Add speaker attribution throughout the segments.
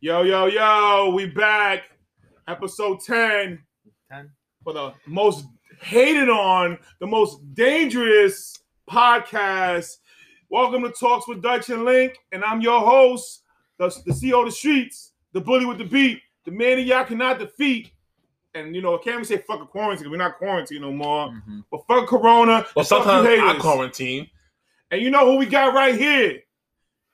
Speaker 1: Yo, yo, yo, we back. Episode 10
Speaker 2: Ten.
Speaker 1: for the most hated on, the most dangerous podcast. Welcome to Talks with Dutch and Link, and I'm your host, the, the CEO of the streets, the bully with the beat, the man that y'all cannot defeat. And you know, I can't even say fuck a quarantine, we're not quarantined no more.
Speaker 3: Mm.
Speaker 1: But fuck Corona.
Speaker 3: Well,
Speaker 1: and fuck you
Speaker 3: sometimes I
Speaker 1: haters.
Speaker 3: quarantine.
Speaker 1: And you know who we got right here?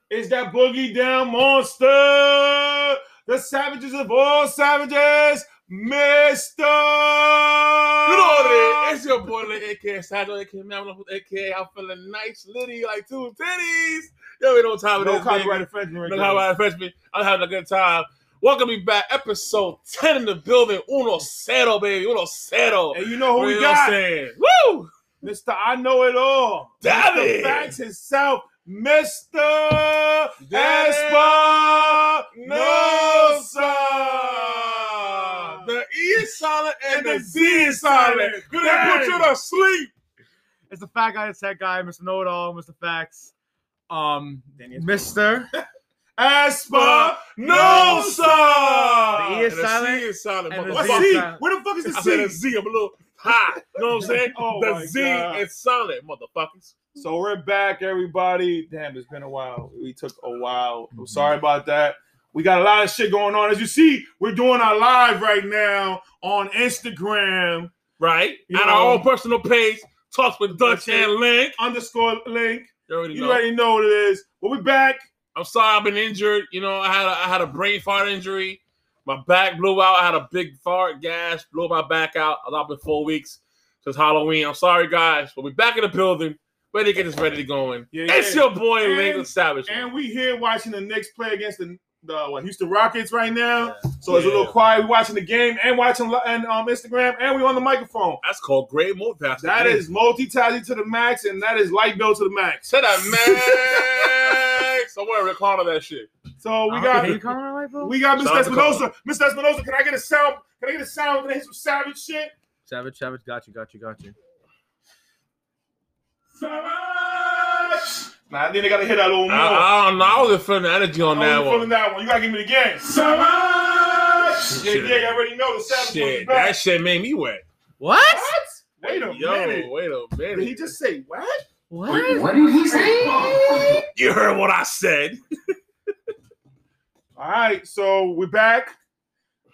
Speaker 1: It's that boogie down monster, the savages of all savages, Mister.
Speaker 3: You know what it is? It's your boy, Lil aka Sajo, aka Mammal, aka I'm feeling nice, litty, like two titties. Yo, we know what time it
Speaker 1: No
Speaker 3: is,
Speaker 1: copyright
Speaker 3: baby.
Speaker 1: infringement.
Speaker 3: No
Speaker 1: right there.
Speaker 3: copyright freshman. I'm having a good time. Welcome me back, episode 10 in the building. Uno cero, baby. Uno cero.
Speaker 1: And you know who
Speaker 3: You
Speaker 1: we
Speaker 3: know what I'm
Speaker 1: got?
Speaker 3: saying? Woo!
Speaker 1: Mister. I know it all.
Speaker 3: Damn
Speaker 1: Mr.
Speaker 3: it.
Speaker 1: Facts himself, Mister.
Speaker 3: Damn it.
Speaker 1: Espa
Speaker 3: Nelson.
Speaker 1: Nelson.
Speaker 3: The E is silent and,
Speaker 1: Uh, And
Speaker 3: the
Speaker 1: the
Speaker 3: Z is silent.
Speaker 1: silent.
Speaker 3: Good to put you to sleep.
Speaker 2: It's the fat guy, the tech guy, Mr. Know It All, Mr. Facts. Um,
Speaker 1: Daniel.
Speaker 2: Mr.
Speaker 1: Espa Nelson.
Speaker 2: The E
Speaker 3: Uh, And the
Speaker 2: is silent
Speaker 3: C is silent.
Speaker 2: and the
Speaker 1: What
Speaker 2: Z
Speaker 3: motherfucker.
Speaker 2: is
Speaker 1: C?
Speaker 2: silent.
Speaker 1: Where the fuck is the
Speaker 3: I said
Speaker 1: C?
Speaker 3: a Z. I'm a little high. You know what I'm saying?
Speaker 1: Oh my
Speaker 3: the Z
Speaker 1: God.
Speaker 3: is solid, motherfuckers.
Speaker 1: So we're back, everybody. Damn, it's been a while. We took a while. I'm sorry about that. We got a lot of shit going on. As you see, we're doing our live right now on Instagram
Speaker 3: Right?
Speaker 1: You
Speaker 3: On
Speaker 1: know. um,
Speaker 3: our own personal page, talks with Dutch
Speaker 1: That's it.
Speaker 3: and Link.
Speaker 1: underscore link.
Speaker 3: You already
Speaker 1: You
Speaker 3: know.
Speaker 1: already know what it is. But we're back.
Speaker 3: I'm sorry, I've been injured. You know, I had a, I had a brain fart injury. My back blew out. I had a big fart gash, blew my back out. I've been four weeks since Halloween. I'm sorry, guys, but we're back in the building. Ready to get this ready to going.
Speaker 1: Yeah,
Speaker 3: It's
Speaker 1: yeah.
Speaker 3: your boy
Speaker 1: And-
Speaker 3: Link the Savage.
Speaker 1: And we here watching the Knicks play against the the what, Houston Rockets right now. So it's a
Speaker 3: Yeah.
Speaker 1: little quiet. We're watching the game and watching li- and um Instagram and we on the microphone.
Speaker 3: That's called great multitasking.
Speaker 1: That is multitasking to the max, and that is light bill to the max.
Speaker 3: Say that, Max. I'm wearing Ricardo that shit.
Speaker 1: So we
Speaker 2: I don't
Speaker 1: got
Speaker 2: think- Can you come around like, bro?
Speaker 1: We got Mr.
Speaker 3: Shout out to
Speaker 1: Espinosa. Mr. Espinosa, can I get a sound? Can I get a sound? Can I hit some savage shit?
Speaker 2: Savage, Savage, got you, got you, got you.
Speaker 1: Savage. Nah, I think they gotta hit that a little more.
Speaker 3: I, I don't know. I wasn't feeling the energy on
Speaker 1: I
Speaker 3: that
Speaker 1: wasn't feeling
Speaker 3: one.
Speaker 1: that one. You gotta give me the game. Savage. Yeah,
Speaker 3: Shit.
Speaker 1: yeah, you already know the savage
Speaker 3: Shit,
Speaker 1: shit.
Speaker 3: that
Speaker 1: back.
Speaker 3: shit made me wet.
Speaker 2: What?
Speaker 1: what? Wait a
Speaker 3: Yo,
Speaker 1: minute.
Speaker 3: wait a
Speaker 1: Did he
Speaker 3: minute.
Speaker 1: just say what?
Speaker 2: What?
Speaker 4: did he say?
Speaker 3: You heard what I said.
Speaker 1: All right, so we're back.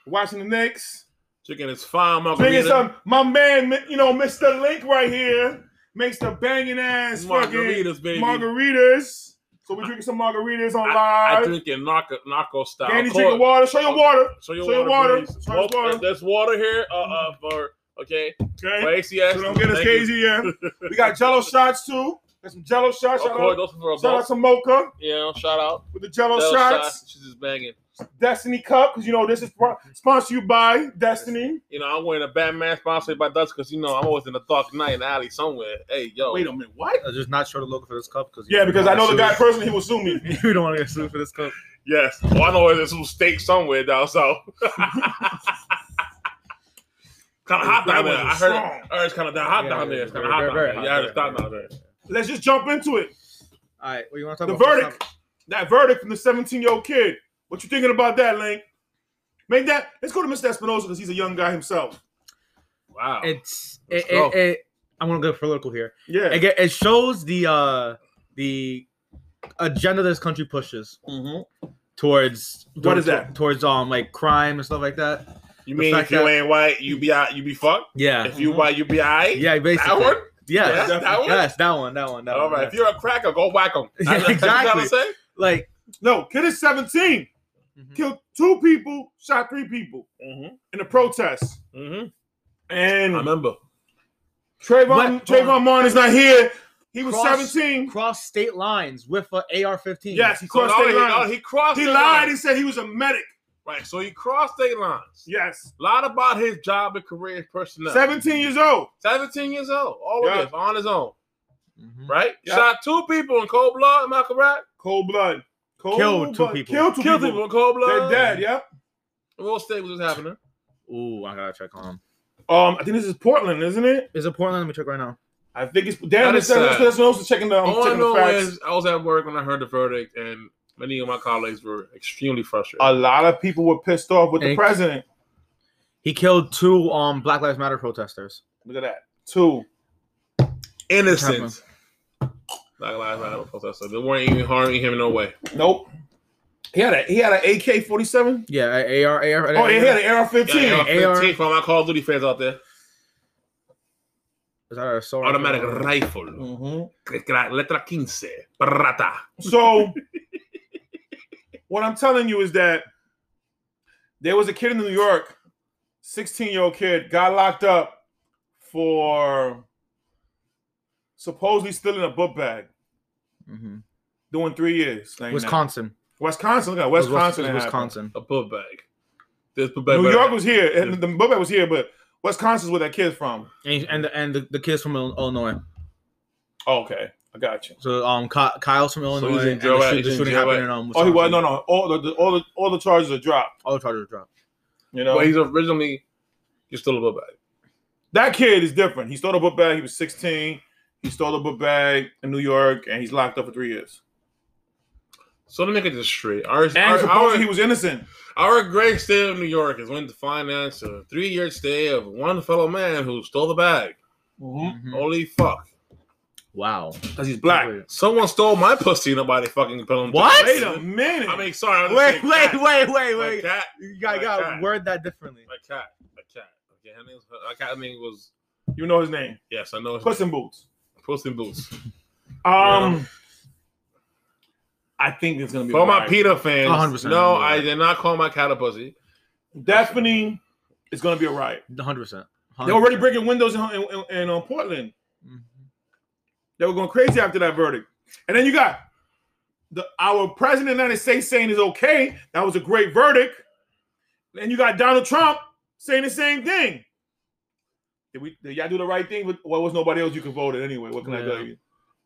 Speaker 1: Watching the Knicks.
Speaker 3: Chicken is fine,
Speaker 1: Bringing
Speaker 3: margarita.
Speaker 1: some, my man, you know, Mr. Link right here makes the banging ass fucking
Speaker 3: Margaritas, baby.
Speaker 1: margaritas. So we're drinking some margaritas on
Speaker 3: I
Speaker 1: live.
Speaker 3: drink it narco, narco style.
Speaker 1: Danny
Speaker 3: Call
Speaker 1: drinking
Speaker 3: it-
Speaker 1: water. Show your water.
Speaker 3: So your
Speaker 1: show your
Speaker 3: water.
Speaker 1: water.
Speaker 3: please.
Speaker 1: Show us
Speaker 3: Well,
Speaker 1: water.
Speaker 3: There's water here. Uh, uh, for okay.
Speaker 1: Okay.
Speaker 3: For ACS.
Speaker 1: So don't get us
Speaker 3: Thank you.
Speaker 1: crazy yeah. We got Jello shots too. Got some Jello shots.
Speaker 3: Of
Speaker 1: Shout
Speaker 3: course,
Speaker 1: out,
Speaker 3: those Oh, for a
Speaker 1: shout out
Speaker 3: boss.
Speaker 1: to Mocha
Speaker 3: You know, shout out.
Speaker 1: with the Jello
Speaker 3: Those
Speaker 1: shots.
Speaker 3: shots. She's just banging.
Speaker 1: Destiny Cup because you know this is pro- sponsored you by Destiny.
Speaker 3: You know, I'm wearing a Batman sponsored by Dutch because you know I'm always in the dark night in the alley somewhere. Hey, yo.
Speaker 1: Wait a minute, what?
Speaker 2: I'm just not sure the logo for this cup because
Speaker 1: Yeah, because I know the guy personally. He will sue me.
Speaker 2: You don't want to get sued for this cup.
Speaker 3: Yes. Well, I know there's some steak somewhere down south. kind of hot down there. I heard, I heard it's kind of hot
Speaker 2: Yeah,
Speaker 3: down
Speaker 2: yeah,
Speaker 3: there. It's
Speaker 2: yeah.
Speaker 3: kind of hot down
Speaker 2: Very, very
Speaker 3: there.
Speaker 2: hot,
Speaker 3: Yeah,
Speaker 2: very,
Speaker 3: it's hot
Speaker 2: very
Speaker 3: down there.
Speaker 1: Let's just jump into it.
Speaker 2: All right, what you want to talk
Speaker 1: The
Speaker 2: about? first?
Speaker 1: verdict. That verdict from the 17 year old kid. What you thinking about that, Link? Make that. Let's go to Mr. Espinosa because he's a young guy himself.
Speaker 3: Wow.
Speaker 2: It's it,
Speaker 3: Let's
Speaker 2: it,
Speaker 3: go.
Speaker 2: it, I'm gonna go political here.
Speaker 1: Yeah.
Speaker 2: It, get- it shows the uh the agenda this country pushes
Speaker 3: Mhm.
Speaker 2: towards
Speaker 1: What is that?
Speaker 2: towards um like crime and stuff like that.
Speaker 3: You
Speaker 2: The
Speaker 3: mean
Speaker 2: fact
Speaker 3: if you
Speaker 2: that-
Speaker 3: ain't white, you be out, you be fucked.
Speaker 2: Yeah,
Speaker 3: If you white, you be alright.
Speaker 2: Uh-huh. yeah, basically.
Speaker 3: that one.
Speaker 2: Yes,
Speaker 3: That's that one.
Speaker 2: yes, that one, that one, that
Speaker 3: All
Speaker 2: one.
Speaker 3: right.
Speaker 2: yes.
Speaker 3: If you're a cracker, go whack them.
Speaker 2: Yeah, exactly. like
Speaker 1: No, kid is 17.
Speaker 3: Hmm.
Speaker 2: Mm-hmm.
Speaker 1: Killed two people, shot three people
Speaker 3: Mm-hmm.
Speaker 1: in a protest.
Speaker 3: Mm-hmm.
Speaker 1: And
Speaker 3: I remember.
Speaker 1: Trayvon
Speaker 2: What?
Speaker 1: Trayvon Martin is not here. He was
Speaker 2: Cross-
Speaker 1: 17.
Speaker 2: cross state lines with an AR-15.
Speaker 1: Yes, he
Speaker 3: So
Speaker 1: crossed
Speaker 3: no,
Speaker 1: state
Speaker 3: he,
Speaker 1: lines.
Speaker 3: no, he crossed.
Speaker 1: He
Speaker 3: state
Speaker 1: lied.
Speaker 3: lines.
Speaker 1: He said he was a medic.
Speaker 3: Right. So he crossed state lines.
Speaker 1: Yes,
Speaker 3: Lied about his job and career and personnel.
Speaker 1: 17 years old.
Speaker 3: 17 years old. All
Speaker 1: Yeah.
Speaker 3: of this on his own.
Speaker 2: Mhm.
Speaker 3: Right.
Speaker 1: Yeah.
Speaker 3: Shot two people in cold blood. Am I correct?
Speaker 1: Cold blood. Cold
Speaker 2: Killed two
Speaker 1: blood.
Speaker 2: people.
Speaker 1: Killed two
Speaker 3: Killed people
Speaker 1: people.
Speaker 3: in cold blood.
Speaker 1: They're dead. Yep.
Speaker 3: What state was this happening?
Speaker 2: Ooh, I gotta check on him.
Speaker 1: Um, I think this is Portland, isn't it?
Speaker 2: Is it Portland? Let me check right now.
Speaker 1: I think it's damn.
Speaker 3: That
Speaker 1: That's
Speaker 3: is sad.
Speaker 1: that's also checking the, I'm
Speaker 3: All I
Speaker 1: checking the
Speaker 3: know
Speaker 1: facts.
Speaker 3: is I was at work when I heard the verdict, and Many of my colleagues were extremely frustrated.
Speaker 1: A lot of people were pissed off with the
Speaker 2: And-
Speaker 1: president.
Speaker 2: He killed two um Black Lives Matter protesters.
Speaker 1: Look at that. Two.
Speaker 3: Innocent. Black Lives Matter protesters. They weren't even harming him in no way.
Speaker 1: Nope. He had a he had an AK forty seven.
Speaker 2: Yeah, A- AR, AR.
Speaker 1: Oh, he had an AR fifteen.
Speaker 3: Yeah, AR,
Speaker 2: AR.
Speaker 3: 15 for all my Call of Duty fans out there.
Speaker 2: Is that a
Speaker 1: Oh,
Speaker 2: sword?
Speaker 3: Automatic rifle.
Speaker 1: Mhm.
Speaker 3: Letra 15. Prata.
Speaker 1: So what I'm telling you is that there was a kid in New York, 16 year old kid, got locked up for supposedly stealing a book bag,
Speaker 2: Mhm.
Speaker 1: doing three years. Now, you know.
Speaker 2: Wisconsin.
Speaker 1: Wisconsin, look at
Speaker 2: It was
Speaker 1: Wisconsin. it happened.
Speaker 2: Wisconsin.
Speaker 3: A book bag. This book bag.
Speaker 1: New
Speaker 3: better-
Speaker 1: York was here, and the book bag was here, but Wisconsin's where that kid's from.
Speaker 2: And and the, and the, the kids from Il- Illinois.
Speaker 1: Oh, okay, I got you.
Speaker 2: So um, Ky- Kyle's from
Speaker 3: he's
Speaker 2: Illinois.
Speaker 3: in
Speaker 2: and
Speaker 3: jail
Speaker 2: the,
Speaker 3: right-
Speaker 2: shoot-
Speaker 3: he's
Speaker 2: the
Speaker 3: in
Speaker 2: shooting
Speaker 3: jail
Speaker 2: happened
Speaker 3: right-
Speaker 2: in um.
Speaker 1: Oh, he was
Speaker 2: Wisconsin.
Speaker 1: no, no. All the, the all the all the charges are dropped.
Speaker 2: All the charges dropped.
Speaker 1: You know,
Speaker 3: But he's originally just still a book bag.
Speaker 1: that kid is different. He stole a book bag. He was 16. He stole a book bag in New York, and he's locked up for three years.
Speaker 3: So let me get this straight. Our,
Speaker 1: And
Speaker 3: our,
Speaker 1: supposedly
Speaker 3: our,
Speaker 1: he was innocent.
Speaker 3: our great state of New York is when to finance a three year stay of one fellow man who stole the bag.
Speaker 1: Mm-hmm.
Speaker 2: Mhm.
Speaker 3: Holy fuck.
Speaker 2: Wow.
Speaker 1: Because he's black.
Speaker 2: Wait,
Speaker 3: Someone stole my pussy. Nobody fucking put him.
Speaker 2: What?
Speaker 1: Wait a minute.
Speaker 3: I mean, sorry. I'm just
Speaker 2: wait,
Speaker 3: saying
Speaker 2: wait,
Speaker 3: cat.
Speaker 2: wait, wait,
Speaker 3: My
Speaker 2: wait.
Speaker 3: cat.
Speaker 2: You gotta,
Speaker 3: My
Speaker 2: gotta
Speaker 3: cat.
Speaker 2: word that differently.
Speaker 3: My cat. My cat. Okay, her name. Her cat name was.
Speaker 1: you know his name.
Speaker 3: Yes, I know. it's-
Speaker 1: Puss in Boots.
Speaker 3: Puss in Boots.
Speaker 1: Um, I think it's gonna be
Speaker 3: For
Speaker 1: a
Speaker 3: my
Speaker 1: riot.
Speaker 3: PETA fans,
Speaker 2: 100%.
Speaker 3: no, I did not call my cat a pussy.
Speaker 1: Daphne is gonna be a riot.
Speaker 2: Hundred percent.
Speaker 1: They're already breaking windows in in, in, in, uh, Portland. They were going crazy after that verdict. And then you got the our president of the United States saying it's okay. That was a great verdict. And you got Donald Trump saying the same thing. Did we did y'all do the right thing? But well, it was nobody else you could vote it anyway. What can I
Speaker 2: Yeah.
Speaker 1: tell you?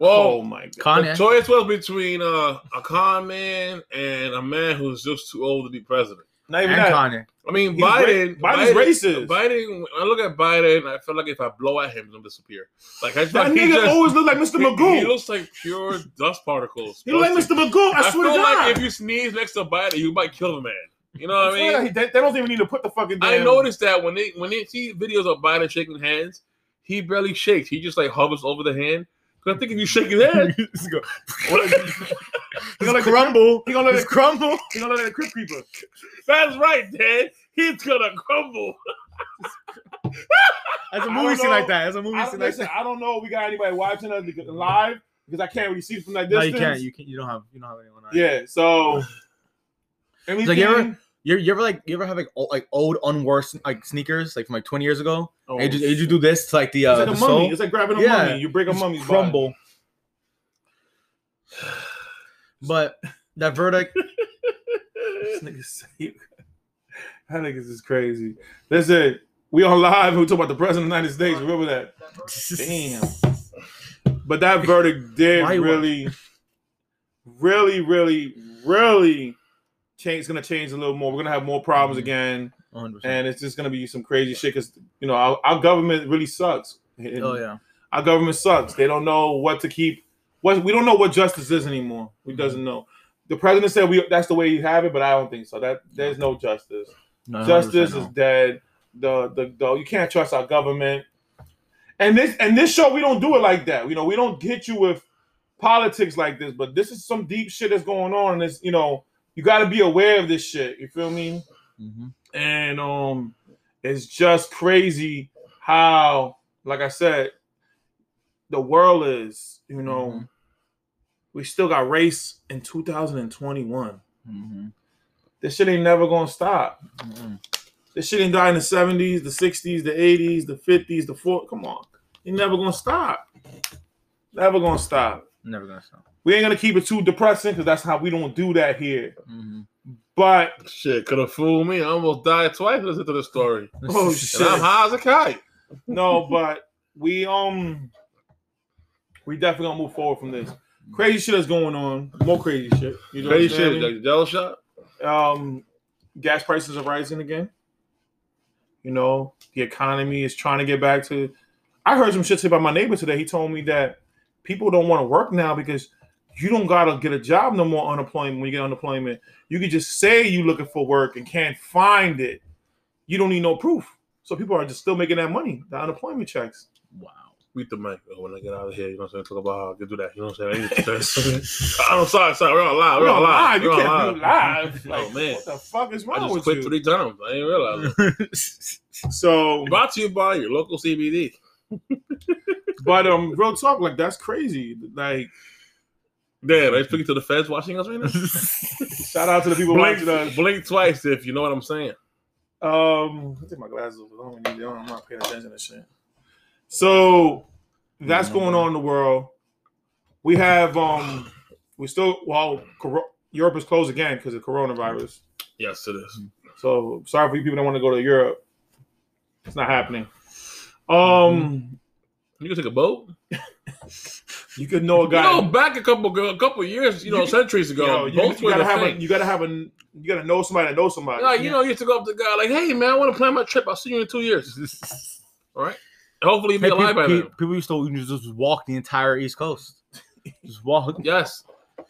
Speaker 1: oh
Speaker 3: Well,
Speaker 1: my god.
Speaker 3: the
Speaker 2: Oh, Kanye.
Speaker 3: choice was between uh, a con man and a man who's just too old to be president.
Speaker 1: Not even
Speaker 2: and
Speaker 1: that.
Speaker 2: Kanye.
Speaker 3: I mean,
Speaker 1: He's ra-
Speaker 3: Biden.
Speaker 1: Biden's
Speaker 3: Biden-
Speaker 1: racist.
Speaker 3: Biden. When I look at Biden, I feel like if I blow at him, he'll disappear. Like I
Speaker 1: That
Speaker 3: like he
Speaker 1: nigga
Speaker 3: just-
Speaker 1: always looked like Mr.
Speaker 3: he-
Speaker 1: Magoo.
Speaker 3: He looks like pure dust particles.
Speaker 1: He looked like Mr. Magoo. I,
Speaker 3: I
Speaker 1: swear to
Speaker 3: feel
Speaker 1: God.
Speaker 3: like if you sneeze next to Biden, you might kill the man. You know what I
Speaker 1: I swear
Speaker 3: mean?
Speaker 1: to God, they, they don't even need to put the fucking.
Speaker 3: I
Speaker 1: damn-
Speaker 3: noticed that when they when they see videos of Biden shaking hands, he barely shakes. He just like hovers over the hand. Cause I think if you shake his hand,
Speaker 2: Just go-
Speaker 1: He gonna
Speaker 2: Just
Speaker 1: look like
Speaker 2: crumble.
Speaker 1: He gonna look like,
Speaker 2: Just crumble.
Speaker 1: he gonna look like a Crypt Keeper.
Speaker 3: that's right, Dad. He's gonna crumble.
Speaker 2: That's
Speaker 1: I
Speaker 2: a movie
Speaker 1: don't
Speaker 2: scene like
Speaker 1: know.
Speaker 2: that. That's a movie
Speaker 1: I
Speaker 2: scene
Speaker 1: don't,
Speaker 2: like
Speaker 1: listen,
Speaker 2: that.
Speaker 1: I don't know if we got anybody watching us because- live because I can't really see it from that
Speaker 2: No,
Speaker 1: distance.
Speaker 2: you can't. You can't. You don't have. You don't have anyone. on.
Speaker 1: yeah, so anything.
Speaker 2: like, you ever- You're, you ever like you ever have like old, like old unworn sn- like sneakers like from like 20 years ago?
Speaker 1: Oh,
Speaker 2: and you, just, and you do this to like the uh
Speaker 1: it's like a
Speaker 2: the
Speaker 1: mummy.
Speaker 2: sole.
Speaker 1: It's like grabbing a
Speaker 2: Yeah.
Speaker 1: mummy. You break a
Speaker 2: Just
Speaker 1: mummy's crumble.
Speaker 2: crumble. But that verdict,
Speaker 1: This nigga say- that niggas is crazy. Listen, we on live. We talk about the president of the United States. Remember that. Damn. But that verdict did
Speaker 2: Why you
Speaker 1: really, really, really, really change. It's gonna change a little more. We're gonna have more problems
Speaker 2: Mhm.
Speaker 1: again.
Speaker 2: 100%.
Speaker 1: and it's just gonna be some crazy shit because you know our, our government really sucks.
Speaker 2: oh yeah,
Speaker 1: Our government sucks. They don't know what to keep. What we don't know what justice is anymore.
Speaker 2: Mm-hmm.
Speaker 1: We doesn't know. The president said we that's the way you have it, but I don't think so. That there's no justice.
Speaker 2: No,
Speaker 1: Justice
Speaker 2: 100% no.
Speaker 1: is dead. The, the the you can't trust our government. And this and this show we don't do it like that. You know we don't hit you with politics like this. But this is some deep shit that's going on. And it's you know you got to be aware of this shit. You feel me?
Speaker 2: Mhm.
Speaker 1: and um it's just crazy how like i said the world is you know
Speaker 2: Mhm.
Speaker 1: we still got race in 2021
Speaker 2: Mhm.
Speaker 1: this shit ain't never gonna stop
Speaker 2: Mhm.
Speaker 1: this shit ain't die in the 70s the 60s the 80s the 50s the 40s come on it never gonna stop never gonna stop
Speaker 2: Never gonna stop.
Speaker 1: we ain't gonna keep it too depressing because that's how we don't do that here
Speaker 2: Mhm.
Speaker 1: but
Speaker 3: Shit, could have fooled me. I almost died twice listening to this story.
Speaker 1: Oh, shit.
Speaker 3: And I'm high as a kite.
Speaker 1: No, but we um we definitely gonna move forward from this. Crazy shit is going on. More crazy shit. You know
Speaker 3: Crazy
Speaker 1: what I'm
Speaker 3: shit.
Speaker 1: saying?
Speaker 3: Like jello shot.
Speaker 1: Um gas prices are rising again. You know, the economy is trying to get back to I heard some shit about my neighbor today. He told me that people don't want to work now because you don't gotta get a job no more unemployment when you get unemployment. You can just say you looking for work and can't find it. You don't need no proof. So people are just still making that money, the unemployment checks.
Speaker 2: Wow.
Speaker 3: Beat the mic oh, when I get out of here. You know what I'm saying? Talk about how I can do that. You know what I'm saying? I need to- I'm sorry, sorry. We're on live. We're on live.
Speaker 1: You
Speaker 3: We're on
Speaker 1: can't do live.
Speaker 3: Oh,
Speaker 1: Like,
Speaker 3: man.
Speaker 1: What the fuck is
Speaker 3: I
Speaker 1: wrong
Speaker 3: just
Speaker 1: with
Speaker 3: quit
Speaker 1: you?
Speaker 3: three times. I didn't realize. it.
Speaker 1: So, but,
Speaker 3: Brought to you by your local CBD.
Speaker 1: but um, real talk, like that's crazy. Like,
Speaker 3: Damn, are you speaking to the feds watching us right now?
Speaker 1: shout out to the people watching us.
Speaker 3: blink, blink twice if you know what I'm saying.
Speaker 1: Um, I take my glasses off. I don't need them. I'm not paying attention to shit. So that's
Speaker 3: Mm-hmm.
Speaker 1: going on in the world. We have um, we still well, Cor- Europe is closed again because of coronavirus.
Speaker 3: Yes, it is.
Speaker 1: So sorry for you people that want to go to Europe. It's not happening. Um,
Speaker 3: Mm-hmm. You can take a boat.
Speaker 1: Oh, you could know a guy.
Speaker 3: You know, back a couple go- a couple years, you know,
Speaker 1: You-
Speaker 3: centuries
Speaker 1: you know,
Speaker 3: ago,
Speaker 1: you,
Speaker 3: boats
Speaker 1: you
Speaker 3: were
Speaker 1: gotta
Speaker 3: the
Speaker 1: have a,
Speaker 3: thing.
Speaker 1: you gotta have a you gotta know somebody that knows somebody.
Speaker 3: like, you know, you used to go up to the guy like, "Hey, man, I want to plan my trip. I'll see you in two years. All right, hopefully you'll be
Speaker 2: Hey,
Speaker 3: alive
Speaker 2: people,
Speaker 3: by
Speaker 2: pe-
Speaker 3: then."
Speaker 2: people used to just walk the entire East Coast. Just walk.
Speaker 3: Yes,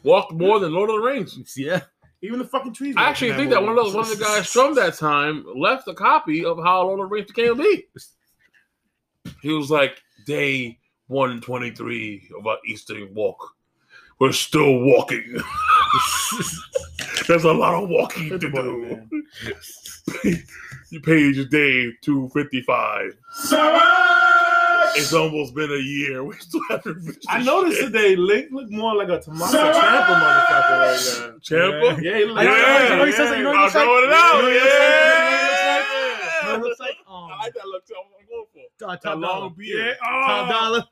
Speaker 3: walked more than Lord of the Rings.
Speaker 2: Yeah.
Speaker 1: Even the fucking trees.
Speaker 3: I actually think that one of those one of the guys from that time left a copy of how Lord of the Rings became a beat. He was like, day 123 of our Eastern walk. We're still walking. There's a lot of walking to do. You page day 255. It's almost been a year. We still haven't finished
Speaker 1: I
Speaker 3: this
Speaker 1: noticed
Speaker 3: shit.
Speaker 1: today Link looked more like a Tommaso Champa motherfucker right now.
Speaker 3: Champa?
Speaker 1: Yeah, he looked
Speaker 2: I know- I know- I know he
Speaker 1: yeah,
Speaker 2: says that, you know
Speaker 1: yeah.
Speaker 2: he
Speaker 3: I'm
Speaker 2: looks like-
Speaker 3: going it
Speaker 1: you know he looks
Speaker 3: out. Yeah. I
Speaker 2: um,
Speaker 3: like that look. too. I'm going for it.
Speaker 2: Top
Speaker 3: That long
Speaker 2: Um, dollar.
Speaker 3: beard.
Speaker 1: Yeah, oh,
Speaker 2: Top dollar.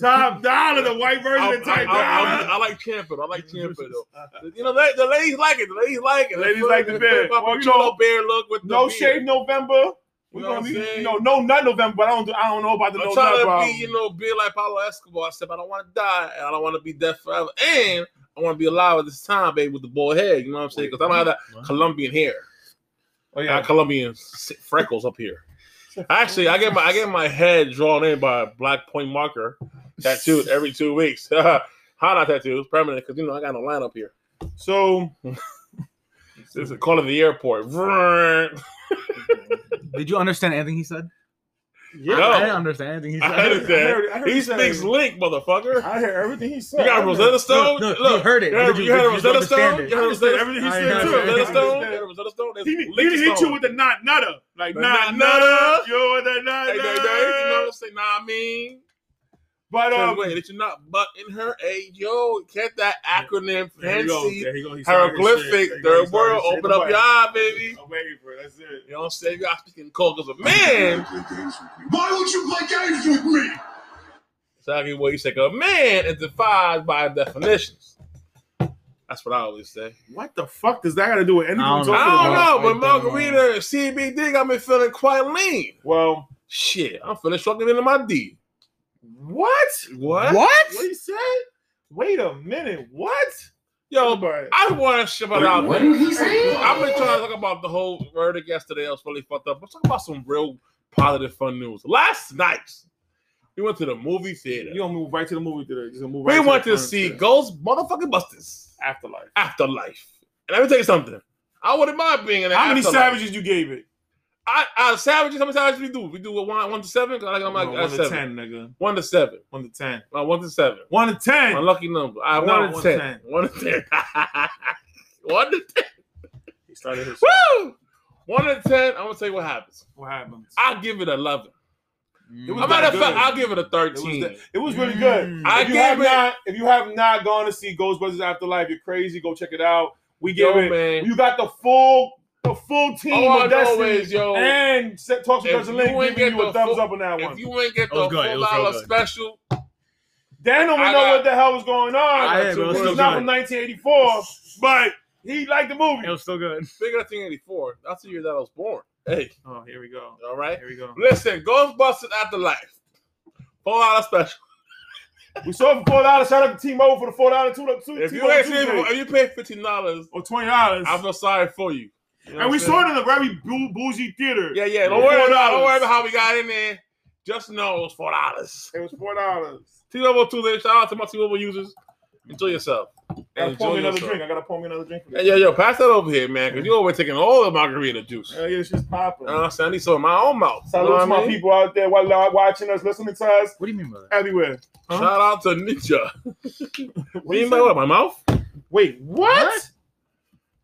Speaker 1: Top dollar, the white version
Speaker 3: I,
Speaker 1: of
Speaker 3: I,
Speaker 1: Type
Speaker 3: I,
Speaker 1: Dollar.
Speaker 3: I, I like Champa. I like Champa though. You know, the, the ladies like it. The ladies like it.
Speaker 1: Ladies like the beard. Well,
Speaker 3: Well,
Speaker 1: you
Speaker 3: you know,
Speaker 1: know,
Speaker 3: bear look with the
Speaker 1: No
Speaker 3: beard.
Speaker 1: shave November. We're
Speaker 3: You know
Speaker 1: gonna
Speaker 3: what I'm
Speaker 1: be,
Speaker 3: saying?
Speaker 1: you know, no nut November, but I don't, I don't know about the
Speaker 3: I'm
Speaker 1: no
Speaker 3: trying
Speaker 1: nut
Speaker 3: to
Speaker 1: problem.
Speaker 3: be, you know, be like Pablo Escobar. I said, I don't want to die, and I don't want to be dead forever, and I want to be alive at this time, babe, with the bald head. You know what I'm saying? Because I don't have that
Speaker 2: What?
Speaker 3: Colombian hair.
Speaker 1: oh
Speaker 3: I got Colombian s- freckles up here. Actually, I get my I get my head drawn in by a black point marker tattooed every two weeks. Hana tattoos, permanent, because you know I got no line up here.
Speaker 1: So
Speaker 3: This is calling the airport. Vroom.
Speaker 2: Did you understand anything he said?
Speaker 1: yeah,
Speaker 3: No.
Speaker 2: I didn't understand anything he
Speaker 3: I
Speaker 2: said.
Speaker 3: understand.
Speaker 1: heard- I heard
Speaker 3: He
Speaker 1: he said
Speaker 3: speaks
Speaker 1: it.
Speaker 3: link, motherfucker.
Speaker 1: I hear everything he said.
Speaker 3: You got
Speaker 1: I
Speaker 3: Rosetta Stone?
Speaker 2: No, no,
Speaker 3: Look,
Speaker 2: you heard it.
Speaker 3: You heard,
Speaker 2: but
Speaker 3: you heard
Speaker 2: but don't
Speaker 3: Rosetta Stone?
Speaker 2: understand
Speaker 3: You
Speaker 2: it.
Speaker 3: heard
Speaker 1: understand
Speaker 3: Rosetta
Speaker 1: everything he
Speaker 2: I
Speaker 1: said
Speaker 2: know.
Speaker 1: too. I
Speaker 3: Rosetta
Speaker 1: understand.
Speaker 3: Stone? You heard Rosetta Stone? That's
Speaker 1: He, he
Speaker 3: Lick
Speaker 1: hit you
Speaker 3: Stone.
Speaker 1: with the not nutter, like
Speaker 3: The
Speaker 1: not
Speaker 3: not
Speaker 1: nutter.
Speaker 3: nutter.
Speaker 1: You're the not
Speaker 3: Hey, hey, hey, you know what I'm
Speaker 1: nutter.
Speaker 3: saying? Nah, I mean.
Speaker 1: But um,
Speaker 3: Wait, did you not butt in her? Hey, yo, get that acronym
Speaker 1: There you go.
Speaker 3: fancy
Speaker 1: There you go. He started his shit. There you
Speaker 3: hieroglyphic,
Speaker 1: go. He
Speaker 3: third
Speaker 1: started
Speaker 3: world,
Speaker 1: his shit.
Speaker 3: open up
Speaker 1: Nobody-
Speaker 3: your eye, baby.
Speaker 1: I'm waiting for it. That's it.
Speaker 3: You know what I'm saying? You got speaking cold because a man.
Speaker 4: Why won't you play games with me?
Speaker 3: Exactly what you say. 'cause A man is defined by definitions. That's what I always say.
Speaker 1: What the fuck does that got to do with anything?
Speaker 2: I
Speaker 1: we're
Speaker 2: don't
Speaker 1: talking
Speaker 3: I don't
Speaker 1: about?
Speaker 3: know, but
Speaker 2: I don't know.
Speaker 3: margarita and CBD got me feeling quite lean.
Speaker 1: Well,
Speaker 3: Shit, I'm feeling struggling into my D.
Speaker 1: what?
Speaker 3: What?
Speaker 1: What he said? Wait a minute. What?
Speaker 3: Yo, bro,
Speaker 1: but
Speaker 3: I want to ship it out.
Speaker 4: What
Speaker 3: man.
Speaker 4: did he say?
Speaker 3: I've been trying to talk about the whole verdict yesterday. I was really fucked up. Let's talk about some real positive, fun news. Last night, we went to the movie theater.
Speaker 1: you don't move right to the movie theater. Just move.
Speaker 3: we
Speaker 1: right
Speaker 3: went
Speaker 1: the
Speaker 3: to
Speaker 1: front
Speaker 3: see
Speaker 1: theater.
Speaker 3: Ghost Motherfucking Busters
Speaker 1: Afterlife.
Speaker 3: Afterlife. And let me tell you something. I wouldn't mind being in an
Speaker 1: How many
Speaker 3: afterlife.
Speaker 1: savages you gave it?
Speaker 3: I, I savages. How many savages we do? We do a one, one to seven. 'Cause I think I'm like
Speaker 1: one
Speaker 3: at
Speaker 1: to
Speaker 3: seven.
Speaker 1: ten, nigga.
Speaker 3: One to seven.
Speaker 1: One to ten.
Speaker 3: No, one to seven.
Speaker 1: One to
Speaker 3: My
Speaker 1: ten.
Speaker 3: lucky number. I
Speaker 1: No,
Speaker 3: one,
Speaker 1: one
Speaker 3: to
Speaker 1: to
Speaker 3: ten.
Speaker 1: ten.
Speaker 3: One to ten. one to ten.
Speaker 1: He started his.
Speaker 3: Woo! One to ten. I'm gonna tell you what happens.
Speaker 1: What happened?
Speaker 3: I'll give it eleven.
Speaker 2: Mm.
Speaker 1: It was
Speaker 3: As a matter of
Speaker 1: that
Speaker 3: fact,
Speaker 1: good.
Speaker 3: I'll give it a
Speaker 1: It was,
Speaker 3: thirteen.
Speaker 1: the- it was really good.
Speaker 2: Mm.
Speaker 3: I
Speaker 1: if you
Speaker 3: gave
Speaker 1: have
Speaker 3: it-
Speaker 1: not, if you have not gone to see Ghostbusters Afterlife, you're crazy. Go check it out. We
Speaker 3: Yo,
Speaker 1: gave it.
Speaker 3: man.
Speaker 1: You got the full, the full team
Speaker 3: Oh, I
Speaker 1: of
Speaker 3: know
Speaker 1: Destiny
Speaker 3: is, yo.
Speaker 1: and set, talks with
Speaker 3: If
Speaker 1: Dustin
Speaker 3: you
Speaker 1: Link
Speaker 3: ain't
Speaker 1: giving
Speaker 3: get
Speaker 1: you a
Speaker 3: the
Speaker 1: thumbs
Speaker 3: full-
Speaker 1: up on that one.
Speaker 3: if you ain't get
Speaker 2: It was
Speaker 3: the
Speaker 2: good. It
Speaker 3: full
Speaker 2: was real
Speaker 3: dollar
Speaker 2: good.
Speaker 3: special,
Speaker 1: Dan don't
Speaker 3: I
Speaker 1: even know
Speaker 3: got-
Speaker 1: what the hell was going on.
Speaker 3: I
Speaker 2: got
Speaker 1: it's
Speaker 2: two
Speaker 1: not
Speaker 2: words.
Speaker 1: from 1984, but he liked the movie.
Speaker 2: It was still good.
Speaker 3: figure out 1984. That's the year that I was born. Hey,
Speaker 1: Oh, here we go.
Speaker 3: all right.
Speaker 1: Here we go.
Speaker 3: Listen, Ghostbusters Afterlife. Four dollar special.
Speaker 1: We sold it for four dollars. Shout out to T-Mobile for the four dollar two. two
Speaker 3: If you
Speaker 1: T-Mobile
Speaker 3: ain't seen
Speaker 1: Tuesday.
Speaker 3: it, if you pay fifteen dollars,
Speaker 1: or twenty dollars,
Speaker 3: I feel sorry for you. You
Speaker 1: and
Speaker 3: know what
Speaker 1: we
Speaker 3: I'm saying?
Speaker 1: saw it in a very bou- bougie theater.
Speaker 3: Yeah, yeah. Don't
Speaker 1: For
Speaker 3: worry about
Speaker 1: $4.
Speaker 3: don't worry about how we got in there. Just know it was four dollars.
Speaker 1: it was four dollars.
Speaker 3: T-Mobile Tuesday. Shout out to my T-Mobile users. Enjoy yourself.
Speaker 1: I gotta pour
Speaker 3: Enjoy
Speaker 1: me another
Speaker 3: yourself.
Speaker 1: drink. I gotta pour me another drink.
Speaker 3: Hey, yo, yo, pass that over here, man, because you over taking all the margarita juice.
Speaker 1: Hell yeah, this shit's popping.
Speaker 3: You know what I'm saying? I need some in my own mouth. uh, You know
Speaker 1: Salute
Speaker 3: what I
Speaker 1: to my
Speaker 3: mean?
Speaker 1: people out there while y'all watching us, listening to us
Speaker 2: What do you mean by that?
Speaker 1: everywhere. Huh?
Speaker 3: Shout out to Ninja.
Speaker 1: What
Speaker 3: What
Speaker 1: you
Speaker 3: you mean by
Speaker 1: said?
Speaker 3: what? My mouth?
Speaker 1: Wait, what?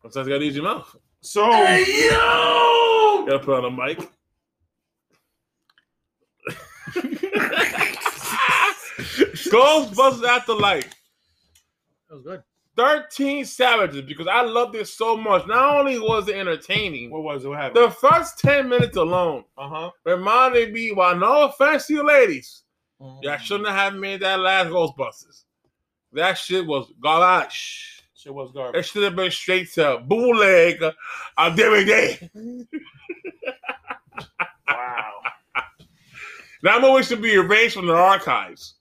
Speaker 2: What?
Speaker 3: Sometimes you gotta use your mouth.
Speaker 1: So
Speaker 4: Hey yo!
Speaker 3: You gotta put on a mic. Ghostbusters Afterlife.
Speaker 2: That was good.
Speaker 3: 13 Savages because I loved it so much. Not only was it entertaining,
Speaker 1: what was it? What happened?
Speaker 3: the first 10 minutes alone
Speaker 1: Uh huh.
Speaker 3: reminded me, while no offense to you ladies, y'all shouldn't have made that last Ghostbusters. That shit was garbage.
Speaker 1: Shit was garbage.
Speaker 3: It should have been straight to bootleg uh, on DVD.
Speaker 1: wow.
Speaker 3: Now I know it should be erased from the archives.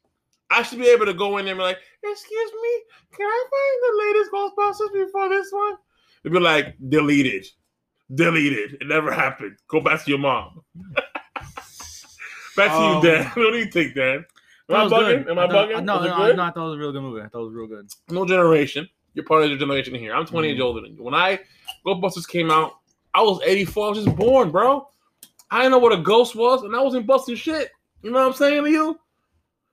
Speaker 3: I should be able to go in there and be like, excuse me, can I find the latest Ghostbusters before this one? It'd be like, deleted. Deleted. It never happened. Go back to your mom. back
Speaker 2: Um,
Speaker 3: to you, Dan. what do you think, Dan? Am
Speaker 2: That
Speaker 3: I
Speaker 2: was
Speaker 3: bugging?
Speaker 2: good.
Speaker 3: Am I
Speaker 2: thought-
Speaker 3: bugging?
Speaker 2: No,
Speaker 3: Was it
Speaker 2: no,
Speaker 3: good?
Speaker 2: no, I thought it was a real good movie. I thought it was real good.
Speaker 3: no generation. You're part of the generation here. I'm 20
Speaker 2: Mm-hmm.
Speaker 3: years older than you. When I Ghostbusters came out, I was 84. I was just born, bro. I didn't know what a ghost was, and I wasn't busting shit. You know what I'm saying to you?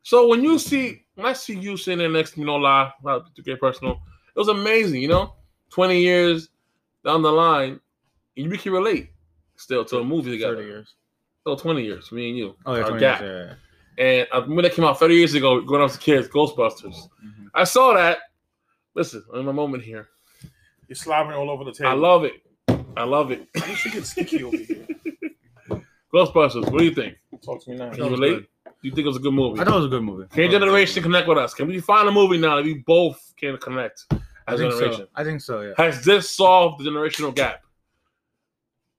Speaker 3: So when you see, when I see you sitting there next to me, no lie, not to get personal, it was amazing. You know, 20 years down the line, you can relate still to a movie
Speaker 2: Thirty
Speaker 3: together.
Speaker 2: years.
Speaker 3: Still 20 years, me and you.
Speaker 2: Oh yeah,
Speaker 3: Our
Speaker 2: 20
Speaker 3: gap.
Speaker 2: years. Yeah, yeah, yeah.
Speaker 3: And I remember that came out 30 years ago, growing up as kids, Ghostbusters.
Speaker 2: Mhm.
Speaker 3: I saw that. Listen, I'm in a moment here.
Speaker 1: You're slobbering all over the table.
Speaker 3: I love it. I love it.
Speaker 1: You should get sticky over here.
Speaker 3: Ghostbusters, what do you think?
Speaker 1: Talk to me now.
Speaker 3: Can
Speaker 2: That
Speaker 3: you
Speaker 2: was
Speaker 3: relate?
Speaker 2: good.
Speaker 3: Do you think it was a good movie?
Speaker 2: I thought it was a good movie.
Speaker 3: Can your generation connect with us? Can we find a movie now that we both can connect
Speaker 2: I
Speaker 3: as a
Speaker 2: think
Speaker 3: generation?
Speaker 2: so. I think so. Yeah.
Speaker 3: Has this solved the generational gap?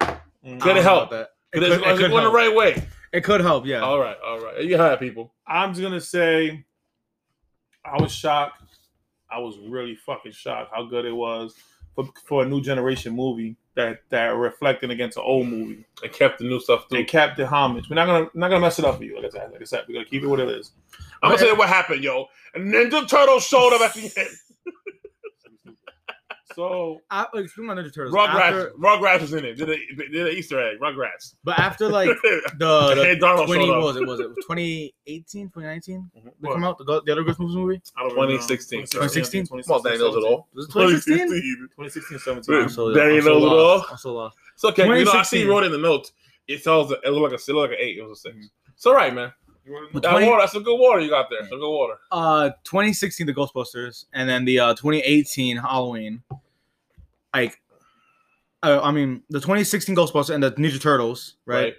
Speaker 1: Mm.
Speaker 3: Could
Speaker 2: I
Speaker 3: it
Speaker 2: don't know
Speaker 3: help?
Speaker 2: about that. It
Speaker 3: Is it,
Speaker 2: could, it
Speaker 3: is it
Speaker 2: could
Speaker 3: going the
Speaker 2: help.
Speaker 3: right way?
Speaker 2: It could help. Yeah.
Speaker 3: All right, all right. You heard people.
Speaker 1: I'm just gonna say, I was shocked. I was really fucking shocked how good it was for, for a new generation movie that that reflecting against an old movie.
Speaker 3: They kept the new stuff
Speaker 1: They
Speaker 3: through.
Speaker 1: kept the homage. We're not gonna not gonna mess it up for you. Like I said, like I said, we're gonna keep it what it is.
Speaker 3: I'm gonna tell you what happened, yo. Ninja Turtle showed up at the end.
Speaker 1: So
Speaker 2: I, like, speaking of Ninja Turtles, after,
Speaker 3: Rugrats, Rugrats was in it. Did a did an Easter egg. Rugrats.
Speaker 2: but after like
Speaker 3: and
Speaker 2: the, the
Speaker 3: Donald
Speaker 2: 20
Speaker 3: showed
Speaker 2: what
Speaker 3: up.
Speaker 2: was it was it 2018 2019 they
Speaker 3: What?
Speaker 2: come out the, go- the other Ghost Movies movie
Speaker 1: I don't
Speaker 3: 2016.
Speaker 2: 2016?
Speaker 3: Come on, Daniels at all.
Speaker 2: was it 2016
Speaker 1: 2016,
Speaker 2: I'm
Speaker 1: 17.
Speaker 2: so,
Speaker 3: Danny
Speaker 2: I'm so
Speaker 3: knows it
Speaker 2: lost.
Speaker 3: all.
Speaker 2: I'm so lost
Speaker 3: It's okay. You know, I see
Speaker 2: 2016.
Speaker 3: you wrote in the notes. It tells it looked like a it looked like an eight. It was a 6 It's all right, man.
Speaker 2: But
Speaker 3: That
Speaker 2: 20
Speaker 3: water, that's some good water you got there. Some good water.
Speaker 2: uh 2016 the Ghostbusters and then the uh 2018 Halloween like uh, I mean the 2016 Ghostbusters and the Ninja Turtles right,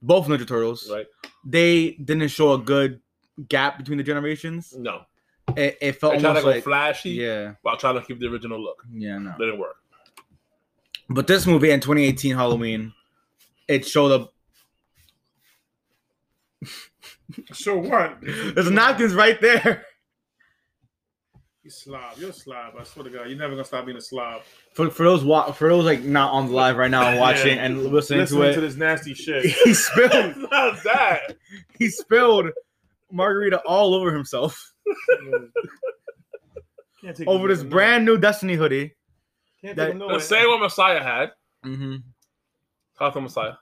Speaker 2: both Ninja Turtles
Speaker 3: Right.
Speaker 2: they didn't show a good gap between the generations
Speaker 3: No.
Speaker 2: it, it
Speaker 3: I
Speaker 2: felt
Speaker 3: tried to
Speaker 2: almost
Speaker 3: go
Speaker 2: like
Speaker 3: flashy
Speaker 2: yeah
Speaker 3: while trying to keep the original look.
Speaker 2: yeah no
Speaker 3: Didn't work.
Speaker 2: But this movie in 2018 Halloween, it showed up.
Speaker 1: So what?
Speaker 2: There's napkins right there
Speaker 1: You slob. You're a slob. I swear to God, you're never gonna stop being a slob.
Speaker 2: for, for those wa- for those like not on the live right now and watching
Speaker 1: Yeah.
Speaker 2: and listening,
Speaker 1: Listening
Speaker 2: to
Speaker 1: to,
Speaker 2: it.
Speaker 1: this nasty shit.
Speaker 2: he spilled
Speaker 3: It's not that.
Speaker 2: he spilled margarita all over himself
Speaker 1: Can't take
Speaker 2: over
Speaker 1: it
Speaker 2: this
Speaker 1: no.
Speaker 2: brand new Destiny hoodie.
Speaker 1: Can't
Speaker 2: that-
Speaker 1: take it no.
Speaker 3: The same one Messiah had.
Speaker 2: Mm-hmm.
Speaker 3: Talk to Messiah.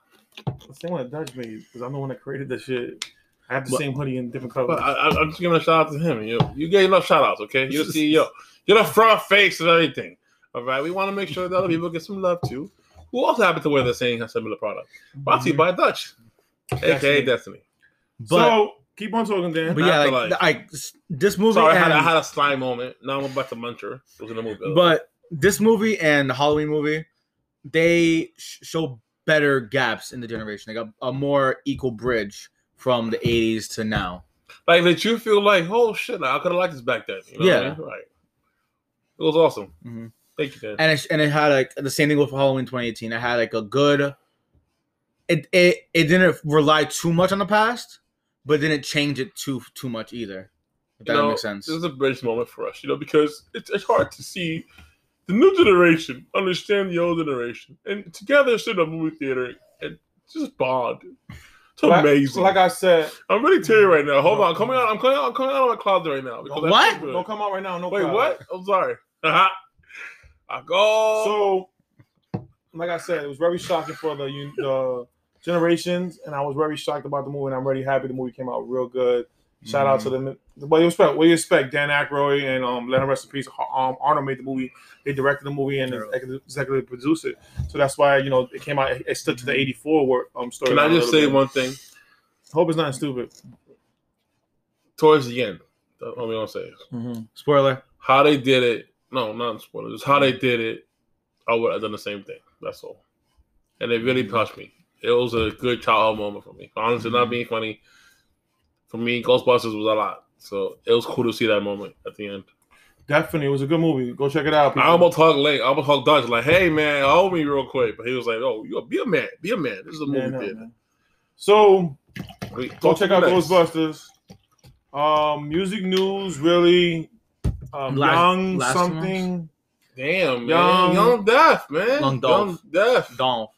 Speaker 1: The same one that Dutch made because I'm the one that created that shit. I have the
Speaker 2: But-
Speaker 1: same hoodie in different
Speaker 3: But
Speaker 1: colors.
Speaker 3: I, I, I'm just giving a shout out to him. You, you get enough shout outs, okay? You're the CEO. You're the front face of everything. All right. We want to make sure that other people get some love too. Who also happened to wear the same similar product? Brought to you by Dutch, aka
Speaker 1: Destiny.
Speaker 3: Destiny.
Speaker 2: But
Speaker 1: so keep on talking, Dan.
Speaker 2: but yeah,
Speaker 3: Afterlife.
Speaker 2: like, like this movie.
Speaker 3: Sorry, I had,
Speaker 2: and-
Speaker 3: I had uh, a slime moment. Now I'm about to muncher. It was in the movie.
Speaker 2: but this movie and the Halloween movie, they sh- show better gaps in the generation. They got a more equal bridge from the 80s to now.
Speaker 3: like that you feel like, oh shit, I could have liked this back then. You know what I
Speaker 2: Yeah.
Speaker 3: mean? right. It was awesome.
Speaker 2: Mhm.
Speaker 3: Thank you, Dan.
Speaker 2: And it, and it had like the same thing with Halloween 2018. It had like a good. It it it didn't rely too much on the past, but didn't change it too too much either. If that
Speaker 3: You know,
Speaker 2: makes sense.
Speaker 3: This is a bridge moment for us, you know, because it's, it's hard to see the new generation understand the old generation, and together sit in a movie theater and just bond. It's amazing.
Speaker 1: Like I said,
Speaker 3: I'm really teary right now. Hold on, I'm coming out. I'm coming out. I'm coming out on a cloud right now. because that's
Speaker 2: What?
Speaker 3: so good.
Speaker 1: don't come out right now. No.
Speaker 3: Wait,
Speaker 1: cloud.
Speaker 3: what? I'm sorry. I go.
Speaker 1: So, like I said, it was very shocking for the un- the generations, and I was very shocked about the movie. And I'm really happy the movie came out real good. Shout out to
Speaker 3: Mm-hmm.
Speaker 1: them. What you expect? What you expect? Dan Aykroyd and um, let him rest in peace. Har- Um, Arnold made the movie. They directed the movie and
Speaker 2: True.
Speaker 1: exec- executive produced it. So that's why you know it came out. It stood to the '84 work um story.
Speaker 3: Mm-hmm. Can I just say one thing?
Speaker 1: Hope it's not stupid.
Speaker 3: Towards the end, that's what we gonna say.
Speaker 2: Spoiler.
Speaker 3: How they did it? No, not spoiler. Just how
Speaker 1: Mm.
Speaker 3: they did it. I would have done the same thing. That's all. And it
Speaker 1: Mm.
Speaker 3: really touched me. It was a good childhood moment for me. Honestly, not being funny. For me, Ghostbusters was a lot. So it was cool to see that moment at the end.
Speaker 1: Definitely, it was a good movie. Go check it out.
Speaker 3: I
Speaker 1: people.
Speaker 3: almost talked late. I almost talked Dutch. Like, hey man, owe me real quick. But he was like, oh, you be a man, be a man. This is a movie
Speaker 1: Yeah, no,
Speaker 3: theater.
Speaker 1: man. So
Speaker 3: Wait,
Speaker 1: Go
Speaker 3: talk to
Speaker 1: check
Speaker 3: me
Speaker 1: out
Speaker 3: next.
Speaker 1: Ghostbusters. Um, music news really. Um,
Speaker 2: Last-
Speaker 1: young
Speaker 2: last
Speaker 1: something. Young-
Speaker 3: Damn, man. Young deaf, man.
Speaker 2: Young Dolph.
Speaker 3: deaf.
Speaker 2: Dolph.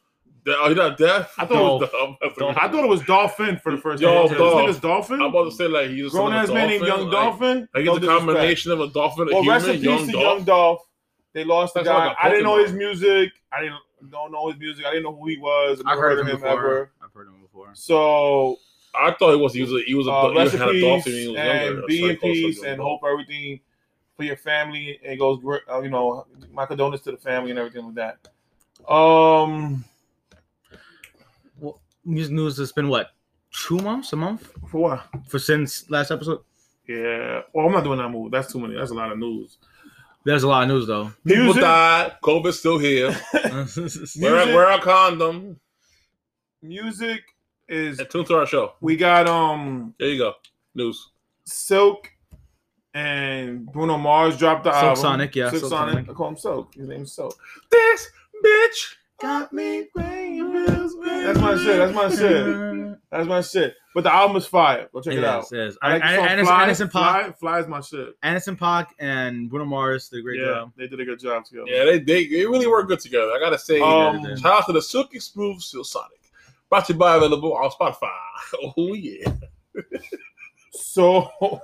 Speaker 3: De- oh, he not deaf?
Speaker 1: I thought
Speaker 2: it
Speaker 3: Dolph.
Speaker 1: I thought it was Dolphin for the first
Speaker 3: Yo,
Speaker 1: time. This
Speaker 3: Dolph.
Speaker 1: nigga's Dolphin.
Speaker 3: I'm about to say, like, he's a
Speaker 1: Grown
Speaker 3: son of a
Speaker 1: ass man named
Speaker 3: dolphin,
Speaker 1: Young
Speaker 3: like-
Speaker 1: Dolphin.
Speaker 3: Like,
Speaker 1: No
Speaker 3: he's a
Speaker 1: disrespect.
Speaker 3: combination of a dolphin, a
Speaker 1: Well,
Speaker 3: human,
Speaker 1: rest in peace
Speaker 3: young
Speaker 1: to
Speaker 3: Dolph.
Speaker 1: Young Dolph. They lost the
Speaker 3: That's
Speaker 1: guy.
Speaker 3: like a
Speaker 1: I didn't know
Speaker 3: Pokemon.
Speaker 1: his music. I didn't don't know his music. I didn't know who he was.
Speaker 2: I've
Speaker 1: never
Speaker 2: heard of him before.
Speaker 1: ever.
Speaker 2: I've heard of him before.
Speaker 1: So
Speaker 3: I thought he was, he was a, he was a,
Speaker 1: uh,
Speaker 3: he
Speaker 1: rest in
Speaker 3: had a dolphin. when
Speaker 1: peace
Speaker 3: He was
Speaker 1: and
Speaker 3: younger.
Speaker 1: be
Speaker 3: So
Speaker 1: in
Speaker 3: he calls him
Speaker 1: peace
Speaker 3: Young
Speaker 1: and
Speaker 3: Dolph.
Speaker 1: hope everything for your family. It goes, gr- uh, you know, my condolences to the family and everything with that. Um,
Speaker 2: News news has been what? Two months? A month?
Speaker 1: for what?
Speaker 2: For since last episode?
Speaker 1: Yeah. Well, I'm not doing that move. That's too many. That's a lot of news.
Speaker 2: There's a lot of news though.
Speaker 3: People
Speaker 1: Music,
Speaker 3: died. COVID's still here. wear,
Speaker 1: Music-
Speaker 3: wear a condom.
Speaker 1: music is.
Speaker 3: And tune to our show.
Speaker 1: We got um
Speaker 3: There you go. News.
Speaker 1: Silk and Bruno Mars dropped the
Speaker 2: Silk
Speaker 1: album.
Speaker 2: Sonic, yeah,
Speaker 1: Silk,
Speaker 2: Silk
Speaker 1: Sonic.
Speaker 2: Sonic.
Speaker 1: I call him Silk. His name's Silk.
Speaker 3: This bitch
Speaker 2: Got me
Speaker 1: That's my shit. That's my shit. That's my shit. But the album is fire. Go check
Speaker 2: It
Speaker 1: it, out.
Speaker 2: is, it is.
Speaker 1: I like the song
Speaker 2: Anderson,
Speaker 1: Fly.
Speaker 2: Anderson Park.
Speaker 1: Fly, Fly is my shit.
Speaker 2: Anderson Park and Bruno Mars did a great
Speaker 1: yeah,
Speaker 2: job.
Speaker 1: they did a good job together.
Speaker 3: Yeah, they, they they really work good together. I gotta say,
Speaker 1: Um,
Speaker 2: did, they did.
Speaker 3: shout out to the Silky Smooth Seal Sonic. Brought to you by available on Spotify. Oh yeah.
Speaker 1: So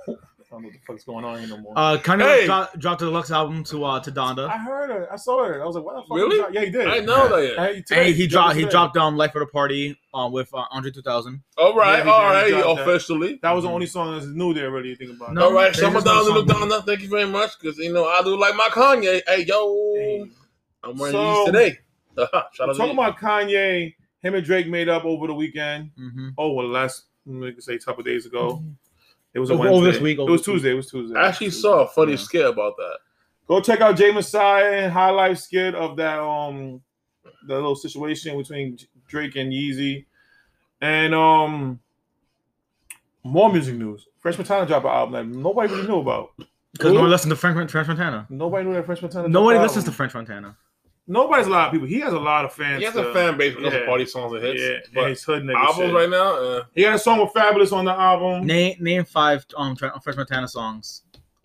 Speaker 1: I don't know what the fuck's going on here no more.
Speaker 2: Uh, Kanye
Speaker 3: Hey!
Speaker 2: dro- dropped a deluxe album to uh to Donda.
Speaker 1: I heard it. I saw it. I was like, what the fuck?
Speaker 3: Really?
Speaker 1: is that? Yeah, he did.
Speaker 3: I didn't know that yet.
Speaker 1: Hey, today,
Speaker 2: Hey, he dropped he
Speaker 1: today.
Speaker 2: dropped um Life of the Party um with uh, Andre 2000.
Speaker 3: All
Speaker 1: Yeah,
Speaker 3: right,
Speaker 1: he
Speaker 3: all
Speaker 1: did. He
Speaker 3: right,
Speaker 1: dropped that.
Speaker 3: officially.
Speaker 1: That was the only song that's new there. Really, you think about. it.
Speaker 2: No,
Speaker 3: all right,
Speaker 2: there's
Speaker 3: Summer
Speaker 2: just no
Speaker 3: Down, Little
Speaker 2: song.
Speaker 3: Donna. Thank you very much, because you know I do like my Kanye. Hey yo,
Speaker 1: Hey.
Speaker 3: I'm wearing
Speaker 1: So-
Speaker 3: these today. shout out to
Speaker 1: Talking
Speaker 3: you.
Speaker 1: about Kanye, him and Drake made up over the weekend.
Speaker 2: Mm-hmm.
Speaker 1: Oh well, last we could say a couple days ago. It was a
Speaker 2: Over-
Speaker 1: Wednesday.
Speaker 2: over Mm-hmm. Oh, this week,
Speaker 1: It
Speaker 2: over
Speaker 1: was
Speaker 2: this week.
Speaker 1: Tuesday. It was Tuesday.
Speaker 3: I actually saw a funny
Speaker 2: Yeah.
Speaker 3: skit about that.
Speaker 1: Go check out Jay Messiah and High Life skit of that um the little situation between J- Drake and Yeezy. And um more music news. Fresh Montana dropped an album that nobody really knew about.
Speaker 2: Because no
Speaker 1: Who?
Speaker 2: one listens to Frank, French Montana.
Speaker 1: Nobody knew that Fresh Montana.
Speaker 2: Nobody
Speaker 1: dropped an
Speaker 2: listens to
Speaker 1: album.
Speaker 2: French Montana.
Speaker 1: Nobody's a lot of people. He has a lot of fans.
Speaker 3: He has a
Speaker 1: though.
Speaker 3: fan base because
Speaker 1: uh, Yeah.
Speaker 3: of party songs and hits.
Speaker 1: Yeah, and
Speaker 3: but
Speaker 1: he's hood nigga
Speaker 3: albums
Speaker 1: shit.
Speaker 3: right now, uh,
Speaker 1: He got a song with Fabulous on the album.
Speaker 2: Name name five um Tra- French Montana songs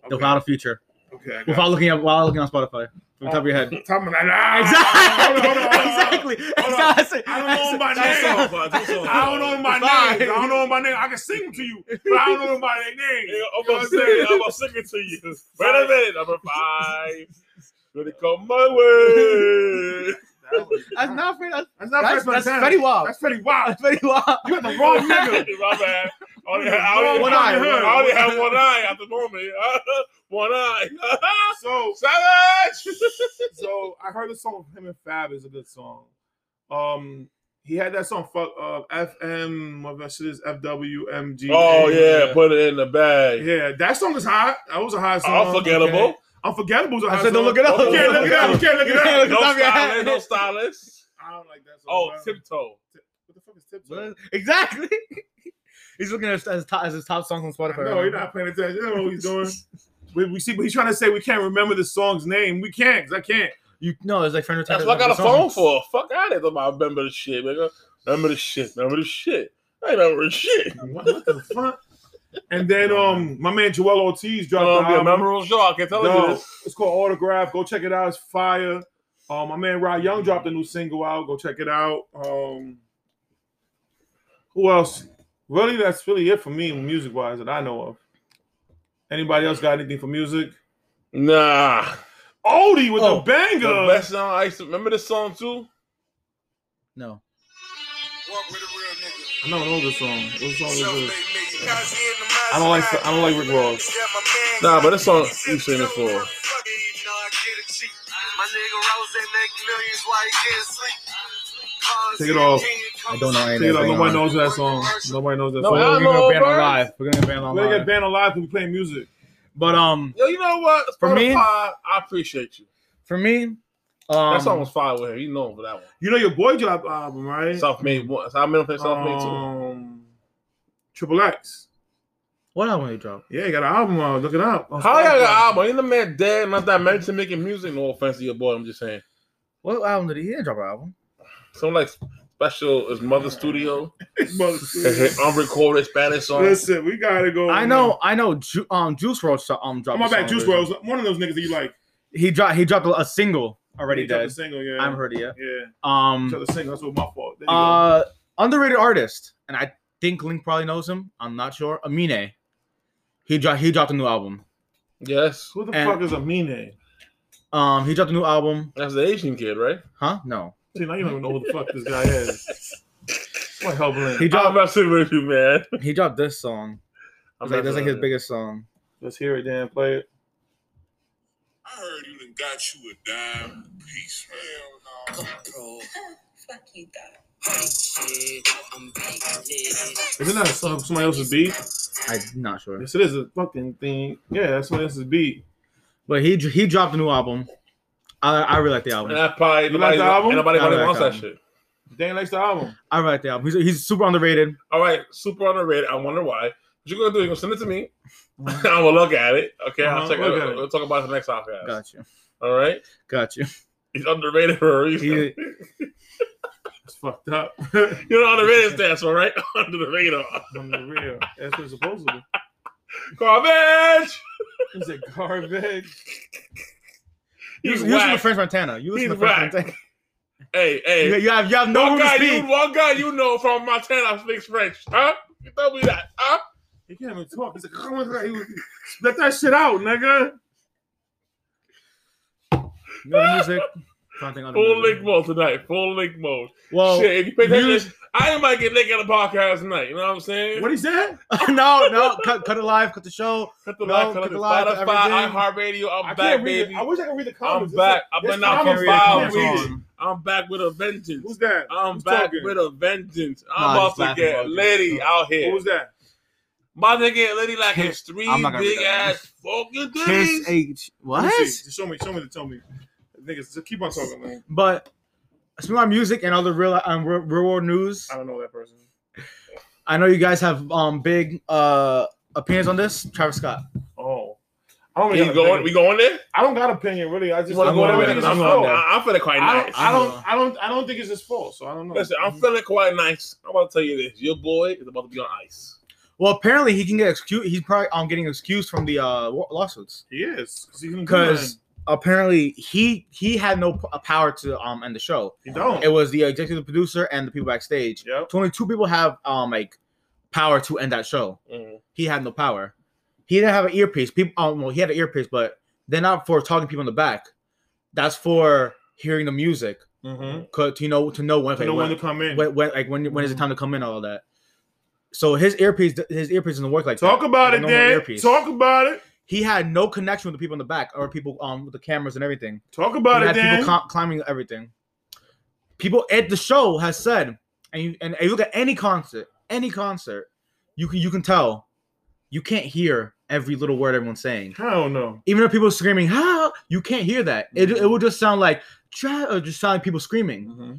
Speaker 2: without a future
Speaker 1: Okay, I got
Speaker 2: without looking up while looking on Spotify from the top of your head.
Speaker 1: it. Top of my- Nah,
Speaker 2: Exactly.
Speaker 1: Uh, hold on, hold on, hold on.
Speaker 2: Exactly.
Speaker 1: Hold on.
Speaker 2: Exactly.
Speaker 1: I don't know him by name.
Speaker 2: That's-
Speaker 3: Spotify,
Speaker 2: that's-
Speaker 3: two songs.
Speaker 1: I don't know my
Speaker 2: Fine.
Speaker 1: name. I don't know my name. I can sing them to you, but I don't know my name.
Speaker 3: Yeah,
Speaker 1: You know what
Speaker 3: I'm gonna sing it. I'm gonna sing it to you. Wait a minute, number five. Gonna come my way.
Speaker 2: That's not French. That's,
Speaker 1: That's not
Speaker 2: that's,
Speaker 1: French
Speaker 2: that's
Speaker 1: Montana.
Speaker 2: Fetty Wap.
Speaker 1: That's Fetty Wap.
Speaker 2: That's Fetty Wap.
Speaker 1: You got the wrong nigga.
Speaker 3: My bad. I only had, I only,
Speaker 2: One
Speaker 3: I
Speaker 2: eye,
Speaker 3: only-
Speaker 2: one
Speaker 3: I only
Speaker 2: eye.
Speaker 3: had one eye at the moment. one eye.
Speaker 1: So,
Speaker 3: Savage.
Speaker 1: so I heard the song with him and Fab is a good song. Um, he had that song fuck uh, FM. What that shit is FWMG.
Speaker 3: Oh yeah, put it in the bag.
Speaker 1: yeah. That song is hot. That was a hot song.
Speaker 3: Unforgettable.
Speaker 1: Okay. Unforgettable. is a
Speaker 2: I
Speaker 1: hot
Speaker 2: said don't
Speaker 1: song.
Speaker 2: look it up.
Speaker 1: You can't look it up. You can't look it
Speaker 2: You
Speaker 1: up.
Speaker 2: can't look
Speaker 3: No
Speaker 2: It's not your
Speaker 3: stylist.
Speaker 2: hand.
Speaker 3: No stylist.
Speaker 1: I don't like that song.
Speaker 3: Oh,
Speaker 1: bro.
Speaker 3: tiptoe.
Speaker 1: What the fuck is tip?
Speaker 2: What? Exactly. He's looking at his, as, top, as his top songs on Spotify.
Speaker 1: No, you're not paying attention. You know what he's doing. We, we see, but he's trying to say we can't remember the song's name. We can't, cause I can't.
Speaker 2: You no, it's like French Montana.
Speaker 3: That's what I got a
Speaker 2: the
Speaker 3: phone
Speaker 2: songs.
Speaker 3: for. Fuck out of it. I remember the shit, nigga. Remember the shit. Remember the shit. I ain't remember the shit.
Speaker 1: What, what the fuck? And then, um, my man Joel Ortiz dropped
Speaker 3: Gonna
Speaker 1: the
Speaker 3: be a
Speaker 1: album.
Speaker 3: memorable show. I can Oh, tell you
Speaker 1: Yo,
Speaker 3: this.
Speaker 1: it's called Autograph. Go check it out. It's fire. Uh, Um, my man Rod Young dropped a new single out. Go check it out. Um, Who else? Really, that's really it for me, music wise, that I know of. Anybody else got anything for music?
Speaker 3: Nah.
Speaker 1: Oldie with
Speaker 2: Oh,
Speaker 1: the banger.
Speaker 3: The best song I used to remember this song too?
Speaker 2: No.
Speaker 4: Walk with a real nigga.
Speaker 1: I don't know this song. What song is
Speaker 4: Self-made
Speaker 1: this?
Speaker 4: nigga. Cause he in the mind.
Speaker 1: I don't like I don't like Rick Ross.
Speaker 4: Yeah, my man.
Speaker 3: Nah, but this song you seen it for.
Speaker 4: Fuck it, you know I get it cheap. My nigga Rose ain't make millions while he can't sleep. Cause
Speaker 1: Take it off.
Speaker 4: he
Speaker 2: I don't know
Speaker 1: Take it off.
Speaker 2: Hang
Speaker 1: Nobody
Speaker 2: on.
Speaker 1: knows that song. Nobody knows that
Speaker 3: No,
Speaker 1: song.
Speaker 3: I-
Speaker 2: We're gonna
Speaker 3: Hello,
Speaker 2: ban on
Speaker 3: birds.
Speaker 2: live. We're gonna ban on
Speaker 1: We're gonna get
Speaker 2: live.
Speaker 1: banned alive because we playing music.
Speaker 2: But um,
Speaker 3: Yo, you know what?
Speaker 2: For me-
Speaker 3: Spotify, I appreciate you.
Speaker 2: for me, um,
Speaker 3: That song was fire with her. You know him for that one.
Speaker 1: You know your boy dropped an album, right?
Speaker 3: South Main one. I remember that South Main too.
Speaker 1: Um, Triple X.
Speaker 2: what album you drop?
Speaker 1: Yeah, he got an album out. Look it up. on
Speaker 3: How y'all got an
Speaker 1: Spotify.
Speaker 3: album? Ain't the man dead? Not that married to making music. No offense to your boy. I'm just saying.
Speaker 2: What album did he, he didn't drop? An album?
Speaker 3: Something like special is Mother Studio. It's
Speaker 1: Motherfucker.
Speaker 3: an unrecorded Spanish song.
Speaker 1: Listen, we gotta go.
Speaker 2: I know, I know. Ju- um, Juice World um
Speaker 1: I'm
Speaker 2: dropped.
Speaker 1: Oh, my
Speaker 2: a
Speaker 1: back,
Speaker 2: song
Speaker 1: Juice
Speaker 2: recently.
Speaker 1: World. One of those niggas that you like.
Speaker 2: He dropped. He dropped a, a single already.
Speaker 1: He dropped a
Speaker 2: Dead.
Speaker 1: single, yeah.
Speaker 2: I haven't heard it yet.
Speaker 1: Yeah,
Speaker 2: Um,
Speaker 1: dropped a single. That's what my fault. There you go.
Speaker 2: Uh, underrated artist, and I think Link probably knows him. I'm not sure. Amine. He dropped. He dropped a new album.
Speaker 3: Yes,
Speaker 1: Who the
Speaker 2: and-
Speaker 1: fuck is Amine?
Speaker 2: Um, he dropped a new album.
Speaker 3: that's the Asian kid, right?
Speaker 2: Huh? No.
Speaker 1: See, now you don't even know who the fuck this guy is. What hell, Blaine?
Speaker 2: He
Speaker 3: I'm
Speaker 2: dropped.
Speaker 3: messing with you, man.
Speaker 2: He dropped this song.
Speaker 3: I'm
Speaker 2: It's like, that's
Speaker 3: messing
Speaker 2: like his
Speaker 3: with you.
Speaker 2: biggest song.
Speaker 1: Let's hear it, Dan. Play it.
Speaker 4: I heard you done got you a dime piece, man. Hell no.
Speaker 5: Fuck you, dog.
Speaker 1: Isn't that a song, somebody else's beat?
Speaker 2: I'm not sure.
Speaker 1: Yes, it is a fucking thing. Yeah, that's somebody else's beat.
Speaker 2: But he he dropped a new album. I I really like the
Speaker 3: And
Speaker 2: album.
Speaker 3: that probably
Speaker 1: You like
Speaker 3: nobody,
Speaker 1: the album?
Speaker 3: ain't nobody
Speaker 2: I like
Speaker 3: really wants
Speaker 2: that
Speaker 3: that shit.
Speaker 1: Dan likes the album.
Speaker 2: I really like the album. He's, he's super underrated.
Speaker 3: All right, super underrated. I wonder why. What you gonna do? You gonna send it to me? I will look at it. Okay,
Speaker 1: Uh-huh,
Speaker 3: I'll check.
Speaker 1: look
Speaker 3: it.
Speaker 1: at it.
Speaker 3: We'll talk about it the next podcast.
Speaker 2: Got you.
Speaker 3: All right,
Speaker 2: Got you.
Speaker 3: he's underrated for a reason.
Speaker 2: He-
Speaker 1: It's fuckct up.
Speaker 3: You're not on the radar stats, all right? Under the radar.
Speaker 1: I'm the real. That's what it's supposed to be.
Speaker 3: Garbage!
Speaker 1: It's a garbage.
Speaker 2: You,
Speaker 3: He's
Speaker 2: you listen to
Speaker 3: whack.
Speaker 2: French Montana. You listen
Speaker 3: He's
Speaker 2: to French
Speaker 3: whack.
Speaker 2: Montana.
Speaker 3: Hey,
Speaker 2: You,
Speaker 3: hey.
Speaker 2: you have you have no
Speaker 3: One
Speaker 2: room to
Speaker 3: guy, you,
Speaker 2: speak.
Speaker 3: one guy you know from Montana speaks French, huh? You tell me that, huh?
Speaker 1: He can't even talk. He's like, "Come on, he was- let that shit out, nigga.
Speaker 2: No music. Something other
Speaker 3: Full
Speaker 2: music.
Speaker 3: link mode tonight. Full link mode.
Speaker 2: Well,
Speaker 3: Shit, if you pay
Speaker 2: Oh, music-
Speaker 3: attention, I might get linked on the podcast tonight. You know what I'm saying?
Speaker 1: What he said?
Speaker 2: no, no, cut, cut it live, cut the show.
Speaker 3: Cut the
Speaker 2: No,
Speaker 3: live, cut
Speaker 2: cut
Speaker 3: the
Speaker 2: the live, cut
Speaker 3: Spotify, iHeartRadio. I'm
Speaker 1: I
Speaker 3: back,
Speaker 1: can't read
Speaker 3: baby.
Speaker 1: it. I wish I could read the
Speaker 3: I'm
Speaker 1: comments.
Speaker 3: back. I've
Speaker 1: it's
Speaker 3: been out
Speaker 1: comments.
Speaker 3: for
Speaker 1: I
Speaker 3: five
Speaker 1: can't read
Speaker 3: weeks.
Speaker 1: it.
Speaker 3: I'm back with a vengeance.
Speaker 1: Who's that?
Speaker 3: I'm
Speaker 1: Who's
Speaker 3: back
Speaker 1: talking?
Speaker 3: with a vengeance.
Speaker 2: Nah,
Speaker 3: I'm about
Speaker 2: just
Speaker 3: to
Speaker 2: laughing
Speaker 3: get
Speaker 2: about you.
Speaker 3: litty out here.
Speaker 1: What was that?
Speaker 3: My nigga, Lady like his three
Speaker 2: I'm not gonna read
Speaker 3: big
Speaker 2: that.
Speaker 3: ass fucking titties.
Speaker 2: H.
Speaker 1: Let me
Speaker 2: What?
Speaker 1: see. Just show me. Show me to tell me. Niggas, just keep on talking, man.
Speaker 2: But speaking about music and other real um, real, real world news,
Speaker 1: I don't know that person.
Speaker 2: I know you guys have um big uh opinions on this. Travis Scott.
Speaker 1: Oh. I don't really
Speaker 3: You
Speaker 1: got
Speaker 3: going?
Speaker 1: opinion.
Speaker 3: We going there?
Speaker 1: I don't got opinion really. I just
Speaker 3: You want to
Speaker 2: I'm
Speaker 3: go
Speaker 2: going
Speaker 3: there?
Speaker 2: there.
Speaker 1: think it's
Speaker 3: I'm
Speaker 1: his
Speaker 3: going
Speaker 1: fault.
Speaker 3: there. I'm feeling quite
Speaker 1: I
Speaker 3: nice.
Speaker 1: don't, I don't, I don't, I don't think it's his fault. So I don't know.
Speaker 3: Listen, I'm feeling quite nice. I'm about to tell you this. Your boy is about to be on ice.
Speaker 2: Well, apparently he can get excuse. He's probably um getting excused from the uh wa- lawsuits
Speaker 1: he is
Speaker 2: because apparently he he had no p- power to um end the show.
Speaker 1: he don't.
Speaker 2: It was the executive producer and the people backstage.
Speaker 1: Yep.
Speaker 2: Only two people have um like power to end that show.
Speaker 1: Mm.
Speaker 2: he had no power. He didn't have an earpiece. People, um, well, he had an earpiece, but they're not for talking to people in the back. That's for hearing the music,
Speaker 1: Mm-hmm.
Speaker 2: co- to know to know when,
Speaker 1: To
Speaker 2: like,
Speaker 1: know when
Speaker 2: when,
Speaker 1: to come in.
Speaker 2: when, when- like when when is the time to come in, all that. So his earpiece, his earpiece doesn't work like
Speaker 1: Talk
Speaker 2: that.
Speaker 1: about
Speaker 2: Like
Speaker 1: it,
Speaker 2: a normal
Speaker 1: Dan.
Speaker 2: earpiece.
Speaker 1: Talk about it.
Speaker 2: He had no connection with the people in the back or people um with the cameras and everything.
Speaker 1: Talk
Speaker 2: He
Speaker 1: about it,
Speaker 2: had
Speaker 1: Dan.
Speaker 2: people cl- climbing everything. People at the show has said, and you and you look at any concert, any concert, you can you can tell, you can't hear every little word everyone's saying.
Speaker 1: I don't know.
Speaker 2: even if people screaming, how you can't hear that. It, it will just sound like try or just sound like people screaming.
Speaker 1: Mm-hmm.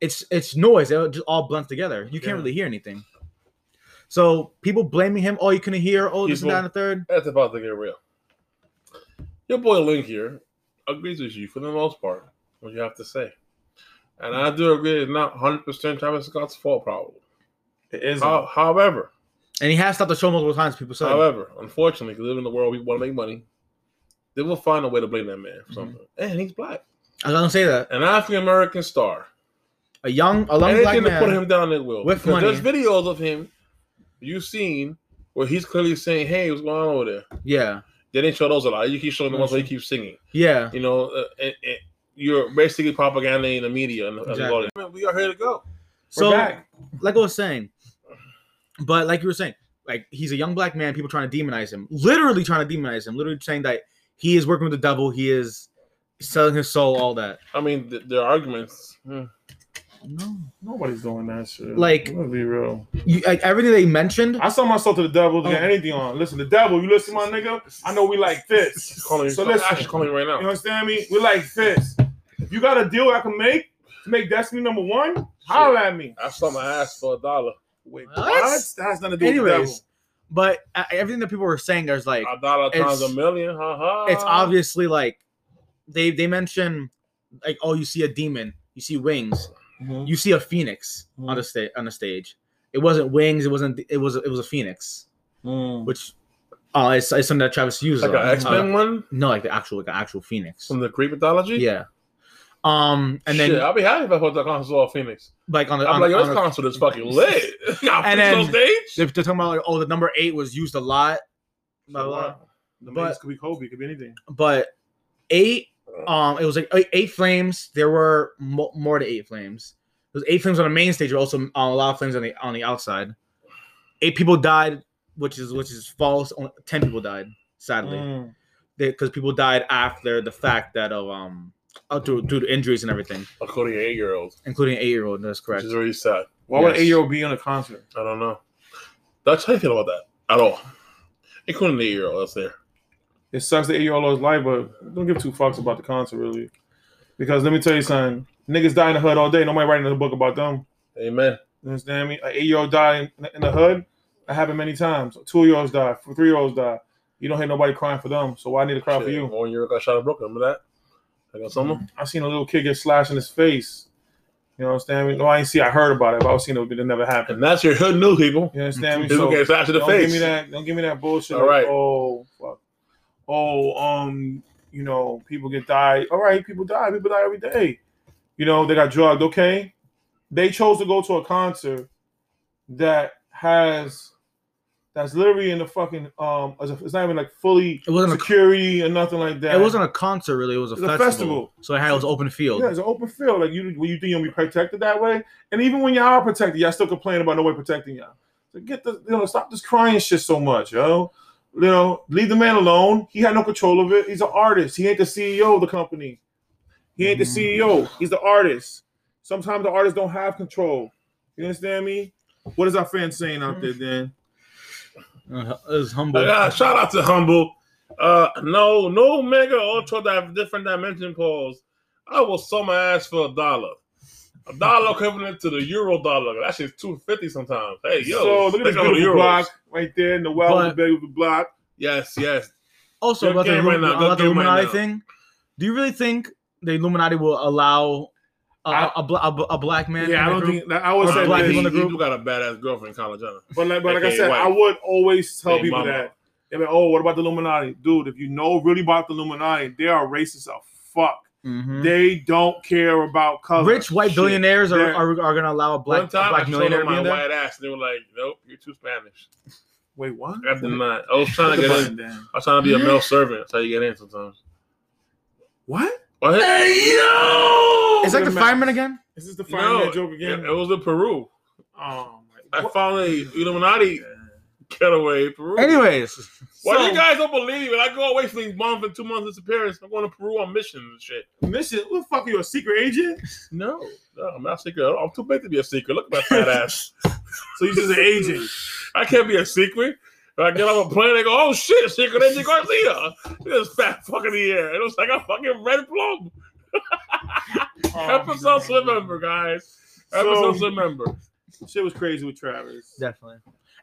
Speaker 2: It's it's noise. It just all blends together. You
Speaker 1: Yeah.
Speaker 2: can't really hear anything. So people blaming him. Oh, you couldn't hear. Oh, this and that and the third.
Speaker 3: That's about to get real. Your boy Link here agrees with you for the most part, what you have to say. And I do agree it's not 100% Travis Scott's fault, probably.
Speaker 1: It is.
Speaker 3: How, however,
Speaker 2: And he has stopped the show multiple times. People said
Speaker 3: However, unfortunately, 'cause we live in the world, we want to make money. They will find
Speaker 1: Mm-hmm.
Speaker 3: a way to blame that man for something. And he's black,
Speaker 2: I don't say that.
Speaker 3: an African American star.
Speaker 2: a young, a young black
Speaker 3: Anything to put
Speaker 2: man.
Speaker 3: him down, it will.
Speaker 2: with
Speaker 3: Because There's
Speaker 2: money.
Speaker 3: videos of him you've seen where he's clearly saying, "Hey, what's going on over there?"
Speaker 2: Yeah,
Speaker 3: They didn't show those a lot. You keep showing the ones where he keeps singing.
Speaker 2: yeah.
Speaker 3: You know, uh, and, and you're basically propagandizing the media and, and the
Speaker 2: Exactly.
Speaker 3: audience. We are here to go.
Speaker 2: So,
Speaker 1: back.
Speaker 2: like I was saying, but like you were saying, like he's a young black man. People trying to demonize him, literally trying to demonize him, literally saying that he is working with the devil. He is selling his soul, all that.
Speaker 3: I mean, th- their arguments. hmm.
Speaker 2: No,
Speaker 1: Nobody's doing that shit.
Speaker 2: Like-
Speaker 1: let's be real.
Speaker 2: you, like everything they mentioned.
Speaker 1: I sell myself to the devil to get
Speaker 2: Oh.
Speaker 1: anything on. Listen, the devil, you listen, my nigga. I know we like this.
Speaker 3: Calling
Speaker 1: So
Speaker 3: so
Speaker 1: listen.
Speaker 3: I should call him right
Speaker 1: You
Speaker 3: now.
Speaker 1: understand me? We like this. If you got a deal I can make, to make Destiny number one, holler at me.
Speaker 3: I saw my ass for a dollar.
Speaker 1: Wait,
Speaker 2: What?
Speaker 1: what? That's nothing to do with the devil.
Speaker 2: Anyways, but uh, everything that people were saying, there's like
Speaker 3: A dollar times a
Speaker 2: It's-
Speaker 3: million. Ha ha.
Speaker 2: it's obviously like they they mention like oh you see a demon, you see wings,
Speaker 1: Mhm.
Speaker 2: you see a phoenix
Speaker 3: Hmm.
Speaker 2: on the stage on the stage. It wasn't wings, it wasn't it was it was a phoenix, which uh it's, it's something that Travis uses.
Speaker 3: like
Speaker 2: a lot.
Speaker 3: an X Men one
Speaker 2: no, like the actual like an actual phoenix.
Speaker 3: from the Greek mythology.
Speaker 2: Yeah. Um and then
Speaker 3: Shit, I'll be happy if I put the console off Phoenix.
Speaker 2: like on the,
Speaker 3: I'm
Speaker 2: on,
Speaker 3: like, yo,
Speaker 2: on
Speaker 3: this
Speaker 2: the
Speaker 3: concert is fucking lit.
Speaker 2: And
Speaker 3: and then, on
Speaker 2: then- they're,
Speaker 3: stage.
Speaker 2: they're talking about like, oh the number eight was used a lot. Blah, blah, blah.
Speaker 1: The
Speaker 2: But-
Speaker 1: but, could be Kobe, could be anything.
Speaker 2: but eight
Speaker 1: Uh.
Speaker 2: um it was like eight, eight flames there were mo- more than eight flames there was eight flames on the main stage but also um, a lot of flames on the on the outside eight people died which is which is false Only- 10 people died
Speaker 1: Mm.
Speaker 2: sadly because people died after the fact that of um oh, due, due to injuries and everything
Speaker 3: According to eight year olds,
Speaker 2: including an eight-year-old that's
Speaker 3: which
Speaker 2: correct
Speaker 3: is really sad.
Speaker 1: Why would
Speaker 2: Yes.
Speaker 1: eight year old be on a concert?
Speaker 3: I don't know. That's how you feel about that at all. Including the eight year old that's there.
Speaker 1: It sucks the eight year old lost life, but don't give two fucks about the concert really. Because let me tell you something, niggas die in the hood all day. Nobody writing a book about them.
Speaker 3: Amen.
Speaker 1: You understand me? An eight year old died in, in the hood. That happened many times. Two year olds die. Three year olds die. You don't hear nobody crying for them. So why need to cry for
Speaker 3: Shit,
Speaker 1: you? Mm-hmm.
Speaker 3: One year I got shot in Brooklyn. Remember that? I got someone.
Speaker 1: I seen a little kid get slashed in his face. You know what I'm saying? No, I ain't see. I heard about it, but I was seeing it. It never happened.
Speaker 3: And that's your hood news, people.
Speaker 1: You understand me? So-
Speaker 3: People get slapped in the
Speaker 1: don't
Speaker 3: face.
Speaker 1: give me that. Don't give me that bullshit.
Speaker 3: All
Speaker 1: like,
Speaker 3: right.
Speaker 1: Oh fuck. Oh um, you know, people get died. All right, people die. People die every day. You know, they got drugged. Okay, they chose to go to a concert that has that's literally in the fucking um. It's not even like fully
Speaker 2: it wasn't a con-
Speaker 1: security or nothing like that.
Speaker 2: it wasn't a concert really it was a,
Speaker 1: It was a
Speaker 2: festival.
Speaker 1: festival.
Speaker 2: so it had it was open field
Speaker 1: Yeah, it's an open field. Like you, when you think you'll be protected that way, and even when y'all are protected, y'all still complain about nobody protecting y'all. So get the, you know, stop this crying shit so much, yo. You know, leave the man alone. He had no control of it. He's an artist. He ain't the CEO of the company. He ain't the CEO. He's the artist. Sometimes the artists don't have control. You understand me? What is our fans saying out there, then?
Speaker 2: Uh, it was humble
Speaker 3: But, uh, shout out to Humble. Uh, no, no mega ultra that different dimension pause. I will sell my ass for a dollar. A dollar equivalent to the euro dollar. That shit's two fifty sometimes. Hey yo,
Speaker 1: so look at this
Speaker 3: take all the
Speaker 1: beautiful
Speaker 3: euros.
Speaker 1: block right there. Noel with
Speaker 2: But-
Speaker 1: the baby with the block.
Speaker 3: Yes, yes.
Speaker 2: Also,
Speaker 3: Good
Speaker 2: about the,
Speaker 3: game right
Speaker 2: Illu-
Speaker 3: now. Good
Speaker 2: about the
Speaker 3: game right
Speaker 2: Illuminati
Speaker 3: now.
Speaker 2: thing, do you really think the Illuminati will allow a,
Speaker 1: I-
Speaker 2: a, bla- a, bl- a black man?
Speaker 1: yeah, I
Speaker 2: in the
Speaker 1: don't
Speaker 2: group?
Speaker 1: think I would
Speaker 2: Or
Speaker 1: say
Speaker 2: black
Speaker 1: this.
Speaker 2: people in the
Speaker 3: He
Speaker 2: group.
Speaker 3: do got a badass girlfriend, Kylie Jenner.
Speaker 1: But like, but like I
Speaker 3: AKA
Speaker 1: said,
Speaker 3: white.
Speaker 1: I would always tell
Speaker 3: Hey,
Speaker 1: people
Speaker 3: mama.
Speaker 1: that. They're like, oh, what about the Illuminati? Dude, if you know really about the Illuminati, they are racist as fuck.
Speaker 2: Mhm.
Speaker 1: They don't care about color.
Speaker 2: Rich white
Speaker 1: Shit.
Speaker 2: billionaires are,
Speaker 1: They're-
Speaker 2: are, are going to allow a black,
Speaker 3: One
Speaker 2: a
Speaker 3: time
Speaker 2: black
Speaker 3: I showed
Speaker 2: millionaire
Speaker 3: them
Speaker 2: to be
Speaker 3: my
Speaker 2: in there?
Speaker 3: white ass, and they were like, "Nope, you're too Spanish."
Speaker 1: Wait, what?
Speaker 3: I did not. I was trying
Speaker 1: Click
Speaker 3: to
Speaker 1: the
Speaker 3: get
Speaker 1: button,
Speaker 3: in.
Speaker 1: Dan.
Speaker 3: I was trying to be a male servant. That's how you get in sometimes.
Speaker 1: What?
Speaker 3: What? Hey yo!
Speaker 2: It's like
Speaker 1: Wait
Speaker 2: the
Speaker 1: a minute.
Speaker 2: fireman again?
Speaker 1: Is this the
Speaker 3: No,
Speaker 1: fireman joke again?
Speaker 3: It was in Peru.
Speaker 1: oh my
Speaker 3: I found a Illuminati getaway in Peru.
Speaker 2: Anyways,
Speaker 3: Why
Speaker 1: So-
Speaker 3: you guys don't believe it? I go away for these month and two months disappearance. I'm going to Peru on mission and shit.
Speaker 1: Mission, what the fuck are you, a secret agent?
Speaker 3: No, no, I'm not secret. I'm too big to be a secret. Look at my fat ass.
Speaker 1: So you just an agent.
Speaker 3: I can't be a secret. When I get off a plane, they go, oh shit, Secret Agent Garcia. This fat fuck in the air. It looks like a fucking red plum.
Speaker 2: Oh,
Speaker 3: Episode
Speaker 1: so,
Speaker 3: swim member, guys.
Speaker 1: So-
Speaker 3: Episode swim member.
Speaker 1: shit was crazy with Travis.
Speaker 2: definitely.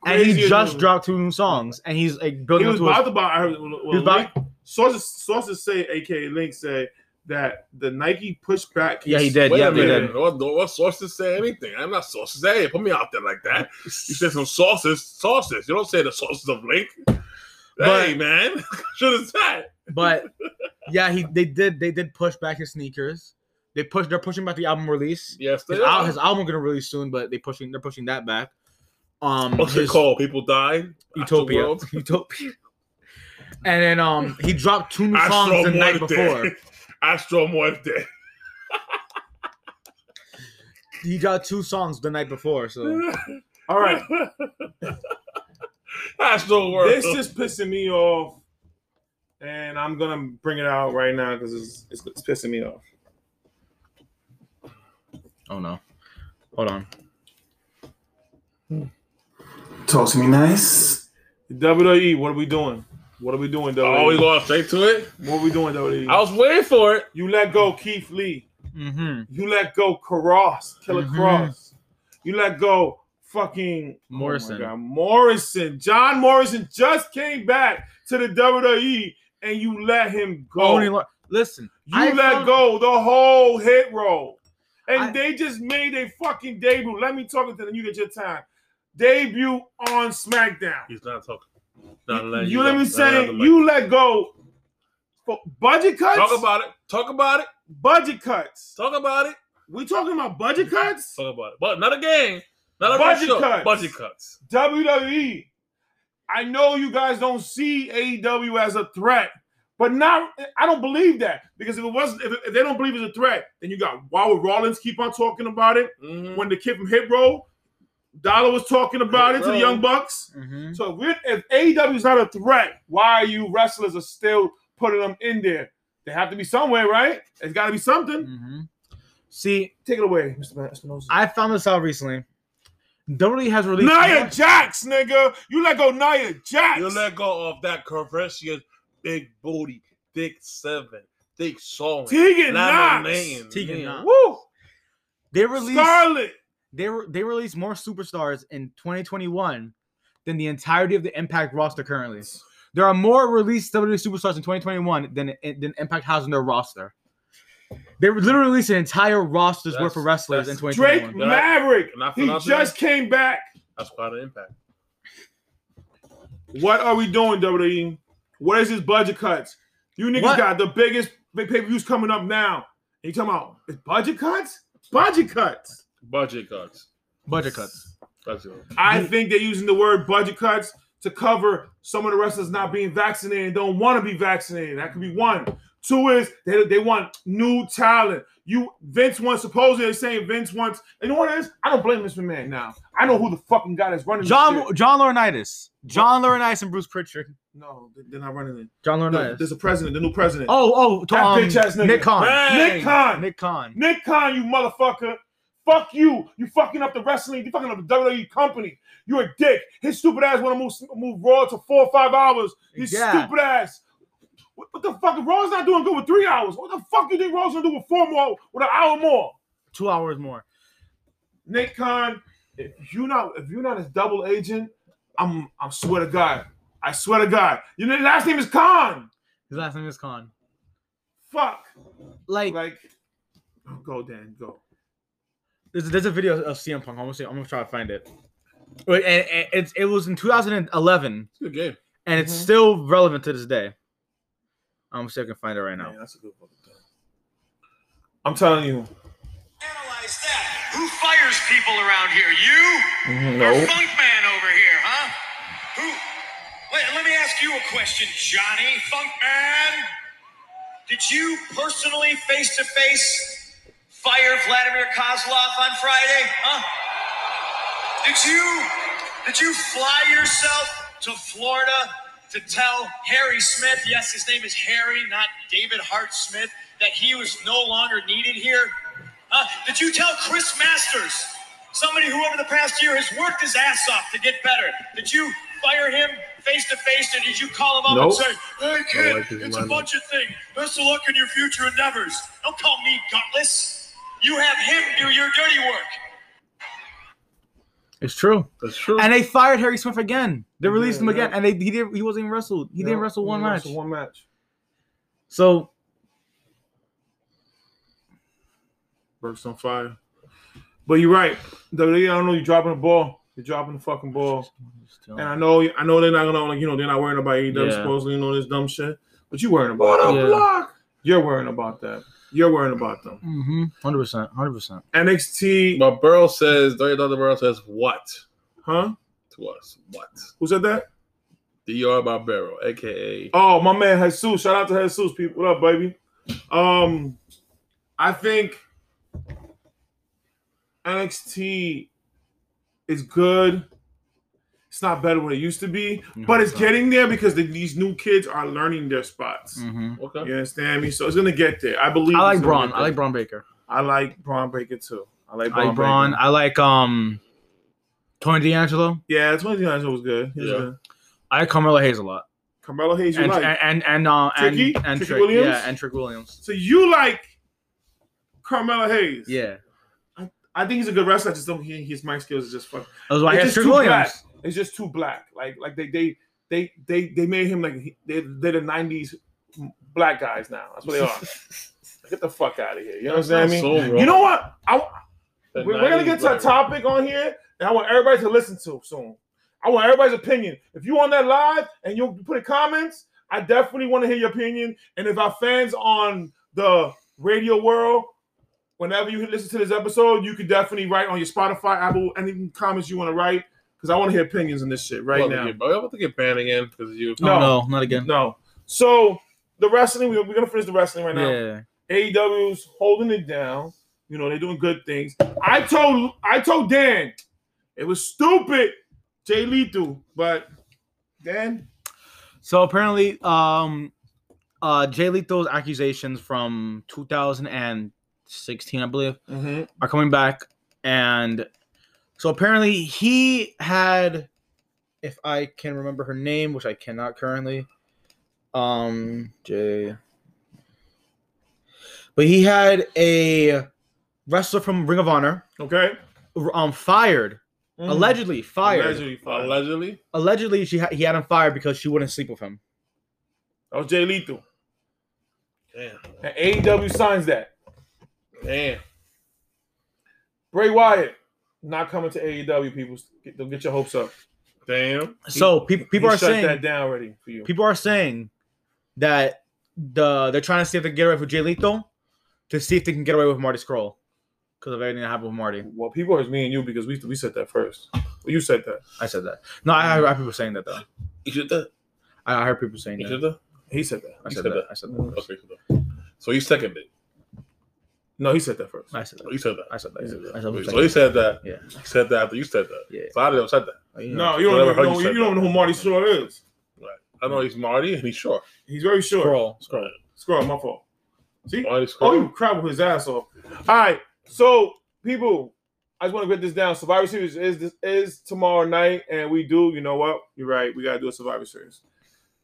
Speaker 2: And he
Speaker 1: Crazy
Speaker 2: just
Speaker 1: dude.
Speaker 2: dropped two new songs, and he's like
Speaker 1: He
Speaker 2: building up
Speaker 1: was
Speaker 2: to his,
Speaker 1: about to buy. I heard, well,
Speaker 2: was about-
Speaker 1: Link- sources sources say, aka Link say that the Nike pushed back.
Speaker 2: Yeah, he did.
Speaker 3: Wait
Speaker 2: yeah,
Speaker 3: a
Speaker 2: they did.
Speaker 3: minute. What, what sources say anything? I'm not sources. Hey, put me out there like that. You said some sauces, sauces. You don't say the sauces of Link.
Speaker 2: But-
Speaker 3: hey, man, should have said.
Speaker 2: But yeah, he they did they did push back his sneakers. They push. They're pushing back the album release.
Speaker 3: Yes, they
Speaker 2: His,
Speaker 3: are.
Speaker 2: al- his album gonna release soon, but they pushing. They're pushing that back. Um,
Speaker 3: What's it
Speaker 2: his
Speaker 3: called? People died.
Speaker 2: Utopia.
Speaker 3: Astroworld?
Speaker 2: Utopia. And then um, he dropped two new songs the night before.
Speaker 3: Astro Muerte.
Speaker 2: He dropped two songs the night before. So
Speaker 1: All right.
Speaker 3: Astro Muerte.
Speaker 1: This is pissing me off, and I'm gonna bring it out right now because it's, it's it's pissing me off.
Speaker 2: oh no, hold on.
Speaker 1: Talk to me nice. WWE, E, what are we doing? What are we doing, WWE?
Speaker 3: oh, we going straight to it.
Speaker 1: what are we doing, WWE?
Speaker 3: I was waiting for it.
Speaker 1: you let go Keith Lee.
Speaker 2: Mm-hmm.
Speaker 1: You let go Cross, Killer
Speaker 2: Mhm.
Speaker 1: Cross. You let go fucking oh my
Speaker 2: Morrison.
Speaker 1: God, Morrison. John Morrison just came back to the WWE and you let him go.
Speaker 2: Only lo- listen.
Speaker 1: You
Speaker 2: Oh, I
Speaker 1: let
Speaker 2: found-
Speaker 1: go the whole hit roll. And
Speaker 2: I-
Speaker 1: they just made a fucking debut. Let me talk to them. You get your time. Debut on SmackDown.
Speaker 3: He's not talking.
Speaker 1: You, know what I'm saying? You let go. for Budget cuts?
Speaker 3: talk about it. Talk about it.
Speaker 1: budget cuts.
Speaker 3: Talk about it.
Speaker 1: We talking about budget cuts?
Speaker 3: Talk about it. But not a game. Not a
Speaker 1: Budget
Speaker 3: show.
Speaker 1: cuts.
Speaker 3: Budget cuts.
Speaker 1: WWE. E. I know you guys don't see AEW as a threat, but not. I don't believe that because if it wasn't, if, if they don't believe it's a threat, then you got why would Rollins keep on talking about it?
Speaker 3: Mhm.
Speaker 1: when the kid from Hit Row, Dollar was talking about
Speaker 3: Hit
Speaker 1: it to the
Speaker 3: Row.
Speaker 1: Young Bucks.
Speaker 2: Mhm.
Speaker 1: So if, we're, if AEW is not a threat, why are you wrestlers are still putting them in there? They have to be somewhere, right? It's got to be something.
Speaker 2: Mhm. See,
Speaker 1: Take it away, Mr. Espinosa.
Speaker 2: I found this out recently. WWE has released.
Speaker 1: Nia Jax, nigga, you let go Nia Jax.
Speaker 3: You let go of that Caressian big booty, thick seven, thick song.
Speaker 1: Tegan Knox.
Speaker 2: Tegan Knox.
Speaker 1: Woo.
Speaker 2: They released.
Speaker 1: Scarlet.
Speaker 2: They were. They released more superstars in 2021 than the entirety of the Impact roster currently. There are more released WWE superstars in 2021 than eh, than Impact has in their roster. They literally released an entire roster's worth of
Speaker 3: That's-
Speaker 2: wrestlers in
Speaker 3: that's-
Speaker 1: Drake
Speaker 3: Did
Speaker 2: 2021.
Speaker 3: I-
Speaker 1: Maverick.
Speaker 3: Can I
Speaker 1: He
Speaker 3: pronounce it?
Speaker 1: just came back.
Speaker 3: That's quite an impact.
Speaker 1: What are we doing, WWE? What is this budget cuts? You niggas
Speaker 2: What?
Speaker 1: got the biggest big pay per views coming up now. And you talking about it's budget cuts? Budget cuts.
Speaker 3: Budget cuts.
Speaker 2: Budget cuts.
Speaker 3: That's it.
Speaker 1: I think they're using the word budget cuts to cover some of the wrestlers not being vaccinated and don't want to be vaccinated. That could be one. Two is they, they want new talent. You Vince wants supposedly they're saying Vince wants. And you know what it is? I don't blame this man now. I know who the fucking guy that's running. this shit.
Speaker 2: John John Laurinaitis. John Laurinaitis and Bruce Pritchard.
Speaker 1: No, they're not running it.
Speaker 2: John
Speaker 1: No,
Speaker 2: Laurinaitis.
Speaker 1: there's a president, the new president.
Speaker 2: Oh, oh, to,
Speaker 1: That
Speaker 2: um,
Speaker 1: bitch ass nigga.
Speaker 2: Nick Khan.
Speaker 3: Bang!
Speaker 1: Nick Khan.
Speaker 2: Nick Khan.
Speaker 1: Nick Khan, you motherfucker. Fuck you. You fucking up the wrestling. You fucking up the WWE company. You're a dick. His stupid ass want to move move Raw to four or five hours. You
Speaker 2: Yeah.
Speaker 1: stupid ass. What, what the fuck? Raw's not doing good with three hours. What the fuck you think Raw's gonna do with four more? With an hour more?
Speaker 2: Two hours more.
Speaker 1: Nick Khan, if you not if you're not his double agent, I'm I swear to God, I swear to God, your na- last name is Khan.
Speaker 2: His last name is Khan.
Speaker 1: Fuck.
Speaker 2: Like,
Speaker 1: Like, oh, go Dan, go.
Speaker 2: there's, there's a video of CM Punk. I'm gonna see. I'm gonna try to find it. Wait, and, and it's it was in 2011,
Speaker 3: It's a good game.
Speaker 2: and it's
Speaker 1: Mhm.
Speaker 2: still relevant to this day. I'm gonna see if I can find it right now.
Speaker 1: Man, that's a good fucking thing. I'm telling you.
Speaker 4: Analyze that. Who fires people around here? You or Funk Man over here, huh? Who? Let, let me ask you a question, Johnny Funk Man. Did you personally, face to face, fire Vladimir Kozlov on Friday, huh? Did you? Did you fly yourself to Florida to tell Harry Smith? Yes, his name is Harry, not David Hart Smith. That he was no longer needed here. Huh? Did you tell Chris Masters, somebody who over the past year has worked his ass off to get better? Did you fire him face to face, or did you call him up
Speaker 1: Nope.
Speaker 4: and say, "Hey kid,
Speaker 3: like his
Speaker 4: it's a
Speaker 3: lemon.
Speaker 4: bunch of things. Best of luck in your future endeavors. Don't call me gutless. You have him do your dirty work."
Speaker 2: It's true.
Speaker 3: That's true.
Speaker 2: And they fired Harry Smith again. They
Speaker 1: Yeah,
Speaker 2: released him again,
Speaker 1: yeah.
Speaker 2: and they he did he wasn't even wrestled. He didn't
Speaker 1: No,
Speaker 2: wrestle
Speaker 1: he
Speaker 2: one
Speaker 1: didn't
Speaker 2: match.
Speaker 1: wrestle one match.
Speaker 2: So
Speaker 1: Burst on fire. But you're right. WWE, I don't know. You're dropping the ball. You're dropping the fucking ball. And I know, I know they're not gonna, like, you know, they're not worrying about E AEW
Speaker 2: Yeah.
Speaker 1: supposedly and all this dumb shit. But you worrying about
Speaker 2: What a
Speaker 1: it.
Speaker 2: Yeah. block.
Speaker 1: You're worrying about that. You're worrying about them.
Speaker 2: Mm-hmm. Hundred percent. Hundred percent.
Speaker 1: NXT,
Speaker 3: But Burrow says, Dr. Burrow says, what
Speaker 1: huh?
Speaker 3: to us? What?
Speaker 1: Who said that?
Speaker 3: DR Barbero, aka.
Speaker 1: Oh, my man Jesus. Shout out to Jesus, people. What up, baby? Um, I think NXT is good. It's not better than it used to be,
Speaker 2: No,
Speaker 1: but it's
Speaker 2: it's not.
Speaker 1: getting there because the, these new kids are learning their spots.
Speaker 2: Mm-hmm.
Speaker 3: Okay.
Speaker 1: You understand me? So it's gonna get there. I believe.
Speaker 2: I like
Speaker 1: it's gonna
Speaker 2: Braun.
Speaker 1: get
Speaker 2: I like
Speaker 1: there.
Speaker 2: Braun Baker.
Speaker 1: I like Braun Breaker too. I like
Speaker 2: I
Speaker 1: Braun.
Speaker 2: like Braun.
Speaker 1: Breaker.
Speaker 2: I like um Tony D'Angelo.
Speaker 1: Yeah, Tony D'Angelo was good. He was
Speaker 3: Yeah.
Speaker 1: good.
Speaker 2: I like Carmelo Hayes a lot.
Speaker 1: Carmelo Hayes, you
Speaker 2: And
Speaker 1: like?
Speaker 2: and and and, uh, and,
Speaker 1: Tricky?
Speaker 2: and
Speaker 1: Tricky
Speaker 2: Trick
Speaker 1: Williams?
Speaker 2: Yeah, and Trick Williams.
Speaker 1: so you like Carmelo Hayes?
Speaker 2: Yeah.
Speaker 1: I think he's a good wrestler. I just don't. He, his mic skills is just fuck.
Speaker 2: That was why I
Speaker 1: It's
Speaker 2: had
Speaker 1: just
Speaker 2: Trick
Speaker 1: too
Speaker 2: Williams.
Speaker 1: black. It's just too black. Like like they they they they they made him like he- they they're the nineties black guys now. That's what they are. Get the fuck out of here. You know what I'm
Speaker 3: That's
Speaker 1: saying?
Speaker 3: so wrong.
Speaker 1: you know what? I,
Speaker 3: The
Speaker 1: we're, we're gonna
Speaker 3: 90s
Speaker 1: get to a
Speaker 3: black-
Speaker 1: topic on here, and I want everybody to listen to soon. I want everybody's opinion. If you on that live and you put in comments, I definitely want to hear your opinion. And if our fans on the radio world, whenever you listen to this episode, you can definitely write on your Spotify, Apple, any comments you want to write, because I want to hear opinions on this shit right
Speaker 3: I'm about to
Speaker 1: now.
Speaker 3: get- I'm about to get banned again because you.
Speaker 2: No,
Speaker 1: No.
Speaker 2: Oh, no, not again.
Speaker 1: No, so the wrestling, we're, we're gonna finish the wrestling right now.
Speaker 2: Yeah.
Speaker 1: AEW's E holding it down. You know, they're doing good things. I told I told Dan it was stupid, Jay Lethal, but Dan,
Speaker 2: So apparently, um, uh, Jay Lethal's accusations from 2016, I believe, are coming back, and so apparently he had, if I can remember her name, which I cannot currently, um, Jay, but he had a wrestler from Ring of Honor,
Speaker 1: okay,
Speaker 2: um, fired,
Speaker 1: Mhm.
Speaker 2: Mm-hmm. allegedly fired, allegedly,
Speaker 1: allegedly fired.
Speaker 3: Allegedly.
Speaker 2: she ha- he had him fired because she wouldn't sleep with him.
Speaker 1: That was Jay Lethal,
Speaker 3: Damn.
Speaker 1: and AEW signs that.
Speaker 3: Damn.
Speaker 1: Bray Wyatt not coming to AEW. People, get, don't get your hopes up.
Speaker 3: Damn.
Speaker 2: So peop people
Speaker 1: He
Speaker 2: are
Speaker 1: shut
Speaker 2: saying
Speaker 1: that down already for you.
Speaker 2: people are saying that the they're trying to see if they can get away with Jay Lethal to see if they can get away with Marty Scroll because of everything that happened with Marty.
Speaker 1: well, people is me and you because we we said that first. Well, you said that.
Speaker 2: I said that. No, I, I heard people saying that though.
Speaker 3: You should that.
Speaker 2: I I heard people saying
Speaker 3: You
Speaker 2: that.
Speaker 3: should that.
Speaker 1: He said that.
Speaker 2: I
Speaker 3: you
Speaker 2: said
Speaker 3: said
Speaker 2: that.
Speaker 3: that.
Speaker 2: I said that.
Speaker 3: Okay. cool. So you seconded it.
Speaker 1: No, he said that first.
Speaker 2: I said
Speaker 3: So
Speaker 2: that.
Speaker 3: you said that.
Speaker 2: I said that. I said that. I said
Speaker 3: Wait,
Speaker 2: that.
Speaker 3: So he said that.
Speaker 2: Yeah.
Speaker 3: He said that after you said that.
Speaker 2: Yeah.
Speaker 3: So I didn't said that.
Speaker 2: Like, you know,
Speaker 1: No, you don't
Speaker 3: Whatever
Speaker 1: even
Speaker 3: hurt
Speaker 1: know.
Speaker 3: you
Speaker 1: You
Speaker 3: said
Speaker 1: don't even know who Marty Short is.
Speaker 3: I know he's Marty and he's short.
Speaker 1: He's very short.
Speaker 2: Scroll.
Speaker 3: Scroll.
Speaker 1: Scroll, my fault. See?
Speaker 3: Marty
Speaker 1: Oh,
Speaker 3: Scroll.
Speaker 1: you crap with his ass off. All right. So, people, I just want to get this down. Survivor Series is this is tomorrow night, and we do. You know what? You're right. We gotta do a Survivor Series.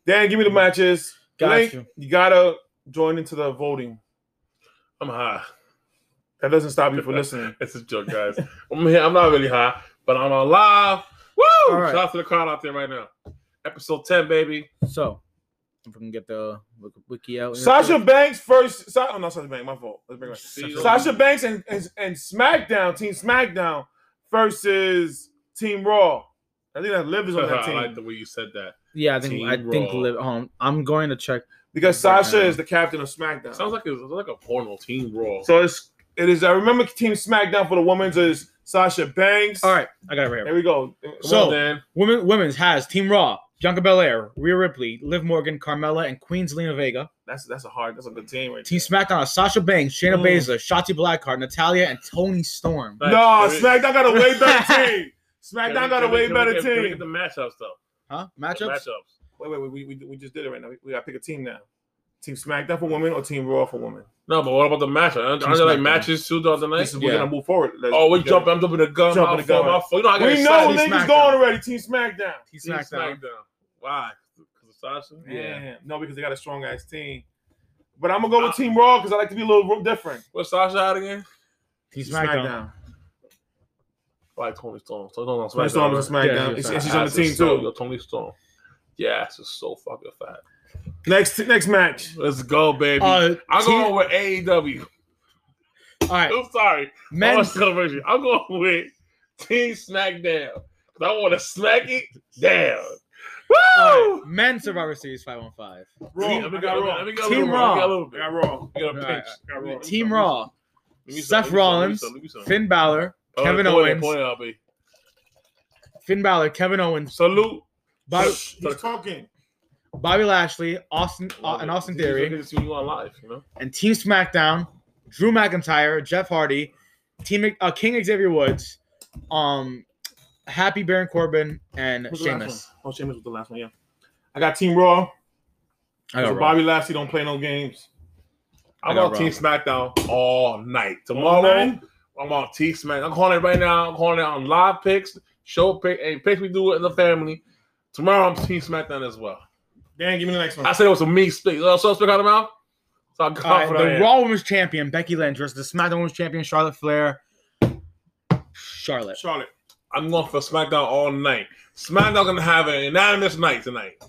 Speaker 1: Dan, give me the matches.
Speaker 2: Got
Speaker 1: Link,
Speaker 2: you.
Speaker 1: gotta join into the voting.
Speaker 3: I'm high.
Speaker 1: That doesn't stop you from listening.
Speaker 3: It's a joke, guys. I'm here. I'm not really high, but I'm alive. Woo!
Speaker 2: All right.
Speaker 3: Shout out to the crowd out there right now. Episode 10, baby.
Speaker 2: So if we can get the wiki- wiki
Speaker 3: Oh,
Speaker 2: out. here.
Speaker 1: Sasha Banks first. Sa- oh, not Sasha Banks. My fault. Let's bring it back. Sasha Banks and, and and SmackDown Team SmackDown versus Team Raw. I think that Liv is on that
Speaker 3: I
Speaker 1: team.
Speaker 3: like the way you said that.
Speaker 2: Yeah, I think I
Speaker 3: Team
Speaker 2: think
Speaker 3: Raw.
Speaker 2: Liv, um, I'm going to check.
Speaker 1: because
Speaker 2: Right
Speaker 1: Sasha
Speaker 2: now.
Speaker 1: is the captain of SmackDown.
Speaker 3: Sounds like it's like a porno team raw.
Speaker 1: so it's it is. I remember Team SmackDown for the women's is Sasha Banks.
Speaker 2: All right, I got it right here.
Speaker 1: there we go.
Speaker 3: Come
Speaker 2: So-
Speaker 3: on, Dan.
Speaker 2: Women, women's has Team Raw, Bianca Belair, Rhea Ripley, Liv Morgan, Carmella, and Queen's Lena Vega.
Speaker 1: That's that's a hard. That's a good team right
Speaker 2: Team SmackDown: is Sasha Banks, Shayna
Speaker 1: Mm.
Speaker 2: Baszler, Shotzi Blackheart, Natalia, and Tony Storm.
Speaker 1: there.
Speaker 3: Nice.
Speaker 1: No,
Speaker 3: Can we-
Speaker 1: SmackDown got a way better team.
Speaker 3: can we-
Speaker 1: SmackDown got a
Speaker 3: can we-
Speaker 1: way
Speaker 3: can we
Speaker 1: better
Speaker 3: get- can we get
Speaker 1: team.
Speaker 3: The matchups though.
Speaker 2: Huh?
Speaker 3: The
Speaker 2: Matchups?
Speaker 3: matchups.
Speaker 1: Wait, wait, wait, we, we, we just did it right now. We, we got to pick a team now. Team SmackDown for women or Team Raw for women?
Speaker 3: No, but what about the matchup? Aren't aren't there like
Speaker 2: SmackDown.
Speaker 3: matches too the other night?
Speaker 1: This is we're
Speaker 2: Yeah.
Speaker 1: gonna move forward. Let's-
Speaker 3: Oh, we
Speaker 1: we
Speaker 3: jumping. I'm jumping the gun.
Speaker 1: Jumping
Speaker 3: my
Speaker 1: the
Speaker 3: fault,
Speaker 1: gun.
Speaker 3: my fault. You know
Speaker 1: gotta-
Speaker 3: I got
Speaker 1: We know
Speaker 2: Team
Speaker 1: Link is
Speaker 2: SmackDown.
Speaker 1: going already. Team Smackdown.
Speaker 2: Team
Speaker 3: Team
Speaker 2: SmackDown.
Speaker 3: SmackDown. Why? Because of Sasha.
Speaker 2: Yeah.
Speaker 1: Damn. No, because they got a strong ass team. But I'm gonna
Speaker 3: Uh,
Speaker 1: go with Team Raw because I like to be a little different.
Speaker 3: What Sasha out again?
Speaker 2: Team SmackDown.
Speaker 3: Like Tony Storm. Tony Storm.
Speaker 1: Tony Storm is on SmackDown.
Speaker 2: Yeah,
Speaker 1: and
Speaker 2: she's
Speaker 1: she-
Speaker 2: on
Speaker 1: and she's on the
Speaker 3: Ass
Speaker 1: team
Speaker 3: is so-
Speaker 1: too.
Speaker 3: Yo, Tony Storm. Yeah, ass is so fucking fat.
Speaker 1: Next next match.
Speaker 3: Let's go, baby.
Speaker 2: Uh,
Speaker 3: I'm
Speaker 2: team-
Speaker 3: going with AEW.
Speaker 2: Uh, all right,
Speaker 3: I'm sorry. I'm
Speaker 2: men's
Speaker 3: celebration. I'm going with Team SmackDown. 'Cause I want to smack it down.
Speaker 2: All right, men Survivor Series 515.
Speaker 1: Wrong.
Speaker 3: Let me
Speaker 1: I
Speaker 3: go.
Speaker 1: got
Speaker 3: Let
Speaker 1: wrong.
Speaker 3: me go.
Speaker 2: Team
Speaker 3: Let me go a
Speaker 2: Raw.
Speaker 3: little
Speaker 1: I
Speaker 3: bit.
Speaker 1: got wrong.
Speaker 3: Let me go a
Speaker 2: All
Speaker 3: little
Speaker 2: right.
Speaker 3: bit. I got a pinch.
Speaker 2: Team
Speaker 3: I got a
Speaker 2: Raw,
Speaker 3: pinch. Let me
Speaker 2: Seth
Speaker 3: see something. Let me
Speaker 2: Rollins,
Speaker 3: see something. Let me see something.
Speaker 2: Finn Balor,
Speaker 3: Oh,
Speaker 2: Kevin
Speaker 3: point it,
Speaker 2: Owens,
Speaker 3: point it, LB.
Speaker 2: Finn Balor, Kevin Owens,
Speaker 3: Salute.
Speaker 2: Bobby,
Speaker 1: Shh, He's talking.
Speaker 2: Bobby Lashley, Austin, uh, and Austin
Speaker 3: These are
Speaker 2: Theory.
Speaker 3: niggas who you on live, you know?
Speaker 2: and Team SmackDown, Drew McIntyre, Jeff Hardy, Team uh, King Xavier Woods, um, Happy Baron Corbin, and
Speaker 1: Who's the last
Speaker 2: Sheamus.
Speaker 1: one? Oh, Sheamus was the last one. Yeah. I got Team Raw.
Speaker 2: I
Speaker 1: So
Speaker 2: got Raw.
Speaker 1: Bobby Lashley don't play no games.
Speaker 3: I'm
Speaker 2: got
Speaker 3: on Team SmackDown all night. Tomorrow,
Speaker 1: Online?
Speaker 3: I'm on Team SmackDown. I'm calling it right now. I'm calling it on live picks, show pick, and picks we do in the family. Tomorrow, I'm Team SmackDown as well.
Speaker 1: Dan, give me the next one.
Speaker 3: I said it was a me speak. You know what I'm speaking out of my mouth? So I'm
Speaker 2: All right,
Speaker 1: Oh,
Speaker 3: confident. I
Speaker 2: the
Speaker 3: am.
Speaker 2: Raw Women's Champion Becky Lynch versus the SmackDown Women's Champion Charlotte Flair. Charlotte.
Speaker 1: Charlotte.
Speaker 3: I'm going for SmackDown all night. SmackDown gonna have an unanimous night tonight.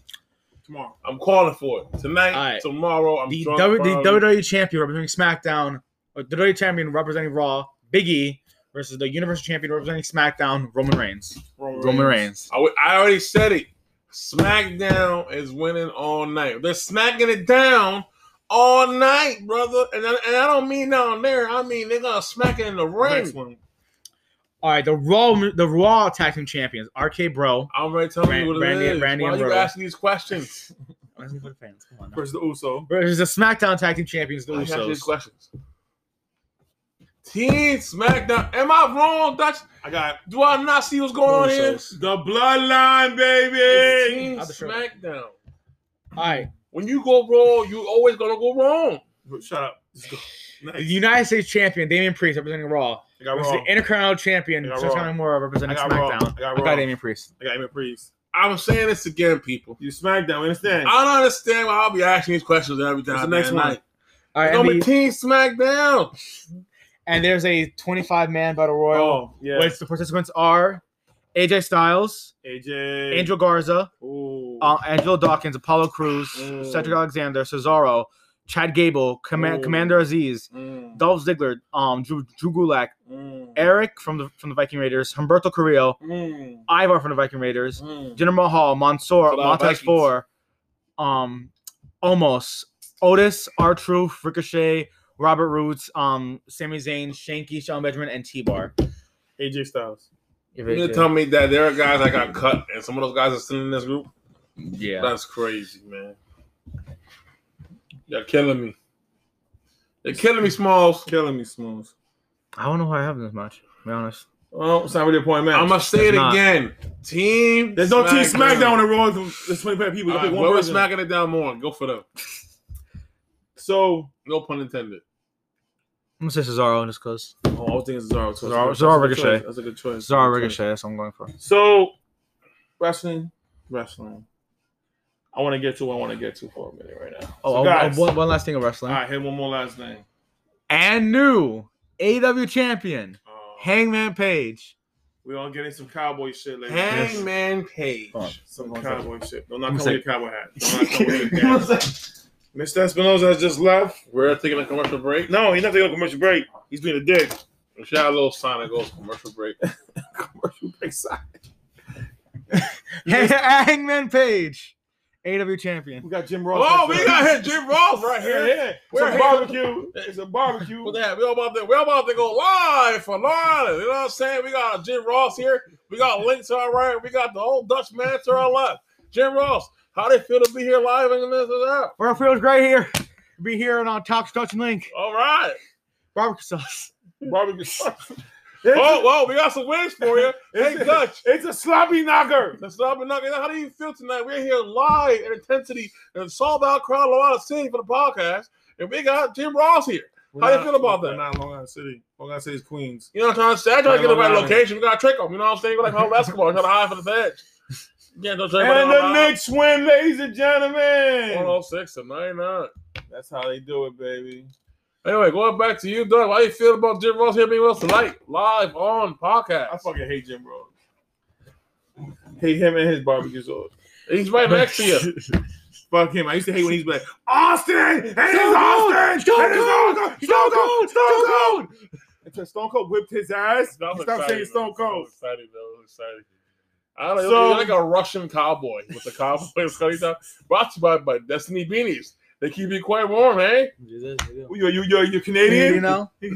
Speaker 1: Tomorrow.
Speaker 3: I'm calling for it tonight,
Speaker 2: All right.
Speaker 3: tomorrow. I'm
Speaker 2: The,
Speaker 3: drunk,
Speaker 2: w- the
Speaker 3: probably.
Speaker 2: WWE Champion representing SmackDown, or the WWE Champion representing Raw, Big E, versus the Universal Champion representing SmackDown, Roman Reigns. Roman Reigns.
Speaker 3: I, w- I already said it. SmackDown is winning all night. They're smacking it down all night, brother. And I, and I don't mean down there. I mean they're gonna smack it in the
Speaker 1: Next
Speaker 3: ring.
Speaker 1: one.
Speaker 2: All right, the Raw the Raw Tag Team Champions, RK Bro.
Speaker 3: I'm already telling
Speaker 2: Ran-
Speaker 3: you what it
Speaker 2: Randy-
Speaker 3: is.
Speaker 2: Randy
Speaker 3: Why
Speaker 2: and
Speaker 3: you
Speaker 2: Bro.
Speaker 3: asking these questions?
Speaker 2: Let's go to fans. Come on now.
Speaker 1: Versus the Uso.
Speaker 2: versus the SmackDown Tag Team Champions, the
Speaker 3: I ask these
Speaker 2: Usos.
Speaker 3: questions. Team SmackDown. Am I wrong, Dutch?
Speaker 1: I got
Speaker 3: Do I not see what's going on here?
Speaker 2: Usos.
Speaker 1: the Bloodline, baby.
Speaker 3: Team
Speaker 2: I'll be sure.
Speaker 3: SmackDown.
Speaker 2: All right,
Speaker 3: When you go wrong, you always gonna go wrong.
Speaker 1: Shut up. Just go.
Speaker 2: the
Speaker 1: Nice.
Speaker 2: United States Champion Damian Priest representing Raw.
Speaker 1: I got
Speaker 2: Versus
Speaker 1: wrong.
Speaker 2: the Intercontinental Champion
Speaker 1: I got
Speaker 2: Seth
Speaker 1: Raw.
Speaker 2: Nakamura representing
Speaker 1: I got Raw.
Speaker 2: SmackDown.
Speaker 1: I got
Speaker 2: I
Speaker 1: Raw.
Speaker 2: got Damian Priest.
Speaker 1: I got Emmett Priest.
Speaker 3: I'm saying this again, people.
Speaker 1: You SmackDown, understand?
Speaker 3: I don't understand why I'll be asking these questions every time.
Speaker 1: What's the
Speaker 3: man.
Speaker 1: next one?
Speaker 3: Like,
Speaker 2: All right,
Speaker 3: it's
Speaker 2: and,
Speaker 3: gonna be
Speaker 2: the-
Speaker 3: Team SmackDown.
Speaker 2: and there's a 25 man battle royal,
Speaker 1: Oh, yeah.
Speaker 2: which the participants are AJ Styles,
Speaker 1: AJ.
Speaker 2: Angel Garza,
Speaker 1: Ooh.
Speaker 2: uh, Angelo Dawkins, Apollo Cruz,
Speaker 1: Mm.
Speaker 2: Cedric Alexander, Cesaro, Chad Gable, Command-
Speaker 1: Ooh.
Speaker 2: Commander Aziz,
Speaker 1: Mm,
Speaker 2: Dolph Ziggler, um, Drew, Drew Gulak,
Speaker 1: mm,
Speaker 2: Eric from the from the Viking Raiders, Humberto Carrillo,
Speaker 1: mm,
Speaker 2: Ivar from the Viking Raiders,
Speaker 1: mm.
Speaker 2: Jinder Mahal, Mansoor,
Speaker 3: It's a lot of
Speaker 2: Montez
Speaker 3: Vikings.
Speaker 2: Four, um, Omos, Otis, R Truth, Ricochet, Robert Roots, um, Sami Zayn, Shanky, Sean Benjamin, and T Bar.
Speaker 1: AJ Styles.
Speaker 3: You mean to tell me that there are guys that got cut and some of those guys are still in this group?
Speaker 2: Yeah.
Speaker 3: That's crazy, man. You're killing me. You're killing me, Smalls.
Speaker 1: Killing me, Smooth.
Speaker 2: I don't know why I have this much. To be honest.
Speaker 1: Well, Oh, it's not really a point, man.
Speaker 3: I'm gonna say it
Speaker 2: It's not.
Speaker 3: again. Team.
Speaker 1: There's no team SmackDown in the Raw. There's 25 people.
Speaker 3: All
Speaker 1: I
Speaker 3: right,
Speaker 1: pick
Speaker 3: where
Speaker 1: one
Speaker 3: we're
Speaker 1: person.
Speaker 3: smacking it down more. Go for them.
Speaker 1: so,
Speaker 3: No pun intended.
Speaker 2: I'm gonna say Cesaro just cause
Speaker 1: oh, I was thinking Cesaro. so
Speaker 2: Cesaro-
Speaker 1: that's a good-
Speaker 2: Cesaro
Speaker 1: that's a good
Speaker 2: Ricochet.
Speaker 1: choice. That's a good choice.
Speaker 2: Cesaro
Speaker 1: Good choice.
Speaker 2: Ricochet. That's what I'm going for.
Speaker 1: So, wrestling, wrestling. I want to get to what I want to get to for a minute right now.
Speaker 2: Oh,
Speaker 1: So,
Speaker 2: oh,
Speaker 1: guys,
Speaker 2: oh, one- one last thing of wrestling.
Speaker 1: all right, hit one more last thing.
Speaker 2: And new AEW champion
Speaker 1: Uh,
Speaker 2: Hangman Page.
Speaker 1: we all getting some cowboy shit later.
Speaker 3: Hangman Page.
Speaker 2: Hold on.
Speaker 1: Some
Speaker 2: One
Speaker 1: cowboy shit. Don't knock
Speaker 2: One
Speaker 1: on
Speaker 2: sec.
Speaker 1: your cowboy hat. Don't knock on with your hat. Mr. Espinosa has just left.
Speaker 3: We're taking a commercial break.
Speaker 1: No, he's not taking a commercial break. He's being a dick.
Speaker 3: We should have a little sign that goes commercial break.
Speaker 1: Commercial break side.
Speaker 2: Hangman Page, AEW champion.
Speaker 1: We got Jim Ross.
Speaker 3: oh, we
Speaker 1: next
Speaker 3: got
Speaker 1: up.
Speaker 3: here Jim Ross right
Speaker 1: Yeah,
Speaker 3: here.
Speaker 1: yeah. It's
Speaker 3: We're
Speaker 1: a
Speaker 3: here.
Speaker 1: barbecue. It's a barbecue.
Speaker 3: What the heck? We all about to we all about to go live for live. You know what I'm saying? We got Jim Ross here. We got Link to our right. We got the old Dutch man to our left. Jim Ross, how they feel to be here live in this and that?
Speaker 2: Well, it feels great here. Be here and on Talks Touch and Link.
Speaker 3: All right.
Speaker 2: Barbecue sauce.
Speaker 1: Barbecue. sauce.
Speaker 3: Oh, whoa, we got some wings for you. Hey,
Speaker 1: It's-
Speaker 3: Dutch.
Speaker 1: It's a sloppy knocker.
Speaker 3: Let's stop and knock it out. How do you feel tonight? We're here live in intensity in sold out crowd, Loyola City for the podcast, and we got Jim Ross here.
Speaker 1: We're
Speaker 3: How you
Speaker 1: not-
Speaker 3: feel about
Speaker 1: we're
Speaker 3: that?
Speaker 1: Not Long Island City. Long Island City's Queens.
Speaker 3: You know what I'm trying to say? I try to get the right
Speaker 1: Right on.
Speaker 3: location. We got to trick them. You know what I'm saying? We're like how basketball. Trying to hide for the feds. Yeah, don't try
Speaker 1: And the Knicks win, ladies and gentlemen.
Speaker 3: 106 and 99.
Speaker 1: That's how they do it, baby.
Speaker 3: Anyway, going back to you, Doug. How you feel about Jim Ross here being with us tonight? Live on
Speaker 1: I
Speaker 3: podcast.
Speaker 1: fucking hate Jim Ross. Hate him and his barbecue sauce.
Speaker 3: He's right next to you.
Speaker 1: Fuck him. I used to hate when he's like, Austin! And it's Austin!
Speaker 2: Stone
Speaker 1: And it's
Speaker 2: Cold!
Speaker 1: Stone Cold! Stone Cold! Until Stone Cold whipped his ass.
Speaker 3: I'm
Speaker 1: Stop
Speaker 3: excited,
Speaker 1: saying Stone
Speaker 3: though. I'm
Speaker 1: Cold.
Speaker 3: excited, though. I'm excited. I don't know.
Speaker 1: So-
Speaker 3: you're like a Russian cowboy with the cowboy cutting down. Brought to you by, by Destiny Beanies. They keep you quite warm, eh?
Speaker 1: You you you you Canadian?
Speaker 2: You know,
Speaker 1: You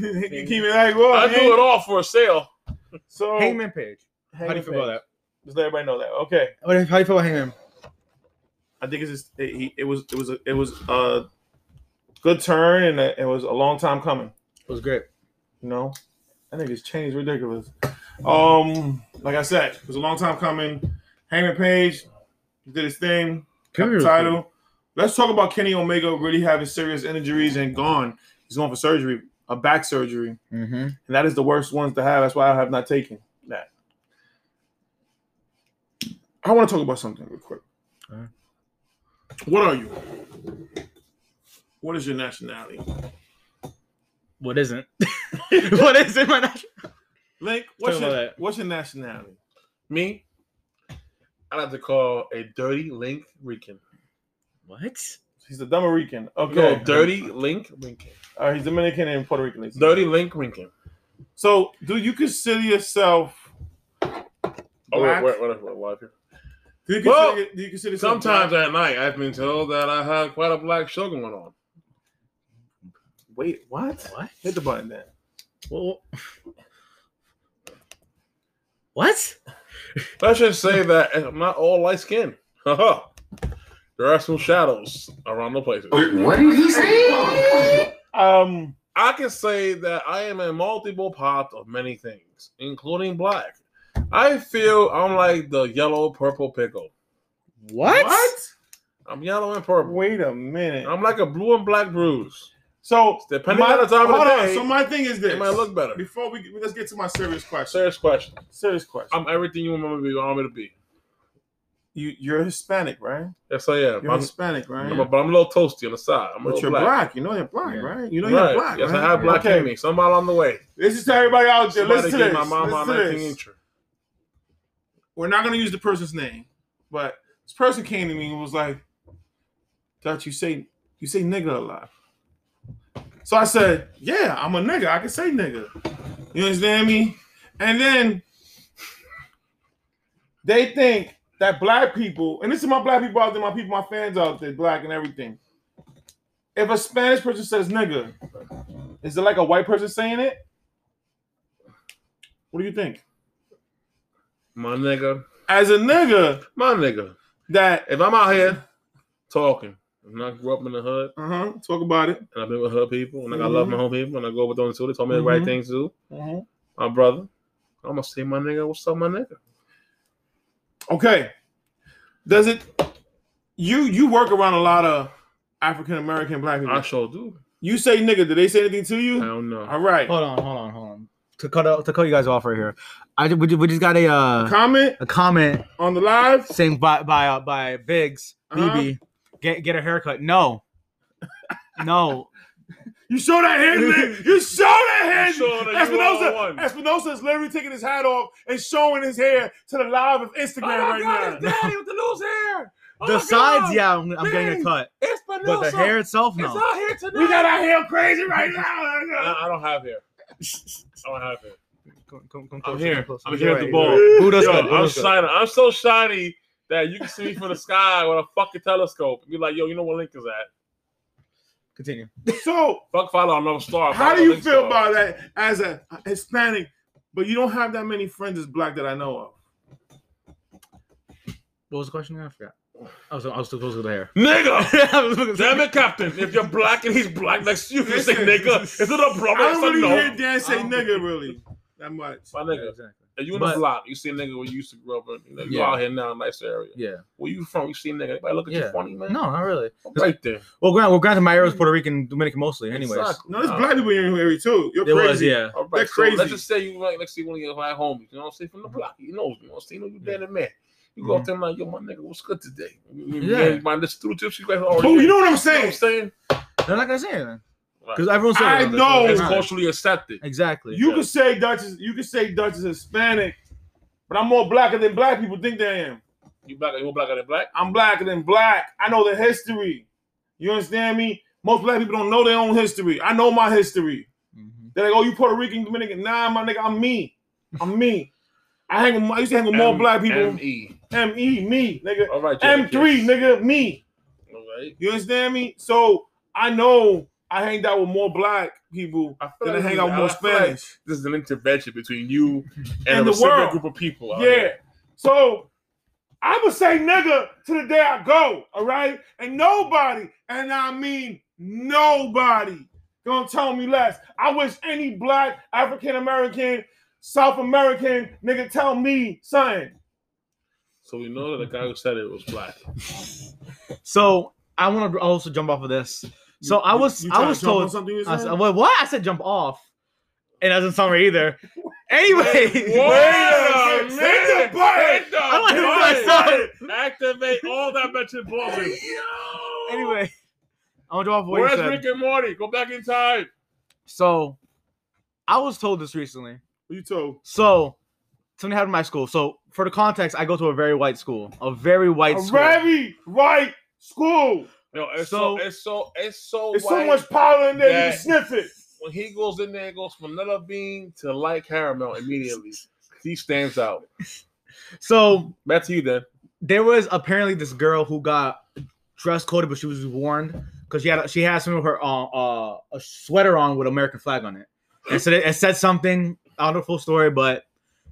Speaker 1: keep it like what?
Speaker 3: I do it all for a sale.
Speaker 1: So
Speaker 2: Hangman Page. How do you feel about that?
Speaker 1: Just let everybody know that. Okay.
Speaker 2: What, how do you feel about Hangman?
Speaker 1: I think it's just it, he, it was it was a, it was a good turn and a, it was a long time coming.
Speaker 2: It was great.
Speaker 1: You know, I think it's changed ridiculous. Um, like I said, it was a long time coming. Hangman Page he did his thing. Got the title. Let's talk about Kenny Omega really having serious injuries and gone. He's going for surgery, a back surgery, and
Speaker 2: Mm-hmm.
Speaker 1: that is the worst ones to have. That's why I have not taken that. I want to talk about something real quick.
Speaker 2: Alright.
Speaker 1: What are you? What is your nationality?
Speaker 2: What isn't? what is it? My national?
Speaker 1: Link, what's
Speaker 2: Talk
Speaker 1: your,
Speaker 2: about that.
Speaker 1: what's your nationality?
Speaker 3: Me, I'd have to call a dirty link Rican.
Speaker 2: What?
Speaker 1: He's a Dominican. Okay.
Speaker 3: No, dirty link Rican.
Speaker 1: Uh, he's Dominican and Puerto Rican.
Speaker 3: Dirty link Rican.
Speaker 1: So, do you consider yourself?
Speaker 3: Oh, wait,
Speaker 1: Black?
Speaker 3: wait, wait, wait, wait, wait.
Speaker 1: Do you consider,
Speaker 3: Well,
Speaker 1: do you consider yourself
Speaker 3: Sometimes
Speaker 1: black?
Speaker 3: at night, I've been told that I have quite a black show going on.
Speaker 1: Wait, what?
Speaker 2: What?
Speaker 1: Hit the button then.
Speaker 2: Well, what?
Speaker 3: Let's just say that I'm not all light skinned. there are some shadows around the places.
Speaker 5: What did he say?
Speaker 1: Um,
Speaker 3: I can say that I am a multiple pot of many things, including black. I feel I'm like the yellow purple pickle.
Speaker 2: What?
Speaker 3: I'm yellow and purple.
Speaker 1: Wait a minute.
Speaker 3: I'm like a blue and black bruise.
Speaker 1: so,
Speaker 3: Depending on the time of
Speaker 1: hold
Speaker 3: the
Speaker 1: on.
Speaker 3: day,
Speaker 1: So, my thing is this.
Speaker 3: it might look better.
Speaker 1: Before we let's get to my serious question.
Speaker 3: Serious question.
Speaker 1: Serious question.
Speaker 3: I'm everything you remember me, you want me to be.
Speaker 1: you you're Hispanic, right?
Speaker 3: Yes, I am.
Speaker 1: You're
Speaker 3: I'm,
Speaker 1: Hispanic, right?
Speaker 3: I'm a- but I'm a little toasty on the side. I'm a
Speaker 1: but
Speaker 3: little
Speaker 1: you're
Speaker 3: black.
Speaker 1: black. You know you're black,
Speaker 2: Yeah.
Speaker 1: right? You know
Speaker 3: Right.
Speaker 1: you're black.
Speaker 3: Yes,
Speaker 1: right?
Speaker 3: I have black
Speaker 1: Okay.
Speaker 3: in me. Somebody on the way.
Speaker 1: This is to everybody out there.
Speaker 3: Somebody
Speaker 1: Listen to this.
Speaker 3: gave my mom my
Speaker 1: Listen to
Speaker 3: 19
Speaker 1: this.
Speaker 3: incher.
Speaker 1: we're not gonna use the person's name, but this person came to me and was like, "Dutch, you say you say nigga a lot." So I said, "Yeah, I'm a nigga. I can say nigga." You understand me? And then they think that black people, and this is my black people out there, my people, my fans out there, black and everything. If a Spanish person says nigga, is it like a white person saying it? What do you think?
Speaker 3: My nigga.
Speaker 1: As a nigga,
Speaker 3: My nigga.
Speaker 1: that
Speaker 3: If I'm out here talking, and I grew up in the hood,
Speaker 1: uh huh talk about it.
Speaker 3: and I've been with hood people, and like, I
Speaker 1: Mm-hmm.
Speaker 3: love my home people, and I go with them too. They told me the right
Speaker 1: Mhm.
Speaker 3: things to do.
Speaker 1: Uh-huh.
Speaker 3: My brother. I'm gonna say my nigga, what's up, my nigga?
Speaker 1: Okay, does it? You you work around a lot of African American black people.
Speaker 3: I sure do.
Speaker 1: you say nigga. Did they say anything to
Speaker 3: I
Speaker 1: you?
Speaker 3: don't know.
Speaker 1: All right,
Speaker 2: Hold on, hold on, hold on. To cut out, to cut you guys off right here, I ju- we, ju- we just got a uh,
Speaker 1: comment
Speaker 2: a comment
Speaker 1: on the live.
Speaker 2: saying by by uh, by Biggs
Speaker 1: Uh-huh.
Speaker 2: BB get get a haircut. No, no,
Speaker 1: You show that hand, Nick. You show that
Speaker 3: You showing
Speaker 1: hand.
Speaker 3: that you
Speaker 1: Espinosa,
Speaker 3: one-on-one.
Speaker 1: Espinosa is literally taking his hat off and showing his hair to the live of Instagram
Speaker 3: Oh
Speaker 1: right now.
Speaker 3: daddy with the loose hair.
Speaker 2: the sides. Yeah, I'm, I'm getting a
Speaker 3: Oh Biggs,
Speaker 2: cut,
Speaker 3: It's
Speaker 2: but the hair itself, no.
Speaker 3: here tonight.
Speaker 1: We got our hair crazy right now.
Speaker 3: I, I don't have hair. I don't have hair.
Speaker 2: Come- come- come
Speaker 3: I'm
Speaker 2: closer,
Speaker 3: here.
Speaker 2: come closer.
Speaker 3: I'm
Speaker 2: You're
Speaker 3: here at
Speaker 2: right,
Speaker 3: the
Speaker 2: you're
Speaker 3: ball.
Speaker 2: right. Who does
Speaker 3: Yo,
Speaker 2: good? Who
Speaker 3: I'm
Speaker 2: does good?
Speaker 3: shining. I'm so shiny that you can see me from the sky with a fucking telescope. Be like, yo, you know where Link is at?
Speaker 2: Continue.
Speaker 3: Uh-huh.
Speaker 1: So
Speaker 3: Fuck, follow another star.
Speaker 1: How
Speaker 3: Fuck
Speaker 1: do you
Speaker 3: Link
Speaker 1: feel
Speaker 3: star.
Speaker 1: about that as a Hispanic, but you don't have that many friends as black that I know of?
Speaker 2: What was the question? again? I forgot. I was I was too close to the hair.
Speaker 3: Nigga!
Speaker 2: I was looking-
Speaker 3: Damn it, Captain. If you're black and he's black next to you, you say
Speaker 1: Listen.
Speaker 3: nigga. Is it a brother?
Speaker 1: I
Speaker 3: It's
Speaker 1: don't
Speaker 3: a
Speaker 1: really
Speaker 3: no.
Speaker 1: hear Dan say
Speaker 2: I don't-
Speaker 1: nigga really that much.
Speaker 3: My
Speaker 2: Yeah,
Speaker 3: nigga.
Speaker 2: exactly.
Speaker 3: If you in
Speaker 2: But-
Speaker 3: the block, you see a nigga where you used to grow up in. You, know, you
Speaker 2: Yeah.
Speaker 3: out here now in a nice area.
Speaker 2: Yeah.
Speaker 3: Where you from? You see a nigga. Everybody look at you
Speaker 2: Yeah.
Speaker 3: funny, man.
Speaker 2: No, not really.
Speaker 3: Right there.
Speaker 2: Well, granted, well, granted, my era was Puerto Rican, Dominican mostly. Anyways,
Speaker 3: Exactly.
Speaker 1: No, there's black people in here too. You're
Speaker 2: it
Speaker 1: crazy.
Speaker 2: was yeah.
Speaker 1: They're
Speaker 3: All right, so let's
Speaker 1: crazy. Mm-hmm.
Speaker 3: just say you right next to one of your black homies. You know what I'm saying? From the block, he knows me. You know what I'm saying? You know you dead and man. You go up there and like, yo, my nigga, what's good today?
Speaker 2: Yeah.
Speaker 3: Yeah. My listen through tips. You guys
Speaker 1: Oh,
Speaker 3: already.
Speaker 1: you know what I'm
Speaker 3: what
Speaker 1: saying?
Speaker 3: I'm saying?
Speaker 2: They're not gonna say anything
Speaker 3: Right.
Speaker 2: because everyone's saying
Speaker 1: I
Speaker 2: it.
Speaker 1: know.
Speaker 3: It's
Speaker 1: Right.
Speaker 3: culturally accepted.
Speaker 2: exactly.
Speaker 1: You could say Dutch is you could say Dutch is Hispanic, but I'm more blacker than black people think they am.
Speaker 3: You black, you blacker than black.
Speaker 1: I'm blacker than black. I know the history. You understand me? Most black people don't know their own history. I know my history.
Speaker 2: Mhm.
Speaker 1: They're like, oh, you Puerto Rican, Dominican. Nah, my nigga, I'm me. I'm me. I hang with, I used to hang with more
Speaker 3: M- Oh,
Speaker 1: black people.
Speaker 3: M-E.
Speaker 1: M E me nigga.
Speaker 3: All right,
Speaker 1: M
Speaker 3: Jada
Speaker 1: three
Speaker 3: Kiss.
Speaker 1: nigga me.
Speaker 3: All right.
Speaker 1: You understand me? So I know I hanged out with more black people
Speaker 3: I feel
Speaker 1: than I
Speaker 3: like
Speaker 1: hang out with more
Speaker 3: I feel like
Speaker 1: Spanish.
Speaker 3: this is an intervention between you and,
Speaker 1: And
Speaker 3: a
Speaker 1: the
Speaker 3: specific
Speaker 1: world.
Speaker 3: group of people. out
Speaker 1: Yeah.
Speaker 3: here.
Speaker 1: So I would say nigga to the day I go, all right? And nobody, and I mean nobody, gonna tell me less. I wish any black, African American, South American nigga tell me something.
Speaker 3: So we know that the guy who said it was black.
Speaker 2: So I want to also jump off of this. So I was- I
Speaker 1: trying
Speaker 2: was
Speaker 1: to jump on
Speaker 2: told-
Speaker 1: something you
Speaker 2: I said,
Speaker 1: said?
Speaker 2: well, what? I said jump off. It doesn't sound right either. Anyway,
Speaker 3: Wait a
Speaker 1: Hit the
Speaker 3: minute.
Speaker 1: button.
Speaker 3: Hit the
Speaker 2: I wanna hit
Speaker 3: button.
Speaker 2: myself.
Speaker 3: Activate all that mentioned bullshit.
Speaker 2: anyway, I want to drop what you
Speaker 3: Where's
Speaker 2: said.
Speaker 3: Rick and Morty? Go back in time.
Speaker 2: So I was told this recently.
Speaker 1: What you told?
Speaker 2: So something happened in my school. So for the context, I go to a very white school, a very white
Speaker 1: A
Speaker 2: school.
Speaker 1: very white school.
Speaker 3: Yo, it's so,
Speaker 2: So-
Speaker 3: it's so it's so
Speaker 1: There's so
Speaker 3: white.
Speaker 1: much power in there, you
Speaker 3: That-
Speaker 1: can sniff it.
Speaker 3: when he goes in there, it goes from vanilla bean to light caramel immediately. He stands out.
Speaker 2: So
Speaker 3: Back to you then.
Speaker 2: there was apparently this girl who got dress coded, but she was warned because she had she had some of her uh, uh, a sweater on with American flag on it, and so it said something. I don't know the full story, but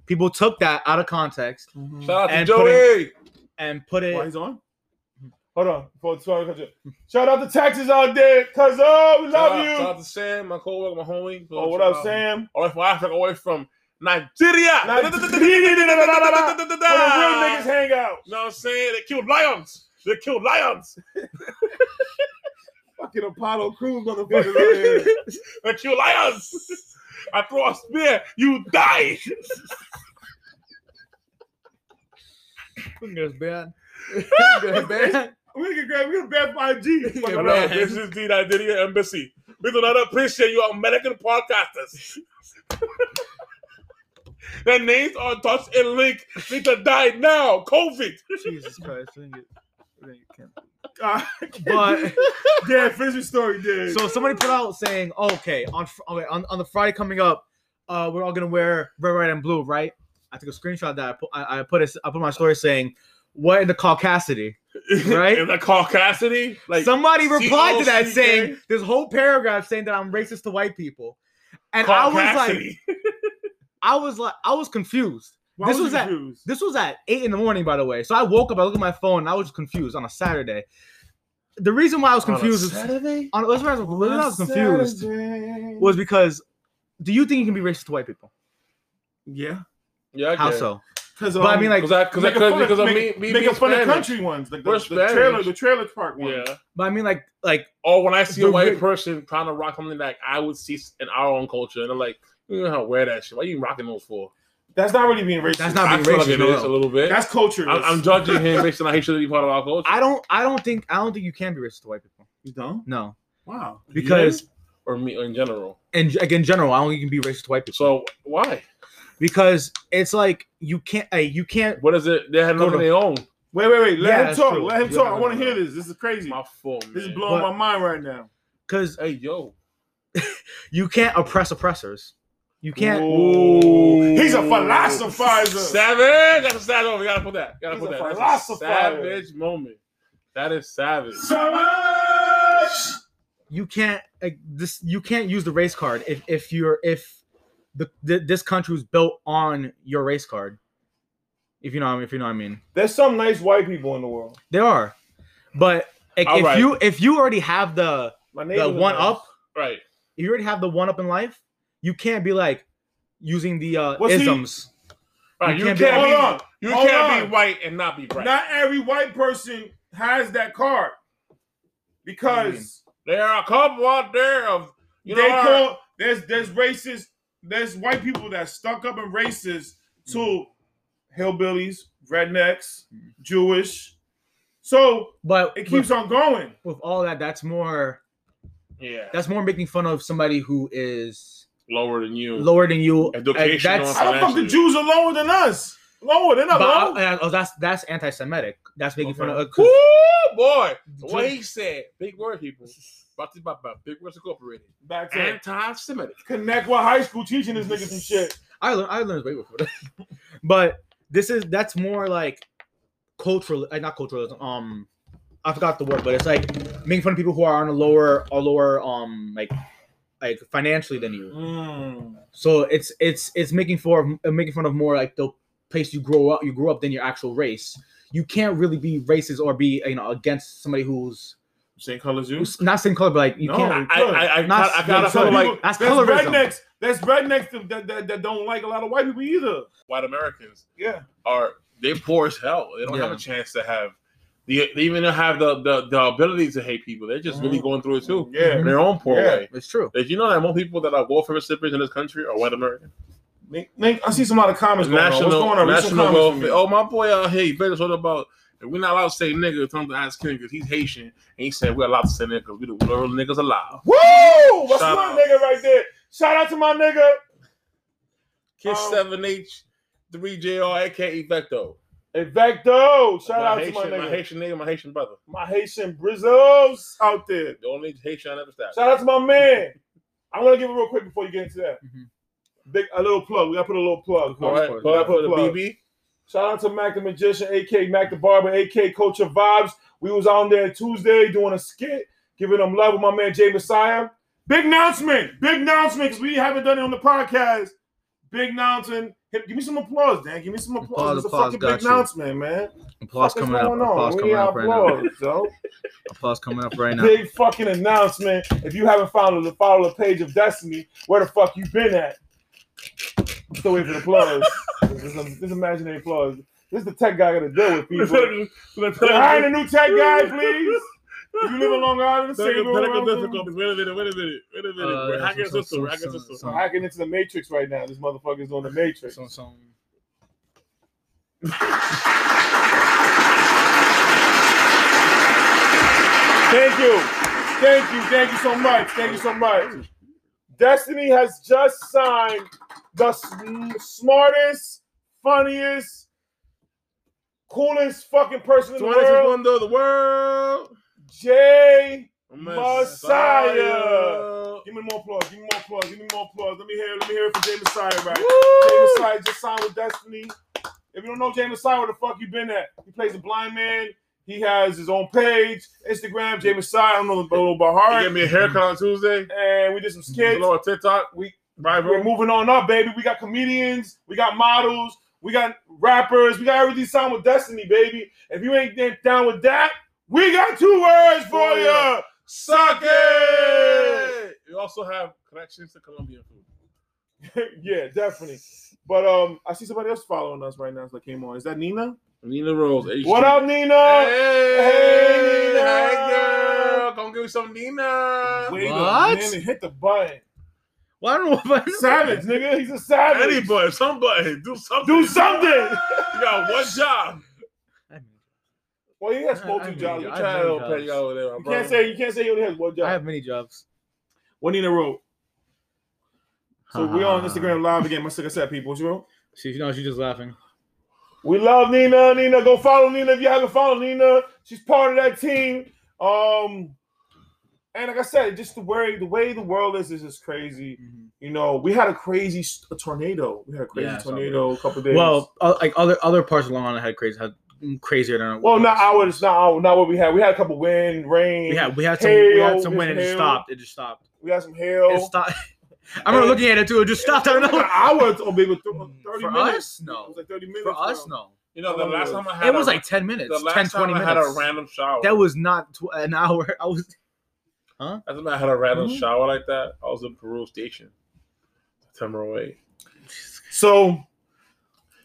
Speaker 2: people took that out of context
Speaker 1: Mm.
Speaker 3: Shout out to
Speaker 2: And
Speaker 3: Joey.
Speaker 2: and put
Speaker 1: Mm-hmm. While
Speaker 2: it.
Speaker 1: he's on? Mm-hmm. Hold on. Before sorry, cut you. Shout out to Texas out there, cuz oh, we
Speaker 3: Shout
Speaker 1: love
Speaker 3: out,
Speaker 1: you.
Speaker 3: shout out to Sam, my coworker, my homie.
Speaker 1: Oh, what up,
Speaker 3: Um,
Speaker 1: Sam?
Speaker 3: Away from Africa, away from Nigeria.
Speaker 1: Nigeria. Where the real niggas hang out.
Speaker 3: You know what I'm saying? They killed lions. They killed lions.
Speaker 1: Fucking Apollo Crews motherfuckers out here.
Speaker 3: They killed lions. I throw a spear, you die.
Speaker 2: It's bad.
Speaker 1: We can grab, we can grab 5G. Fuck
Speaker 3: Hello,
Speaker 1: it up.
Speaker 3: this is the Nigerian embassy. We do not appreciate you American podcasters. Their names are touched and linked. Need to die now. COVID.
Speaker 2: Jesus Christ! I think it- I think it can't.
Speaker 1: Ah,
Speaker 2: But
Speaker 1: yeah, finish your story, dude.
Speaker 2: so somebody put out saying, okay, on Fr- okay, on, on the Friday coming up, uh, we're all gonna wear red, white, and blue, right? I took a screenshot of that I put I, I put it I put my story saying, what in the caucasity, right?
Speaker 3: In the Caucasity, like
Speaker 2: Somebody replied to that
Speaker 3: COCK?
Speaker 2: saying this whole paragraph saying that I'm racist to white people, and I was like,
Speaker 3: Caucasity.
Speaker 2: I was like, I was confused.
Speaker 1: Why
Speaker 2: this
Speaker 1: you
Speaker 2: was at-
Speaker 1: confused?
Speaker 2: This was at eight in the morning, by the way. So I woke up, I looked at my phone, and I was confused on a Saturday. The reason why I was
Speaker 3: On a
Speaker 2: confused is
Speaker 1: Saturday?
Speaker 2: on, the reason why I was- the reason I was confused
Speaker 1: Saturday.
Speaker 2: was because do you think you can be racist to white people?
Speaker 1: yeah, um,
Speaker 3: yeah, I
Speaker 2: How
Speaker 3: can.
Speaker 2: so?
Speaker 1: because
Speaker 2: But I mean, like,
Speaker 3: Because I, because I,
Speaker 1: making fun
Speaker 3: because,
Speaker 1: of,
Speaker 3: because of me,
Speaker 1: make-
Speaker 3: me
Speaker 1: making
Speaker 3: being
Speaker 1: fun
Speaker 3: Spanish.
Speaker 1: of country ones, like the,
Speaker 3: We're
Speaker 1: the trailer,
Speaker 3: Spanish.
Speaker 1: the trailer park one.
Speaker 3: Yeah.
Speaker 2: but I mean, like, like
Speaker 3: Or when I see a
Speaker 2: The
Speaker 3: white
Speaker 2: re-
Speaker 3: person trying to rock something that I would see in our own culture, and I'm like, you don't know how to wear that shit. Why you rocking those for?
Speaker 1: That's not really being racist.
Speaker 2: That's not-
Speaker 3: I
Speaker 2: being
Speaker 3: feel like
Speaker 2: racist,
Speaker 3: it
Speaker 2: no.
Speaker 3: is a little bit.
Speaker 1: That's culture.
Speaker 3: I'm, I'm judging him based on how he should be part of our culture.
Speaker 2: I don't, I don't think, I don't think you can be racist to white people.
Speaker 1: you don't?
Speaker 2: No,
Speaker 1: Wow.
Speaker 2: because
Speaker 3: or me or in general.
Speaker 2: and like in general, I don't think you can be racist to white people.
Speaker 3: So why?
Speaker 2: because it's like you can't, like, you can't.
Speaker 3: What is it? They had
Speaker 2: Go
Speaker 3: nothing
Speaker 2: to-
Speaker 3: they own.
Speaker 1: Wait, wait, wait. Let
Speaker 2: Yeah,
Speaker 1: him
Speaker 2: that's
Speaker 1: talk.
Speaker 2: true.
Speaker 1: Let him
Speaker 2: Yeah,
Speaker 1: talk.
Speaker 2: no,
Speaker 1: I want to
Speaker 2: no,
Speaker 1: hear
Speaker 2: no.
Speaker 1: this. This is crazy.
Speaker 3: My fault, man.
Speaker 1: This is blowing
Speaker 2: But-
Speaker 1: my mind right now.
Speaker 2: Because
Speaker 3: Hey yo,
Speaker 2: you can't oppress oppressors. You can't.
Speaker 1: Ooh. He's a philosophizer.
Speaker 3: savage. That's a savage moment. You gotta put that. You gotta
Speaker 1: He's
Speaker 3: put
Speaker 1: a
Speaker 3: that. That's a
Speaker 1: philosopher.
Speaker 3: savage moment. That is savage.
Speaker 1: Savage.
Speaker 2: You can't like this. You can't use the race card if if you're if the, the this country was built on your race card. If you know, what I mean, if you know what I mean,
Speaker 1: There's some nice white people in the world.
Speaker 2: there are. But like,
Speaker 3: All
Speaker 2: if
Speaker 3: right.
Speaker 2: you if you already have the
Speaker 1: My
Speaker 2: the
Speaker 1: neighbors are
Speaker 2: one
Speaker 1: nice.
Speaker 2: up,
Speaker 3: Right.
Speaker 2: if you already have the one up in life, you can't be like using the uh,
Speaker 1: What's he-
Speaker 2: isms.
Speaker 3: Right.
Speaker 2: You
Speaker 3: You,
Speaker 2: can't
Speaker 3: can't,
Speaker 2: be-
Speaker 3: be.
Speaker 1: Hold on.
Speaker 3: You
Speaker 1: Hold
Speaker 3: can't
Speaker 1: on.
Speaker 3: be white and not be bright.
Speaker 1: Not every white person has that card because
Speaker 3: there are a couple out there of you
Speaker 1: they
Speaker 3: know. our-
Speaker 1: call there's there's racist there's white people that stuck up and racist to hillbillies, rednecks, Jewish. So
Speaker 2: But
Speaker 1: it keeps
Speaker 2: with,
Speaker 1: on going.
Speaker 2: with all that, that's more
Speaker 3: yeah,
Speaker 2: that's more making fun of somebody who is
Speaker 3: lower than you.
Speaker 2: lower than you. and
Speaker 3: Educational
Speaker 2: That's
Speaker 1: How the fuck the
Speaker 3: Financially.
Speaker 1: Jews are lower than us? Lower than us.
Speaker 2: But I-
Speaker 1: lower.
Speaker 2: I- oh, that's that's anti-Semitic. That's making fun of. uh, 'cause-
Speaker 3: Woo boy, what he said. Big word, people. Brought to you by, by Big Words Incorporated.
Speaker 1: Back to
Speaker 3: Anti-Semitic.
Speaker 1: connect with high school teaching this nigga some shit.
Speaker 2: I learned I learned way before that. But this is that's more like cultural, like not culturalism. Um, I forgot the word, but it's like making fun of people who are on a lower, a lower, um, like, like financially than you.
Speaker 3: Mm.
Speaker 2: Hmm. So it's it's it's making for uh, making fun of more like the place you grow up, you grew up than your actual race. You can't really be racist or be you know against somebody who's
Speaker 1: Same color as you.
Speaker 2: who's not same color, but like you
Speaker 1: No,
Speaker 2: can't.
Speaker 3: I, I, I,
Speaker 2: Not-
Speaker 3: got, I gotta
Speaker 2: that's
Speaker 3: feel
Speaker 2: not-
Speaker 3: like
Speaker 1: People-
Speaker 2: that's
Speaker 1: there's
Speaker 2: colorism.
Speaker 1: rednecks. There's rednecks that, that, that, that don't like a lot of white people either.
Speaker 3: white Americans
Speaker 1: Yeah.
Speaker 3: are they poor as hell. They don't have
Speaker 2: Yeah.
Speaker 3: a chance to have the they even don't have the, the the ability to hate people. They're just really
Speaker 2: Mm-hmm.
Speaker 1: Mhm.
Speaker 3: going through it too in
Speaker 1: Yeah.
Speaker 3: their own poor
Speaker 1: Yeah.
Speaker 3: way.
Speaker 2: It's true.
Speaker 3: Did you know that more people that are welfare recipients in this country are white Americans?
Speaker 1: Link, Link, I see some lot of comments going
Speaker 3: National,
Speaker 1: on. What's going on? Read some
Speaker 3: national
Speaker 1: comments for
Speaker 3: welfare.
Speaker 1: me.
Speaker 3: Oh, my boy out here, he better talk about. If we're not allowed to say nigga, tell him to ask him because he's Haitian. And he said we're allowed to say nigga because we the real niggas allowed.
Speaker 1: Woo! What's
Speaker 3: Shout
Speaker 1: my
Speaker 3: out.
Speaker 1: nigga right there? Shout out to my nigga.
Speaker 3: Kiss
Speaker 1: Um,
Speaker 3: seven H three JR
Speaker 1: E
Speaker 3: aka Vecto.
Speaker 1: Evecto. Shout
Speaker 3: my
Speaker 1: out
Speaker 3: Haitian,
Speaker 1: to my nigga. My,
Speaker 3: Haitian nigga, my Haitian brother.
Speaker 1: Haitian Brizzos out there.
Speaker 3: The only Haitian I ever stabbed.
Speaker 1: Shout out to my man. I'm gonna give it real quick before you get into that.
Speaker 3: Mm-hmm.
Speaker 2: Mhm.
Speaker 1: Big a little plug. We gotta put a little plug.
Speaker 3: All right,
Speaker 2: Plug,
Speaker 3: plug for the
Speaker 1: plug.
Speaker 3: BB.
Speaker 1: Shout out to Mac the Magician, aka Mac the Barber, aka Culture Vibes. We was on there Tuesday doing a skit, giving them love with my man Jay Messiah. Big announcement, big announcement, because we haven't done it on the podcast. Big announcement. Hey, give me some applause, Dan. Give me some applause. It's
Speaker 2: Applause,
Speaker 1: a
Speaker 2: applause,
Speaker 1: fucking
Speaker 2: got
Speaker 1: big
Speaker 2: you.
Speaker 1: announcement, man.
Speaker 2: Applause
Speaker 1: Fuck is
Speaker 2: coming up.
Speaker 1: going on?
Speaker 2: Applause
Speaker 1: We
Speaker 2: coming
Speaker 1: need
Speaker 2: up right now.
Speaker 1: applause, yo.
Speaker 2: Applause coming up right now.
Speaker 1: Big fucking announcement. If you haven't found the follow the page of Destiny, where the fuck you been at? Still waiting for the applause. this, is, this is imaginary applause. This is the tech guy I gotta deal with people. Can I hire a new tech guy, please? If you live in Long Island, say
Speaker 3: Technical-
Speaker 1: go
Speaker 3: technical
Speaker 1: around to-
Speaker 3: difficulties. Wait a minute, wait a minute, wait a minute.
Speaker 2: Uh,
Speaker 3: We're
Speaker 2: yeah,
Speaker 3: hacking
Speaker 2: some-
Speaker 3: system, we're
Speaker 2: some-
Speaker 3: hacking
Speaker 2: some-
Speaker 3: system.
Speaker 1: I'm hacking into the Matrix right now. This motherfucker's on the Matrix.
Speaker 2: Some- some-
Speaker 1: Thank you. Thank you. Thank you so much. Thank you so much. Destiny has just signed the sm- smartest, funniest, coolest fucking person in the
Speaker 3: Twenty-two
Speaker 1: world,
Speaker 3: wonder of the world.
Speaker 1: Jay.
Speaker 3: Messiah.
Speaker 1: Messiah. Give me more applause. Give me more applause. Give me more applause. Let me hear. Let me hear it for Jay Messiah right. Jay
Speaker 3: Woo!
Speaker 1: Messiah just signed with Destiny. If you don't know Jay Messiah, where the fuck you been at? He plays a blind man. He has his own page, Instagram, Jay Messiah. I don't know a little about
Speaker 3: He
Speaker 1: her.
Speaker 3: gave me a haircut on Tuesday.
Speaker 1: And we did some skits.
Speaker 3: Hello on TikTok.
Speaker 1: We-
Speaker 3: right, bro.
Speaker 1: We're moving on up, baby. We got comedians, we got models, we got rappers, we got everything signed with Destiny, baby. If you ain't down with that, we got two words
Speaker 3: Oh,
Speaker 1: for ya.
Speaker 3: Suck it. You also have connections to Colombian food.
Speaker 1: yeah, definitely. But um, I see somebody else following us right now. So I came on. Is that Nina?
Speaker 3: Nina Rose. H-
Speaker 1: What up, Nina? Hey,
Speaker 3: Hey,
Speaker 1: Nina.
Speaker 3: hi, girl. Come give me some Nina.
Speaker 1: Wait
Speaker 2: What?
Speaker 1: a minute. Hit the button.
Speaker 2: Well, I don't know. If I,
Speaker 1: Savage, nigga. He's a savage.
Speaker 3: Anybody, somebody, do something.
Speaker 1: Do something.
Speaker 3: You got one job.
Speaker 1: Well, he has multiple
Speaker 2: I- I
Speaker 1: jobs.
Speaker 2: mean,
Speaker 1: You
Speaker 2: I-
Speaker 1: can't-
Speaker 3: Try to help
Speaker 2: jobs.
Speaker 3: y'all over there,
Speaker 1: You
Speaker 3: bro.
Speaker 1: can't say you can't say he only has one
Speaker 2: I have
Speaker 1: job.
Speaker 2: many jobs.
Speaker 1: What Nina wrote. So we
Speaker 2: Ah.
Speaker 1: on Instagram live again. My sick said, people. What you wrote?
Speaker 2: She, no, she's just laughing.
Speaker 1: We love Nina. Nina, go follow Nina if you haven't followed Nina. She's part of that team. Um, and like I said, just the way the way the world is is just crazy. You know, we had a crazy s- a tornado. We had a crazy
Speaker 2: Yeah, I saw
Speaker 1: tornado a couple days.
Speaker 2: Well, uh, like other other parts of Long Island had crazy, had crazier than.
Speaker 1: well, not ours, not our, not what we had. We had a couple wind, rain.
Speaker 2: We had we had some we had
Speaker 1: Hail,
Speaker 2: some wind and it
Speaker 1: hail.
Speaker 2: just stopped. It just stopped.
Speaker 1: we had some hail.
Speaker 2: It stopped. I remember
Speaker 1: And-
Speaker 2: looking at it too. It just stopped. I
Speaker 1: It
Speaker 2: don't
Speaker 1: was like
Speaker 2: know. Mm,
Speaker 1: an hour or maybe th- thirty
Speaker 2: For
Speaker 1: minutes.
Speaker 2: us,
Speaker 1: It was
Speaker 2: no.
Speaker 1: like thirty minutes.
Speaker 2: For us,
Speaker 1: bro.
Speaker 2: no.
Speaker 3: You know, the last time I had
Speaker 2: It was
Speaker 3: a-
Speaker 2: like ten minutes,
Speaker 3: the last
Speaker 2: 10,
Speaker 3: time
Speaker 2: 20
Speaker 3: I had a
Speaker 2: minutes.
Speaker 3: random shower.
Speaker 2: That was not tw- an hour. I was.
Speaker 3: That's when I had a random
Speaker 2: Mhm.
Speaker 3: shower like that. I was in Peru Station, September 08.
Speaker 1: So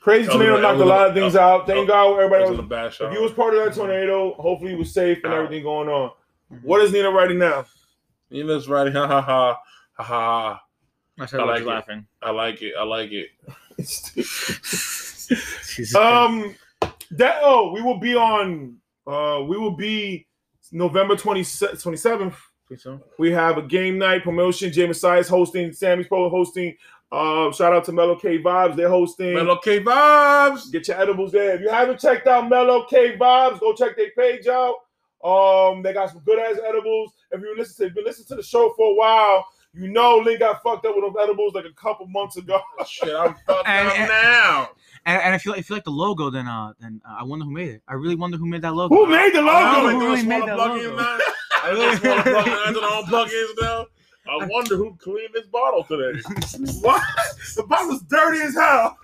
Speaker 1: crazy
Speaker 3: It was a-
Speaker 1: tornado
Speaker 3: it
Speaker 1: knocked a
Speaker 3: was a-
Speaker 1: lot of things
Speaker 3: oh,
Speaker 1: out. Thank
Speaker 3: oh,
Speaker 1: God everybody
Speaker 3: It was
Speaker 1: was
Speaker 3: in a bad shower.
Speaker 1: If you was part of that
Speaker 2: Mm-hmm.
Speaker 1: tornado, hopefully you was safe and
Speaker 3: Ow.
Speaker 1: everything going on. What is Nina writing now?
Speaker 3: Nina's writing, ha ha ha, ha ha. ha.
Speaker 2: I started
Speaker 3: I like
Speaker 2: just
Speaker 3: it.
Speaker 2: laughing.
Speaker 3: I like it. I like it.
Speaker 2: Jesus Christ.
Speaker 1: um, that oh, we will be on. Uh, we will be November 20, 27th.
Speaker 2: Think so?
Speaker 1: We have a game night promotion. Jay Messiah's hosting. Sammy's Pro hosting. Uh, shout out to Mellow K Vibes. They're hosting.
Speaker 3: Mellow K vibes.
Speaker 1: Get your edibles there. If you haven't checked out Mellow K Vibes, go check their page out. Um, they got some good ass edibles. If you listen to, if you listen to the show for a while, you know Link got fucked up with them edibles like a couple months ago.
Speaker 3: Shit, I'm fucked
Speaker 2: And-
Speaker 3: up
Speaker 2: and-
Speaker 3: now.
Speaker 2: And, and if you if you like the logo, then uh, then uh, I wonder who made it. I really wonder who made that logo.
Speaker 1: Who made the
Speaker 3: I
Speaker 1: logo?
Speaker 2: know.
Speaker 3: really
Speaker 2: Who made
Speaker 3: made
Speaker 2: that
Speaker 3: plug in
Speaker 2: logo?
Speaker 3: now. I just want to plug in. I don't plug in now. I wonder who cleaned this bottle today.
Speaker 1: What? The bottle's dirty as hell.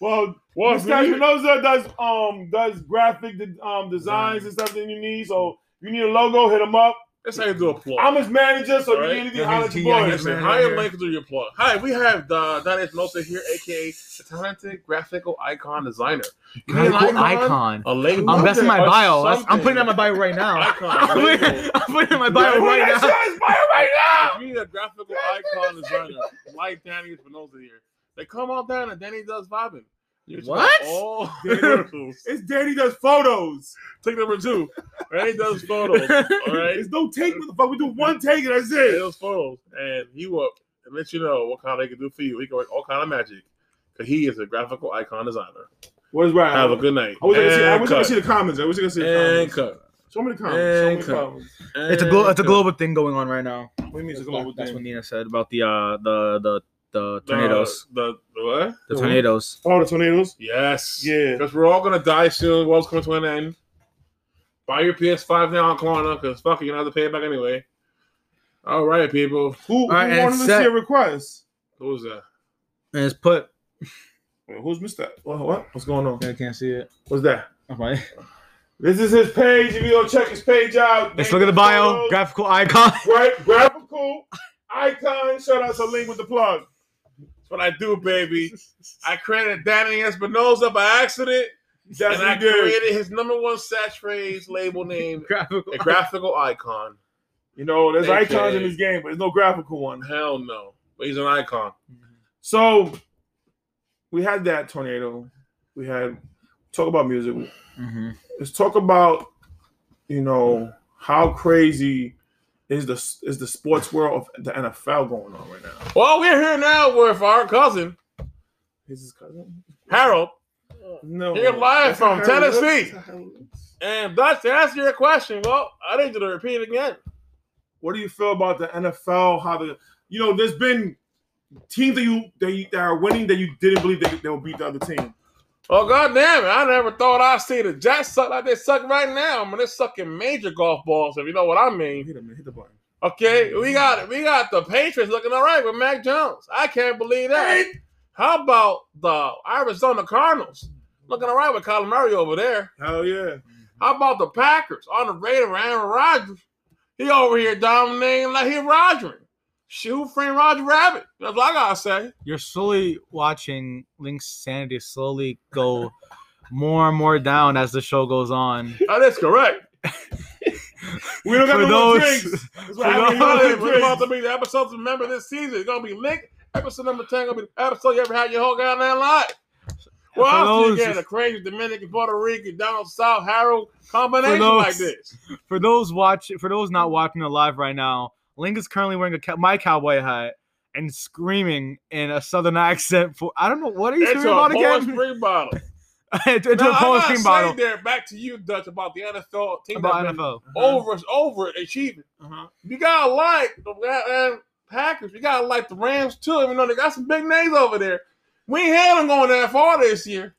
Speaker 1: well,
Speaker 3: Well,
Speaker 1: Miss Cash Mendoza does um does graphic de- um designs and stuff that you need. So you need a logo, hit him up.
Speaker 3: Let's say do a plug.
Speaker 1: I'm his manager, so if
Speaker 3: Alright.
Speaker 1: you need anything,
Speaker 2: Yeah,
Speaker 1: holler at
Speaker 2: he's-
Speaker 1: your boy.
Speaker 2: yeah, he's-
Speaker 3: Listen,
Speaker 2: man
Speaker 3: I
Speaker 2: right
Speaker 3: am
Speaker 2: here.
Speaker 3: Link through your plug. Hi, we have uh, Don Espinosa here, aka the talented graphical icon designer. You need an
Speaker 2: Cool icon.
Speaker 3: A
Speaker 1: Oh,
Speaker 3: label.
Speaker 2: Um, that's in my
Speaker 3: Or
Speaker 2: bio. That's- I'm
Speaker 3: something.
Speaker 2: putting it in my bio right now.
Speaker 3: Icon,
Speaker 2: I'm putting
Speaker 3: label.
Speaker 2: it- I'm putting it in my bio right now.
Speaker 3: If you need a graphical icon designer like Danny Espinosa here, then come on down and Danny does vibing. You check out
Speaker 2: What?
Speaker 3: All the commercials.
Speaker 1: It's Danny does photos.
Speaker 3: Take number two. Danny does photos. All right.
Speaker 1: It's no take, motherfucker. We do one take and that's
Speaker 3: He
Speaker 1: it.
Speaker 3: does photos, and he will let you know what kind of he can do for you. He can work all kind of magic. Cause he is a graphical icon designer.
Speaker 1: Where's right?
Speaker 3: Have a good night.
Speaker 1: I wish I could see, I
Speaker 3: And
Speaker 1: wish I could
Speaker 3: cut.
Speaker 1: see the comments. I wish I could see the
Speaker 3: And
Speaker 1: comments.
Speaker 3: cut.
Speaker 1: Show me the comments.
Speaker 3: And
Speaker 1: Show me the
Speaker 3: cut.
Speaker 1: comments.
Speaker 2: It's a glo- it's a global thing going on right now.
Speaker 1: What do you mean it's a
Speaker 2: That's
Speaker 1: global
Speaker 2: what- that's what
Speaker 1: thing?
Speaker 2: Nina said about the uh the the
Speaker 3: The-
Speaker 2: the tornadoes.
Speaker 3: The, the what?
Speaker 2: The, tornadoes.
Speaker 1: Oh, the tornadoes.
Speaker 3: Yes.
Speaker 1: Yeah.
Speaker 3: Because we're all gonna die soon. World's coming to an end. Buy your PS5 now on Klarna, because fuck it, you're gonna have to pay it back anyway. All right, people.
Speaker 1: Who, who
Speaker 2: right, and
Speaker 1: wanted
Speaker 2: it's
Speaker 1: to
Speaker 2: set.
Speaker 1: see a request?
Speaker 3: Who was that?
Speaker 2: And it's put.
Speaker 1: Wait, who's Mr. What, what? What's going on?
Speaker 2: I can't see it.
Speaker 1: What's that?
Speaker 2: Okay.
Speaker 1: This is his page. If you go check his page out,
Speaker 2: Let's look at the bio. Graphical icon.
Speaker 1: Right, graphical icon. Shout out to Link with the plug.
Speaker 3: That's what I do, baby. I created Danny Espinosa by accident,
Speaker 1: That's
Speaker 3: and I
Speaker 1: what he did.
Speaker 3: created his number one satchphrase label name,
Speaker 2: Graphical.
Speaker 3: a graphical icon.
Speaker 1: You know, there's
Speaker 3: Thank
Speaker 1: icons
Speaker 3: you.
Speaker 1: in this game, but there's no graphical one.
Speaker 3: Hell no, but he's an icon.
Speaker 1: So we had that tornado. We had talk about music.
Speaker 2: Mm-hmm.
Speaker 1: let's talk about you know how crazy is the is the sports world of the NFL going on right now?
Speaker 3: Well, we're here now with our cousin
Speaker 1: Is his cousin?
Speaker 3: Harold.
Speaker 1: No,
Speaker 3: You're live
Speaker 1: That's not
Speaker 3: from
Speaker 1: Harold Woods.
Speaker 3: Tennessee.
Speaker 1: That's not Harold Woods.
Speaker 3: And Dutch, to answer your question, well, I need you to repeat again.
Speaker 1: What do you feel about the NFL? How the you know there's been teams that you that, you, that are winning that you didn't believe that they'll beat the other team.
Speaker 3: Oh god damn it! I never thought I'd see the Jets suck like they suck right now. I mean, they're sucking major golf balls, if you know what I mean.
Speaker 1: Hit him, hit the button.
Speaker 3: Okay, we got we got the Patriots looking all right with Mac Jones. I can't believe that. How about the Arizona Cardinals looking all right with Kyler Murray over there?
Speaker 1: Hell yeah!
Speaker 3: How about the Packers on the radar? Aaron Rodgers, he over here dominating like he Rodgering. Shoe friend Roger Rabbit. That's what I gotta say.
Speaker 2: You're slowly watching Link's sanity slowly go more and more down as the show goes on.
Speaker 3: That is correct.
Speaker 1: We don't got
Speaker 2: For
Speaker 1: no more
Speaker 2: those-
Speaker 1: drinks. That's
Speaker 2: for
Speaker 1: what happened. We don't
Speaker 3: Hey,
Speaker 2: those-
Speaker 3: We're
Speaker 1: have
Speaker 3: about
Speaker 1: drinks.
Speaker 3: to be the episodes. Remember this season. It's gonna be Nick. Episode number ten gonna be the episode you ever had your whole goddamn life. Well,
Speaker 2: For
Speaker 3: I'm
Speaker 2: those-
Speaker 3: seeing a crazy Dominican, Puerto Rican, down South, Harold combination
Speaker 2: For those-
Speaker 3: like this.
Speaker 2: For those watch, for those not watching it live right now, Link is currently wearing a cow- my cowboy hat and screaming in a southern accent. For I don't know what are you
Speaker 3: It's a
Speaker 2: screaming about
Speaker 3: Polish
Speaker 2: again?
Speaker 3: spring bottle.
Speaker 2: Into
Speaker 3: Now,
Speaker 2: a
Speaker 3: I
Speaker 2: Polish
Speaker 3: gotta
Speaker 2: cream
Speaker 3: say
Speaker 2: bottle
Speaker 3: There, back to you, Dutch, about the NFL team
Speaker 2: about
Speaker 3: that been
Speaker 2: NFL.
Speaker 3: over over achieving.
Speaker 1: Uh-huh.
Speaker 3: You gotta like the goddamn Packers. You gotta like the Rams too. Even though they got some big names over there, we ain't had them going that far this year.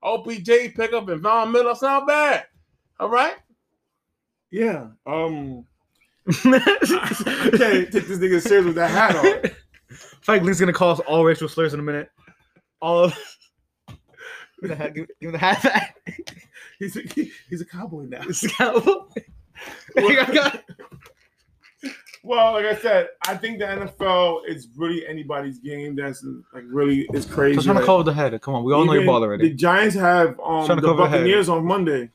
Speaker 3: OBJ pickup and Von Miller sound bad. All right,
Speaker 1: Yeah. Um. I can't take this nigga serious with that hat on.
Speaker 2: In fact, Link's gonna call us all racial slurs in a minute. All of. Give me the hat. Give, give me the hat back.
Speaker 1: He's a, he- he's a cowboy now.
Speaker 2: This is cowboy. I got-
Speaker 1: Well, like I said, I think the NFL is really anybody's game. That's like really it's crazy.
Speaker 2: I'm trying to
Speaker 1: Like,
Speaker 2: cover the head. Come on, we all know your
Speaker 1: even
Speaker 2: ball already.
Speaker 1: The Giants have um the
Speaker 2: Tryna cover the head.
Speaker 1: Buccaneers on Monday.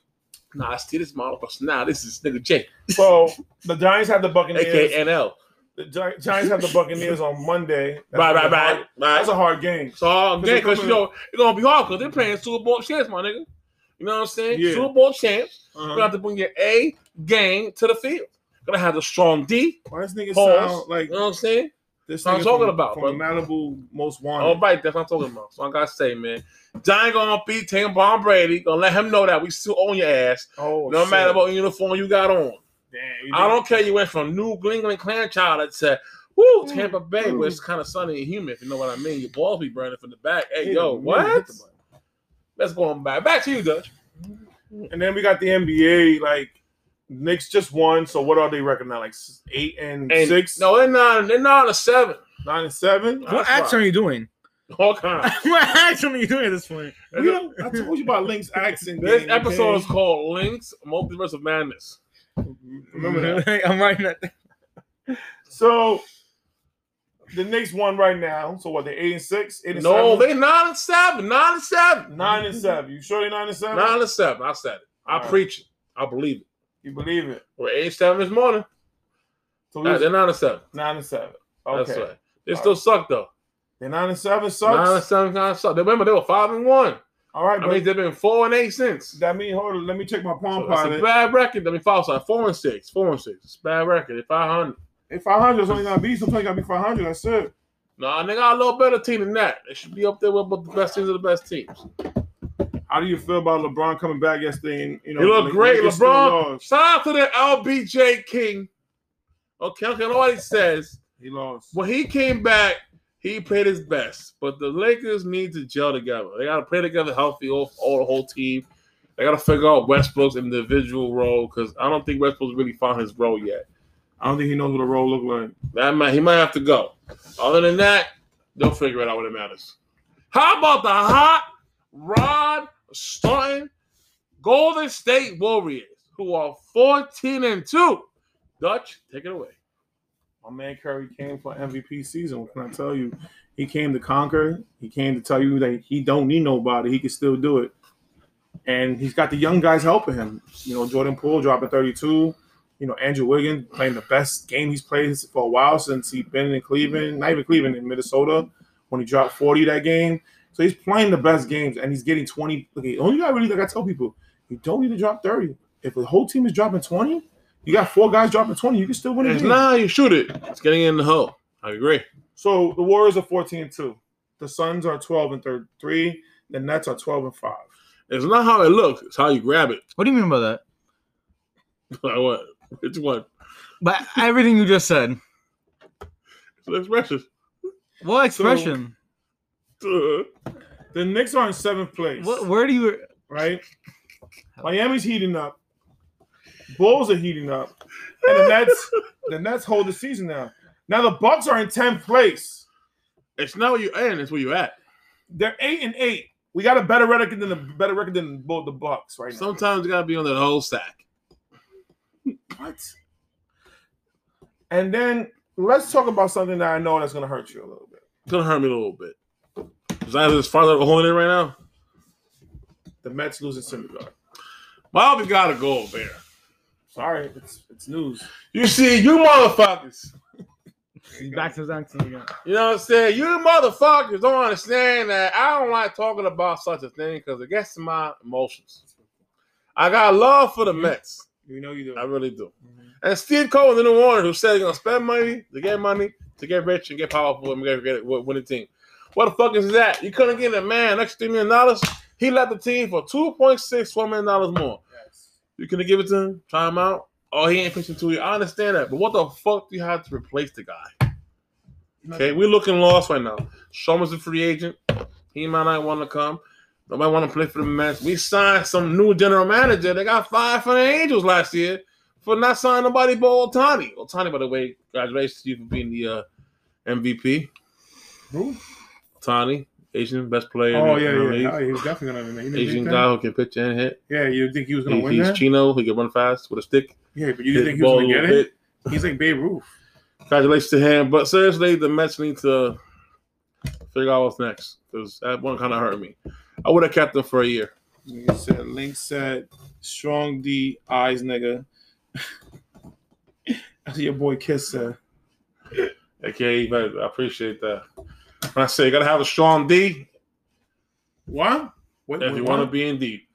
Speaker 3: nah, I see this model because now this is nigga Jake,
Speaker 1: So the Giants have the Buccaneers.
Speaker 3: aka NL.
Speaker 1: The Gi- Giants have the Buccaneers on Monday. That's
Speaker 3: Right,
Speaker 1: a
Speaker 3: right,
Speaker 1: hard-
Speaker 3: right,
Speaker 1: That's
Speaker 3: right.
Speaker 1: a hard game.
Speaker 3: So uh, again, because you know it's gonna be hard because they're playing Super Bowl champs, my nigga. You know what I'm saying?
Speaker 1: Yeah.
Speaker 3: Super Bowl champs. You're gonna
Speaker 1: Uh-huh.
Speaker 3: have to bring your A game to the field. Gonna have the strong D.
Speaker 1: Why this nigga
Speaker 3: Pause.
Speaker 1: sound like
Speaker 3: You know what I'm saying?
Speaker 1: this?
Speaker 3: what I'm
Speaker 1: nigga
Speaker 3: talking
Speaker 1: from-
Speaker 3: about, Oh,
Speaker 1: from Malibu most
Speaker 3: All
Speaker 1: wanted.
Speaker 3: right, that's what I'm talking about. So I gotta say, man, John gonna beat Tim Bomb Brady. Gonna let him know that we still own your ass,
Speaker 1: Oh,
Speaker 3: no
Speaker 1: shit.
Speaker 3: matter what uniform you got on.
Speaker 1: Damn, you
Speaker 3: I
Speaker 1: think-
Speaker 3: don't care. You went from New England clan child that said,
Speaker 1: Mm,
Speaker 3: Woo, Tampa Bay, where it's kind of sunny and humid. If you know what I mean. Your balls be burning from the back. Hey, yo, what? Let's go on back. Back to you, Dutch.
Speaker 1: And then we got the NBA. Like Knicks just won, so what are they record now? Like s- eight and,
Speaker 3: And-
Speaker 1: six,
Speaker 3: No, they're nine. They're nine or seven.
Speaker 1: nine and seven.
Speaker 2: What action are you doing?
Speaker 3: All kinds.
Speaker 2: what action are you doing at this point?
Speaker 1: You know, I told you about Link's accent.
Speaker 3: This
Speaker 1: game,
Speaker 3: episode
Speaker 1: okay?
Speaker 3: is called Links Multiverse of Madness.
Speaker 1: Remember that.
Speaker 2: I'm writing that.
Speaker 1: So the Knicks won right now. So what? They eight and six. Eight and
Speaker 3: No,
Speaker 1: seven?
Speaker 3: they nine and seven. Nine and seven.
Speaker 1: nine and seven. You sure they nine and seven?
Speaker 3: Nine and seven. I said it. I
Speaker 1: All right.
Speaker 3: preach it. I believe it.
Speaker 1: You believe it?
Speaker 3: We're eight and seven this morning.
Speaker 1: So we
Speaker 3: Nah,
Speaker 1: was
Speaker 3: they're nine and seven.
Speaker 1: nine and seven.
Speaker 3: That's
Speaker 1: Okay,
Speaker 3: right. They
Speaker 1: All
Speaker 3: still
Speaker 1: right.
Speaker 3: suck though.
Speaker 1: they nine and seven sucks.
Speaker 3: Nine and seven kind of suck. Remember they were five and one.
Speaker 1: All right,
Speaker 3: I
Speaker 1: but
Speaker 3: mean they've been four and eight since.
Speaker 1: that mean hold on. Let me check my palm
Speaker 3: So that's a
Speaker 1: pilot.
Speaker 3: bad record. I mean false side. Four and six. Four and six. It's a bad record. They're five hundred.
Speaker 1: If five hundred is only gonna be, something gotta be five hundred. That's it.
Speaker 3: Nah, they got a little better team than that. They should be up there with with the best teams of the best teams.
Speaker 1: How do you feel about LeBron coming back yesterday? And, you know,
Speaker 3: You look
Speaker 1: Lake-
Speaker 3: great,
Speaker 1: Lakers still
Speaker 3: LeBron.
Speaker 1: lost.
Speaker 3: Shout out to the LBJ King. Okay, okay, nobody says
Speaker 1: He lost.
Speaker 3: when he came back, he played his best. But the Lakers need to gel together. They got to play together healthy, all, all the whole team. They got to figure out Westbrook's individual role because I don't think Westbrook's really found his role yet.
Speaker 1: I don't think he knows what a role look like.
Speaker 3: That might he might have to go. Other than that, they'll figure it out when it matters. How about the hot Rod Starting Golden State Warriors, who are 14 and 2? Dutch, take it away.
Speaker 1: My man Curry came for MVP season. What can I tell you? He came to conquer. He came to tell you that he don't need nobody. He can still do it. And he's got the young guys helping him. You know, Jordan Poole dropping 32. You know, Andrew Wiggins playing the best game he's played for a while since he's been in Cleveland. Not even Cleveland, in Minnesota when he dropped 40 that game. So he's playing the best games and he's getting 20. Look, the only guy really, like I tell people, you don't need to drop 30. If the whole team is dropping 20, you got four guys dropping 20, you can still win the
Speaker 3: It's
Speaker 1: game.
Speaker 3: not how you shoot it. It's getting in the hole. I agree.
Speaker 1: So the Warriors are 14 and 2. The Suns are 12 and thir- 3. The Nets are 12 and 5.
Speaker 3: It's not how it looks. It's how you grab it.
Speaker 2: What do you mean by that?
Speaker 3: Like what? Which one?
Speaker 2: By everything you just said.
Speaker 3: It's an expression.
Speaker 2: What expression?
Speaker 3: Uh,
Speaker 1: The Knicks are in seventh place,
Speaker 2: what, where do you?
Speaker 1: right? Miami's heating up. Bulls are heating up. And the Nets, the Nets hold the season now. Now the Bucks are in 10th place.
Speaker 3: It's not where you end. It's where you at.
Speaker 1: They're 8 and 8. We got a better record than the better record than both the Bucks right now.
Speaker 3: Sometimes you gotta be on that whole stack.
Speaker 1: What? And then let's talk about something that I know that's gonna hurt you a little bit.
Speaker 3: It's gonna hurt me a little bit. Is that as far as I'm holding it right now?
Speaker 1: The Mets losing Syndergaard.
Speaker 3: Bobby got to go there.
Speaker 1: Sorry, it's it's news.
Speaker 3: You see, you motherfuckers.
Speaker 2: Back to his accent again.
Speaker 3: You know what I'm saying? You motherfuckers don't understand that I don't like talking about such a thing because it gets to my emotions. I got love for the Mets.
Speaker 1: You know you do.
Speaker 3: I really do. And Steve Cohen, the new owner, who said he's gonna spend money to get money to get rich and get powerful and get, get win the team. What the fuck is that? You couldn't get a man next three million dollars. He left the team for two point six four million dollars more. You couldn't give it to him, try him out. Oh, he ain't pitching to you. I understand that, but what the fuck do you have to replace the guy? Okay, we're looking lost right now. Sherman's a free agent. He might not want to come. Nobody want to play for the Mets. We signed some new general manager. They got fired from the Angels last year for not signing nobody but Otani. Otani, by the way, congratulations to you for being the uh, MVP.
Speaker 1: Who?
Speaker 3: Otani, Asian best player.
Speaker 1: Oh
Speaker 3: in
Speaker 1: yeah,
Speaker 3: the
Speaker 1: yeah.
Speaker 3: league.
Speaker 1: yeah. he was definitely gonna win that. You
Speaker 3: Asian
Speaker 1: didn't think
Speaker 3: guy
Speaker 1: that?
Speaker 3: who can pitch and hit.
Speaker 1: Yeah, you think he was gonna
Speaker 3: He-
Speaker 1: win
Speaker 3: he's
Speaker 1: that?
Speaker 3: Chino, who can run fast with a stick.
Speaker 1: Yeah, but you
Speaker 3: hit
Speaker 1: didn't think
Speaker 3: the
Speaker 1: he was
Speaker 3: ball
Speaker 1: gonna
Speaker 3: a
Speaker 1: get
Speaker 3: little
Speaker 1: it?
Speaker 3: bit.
Speaker 1: He's like Babe Ruth.
Speaker 3: Congratulations to him. But seriously, the Mets need to figure out what's next because that one kind of hurt me. I would have kept him for a year.
Speaker 1: Nigga said Link said strong D eyes nigga. That's what your boy Kiss said.
Speaker 3: Okay, but I appreciate that. When I say you gotta have a strong D
Speaker 1: What? What
Speaker 3: if you want to be in deep.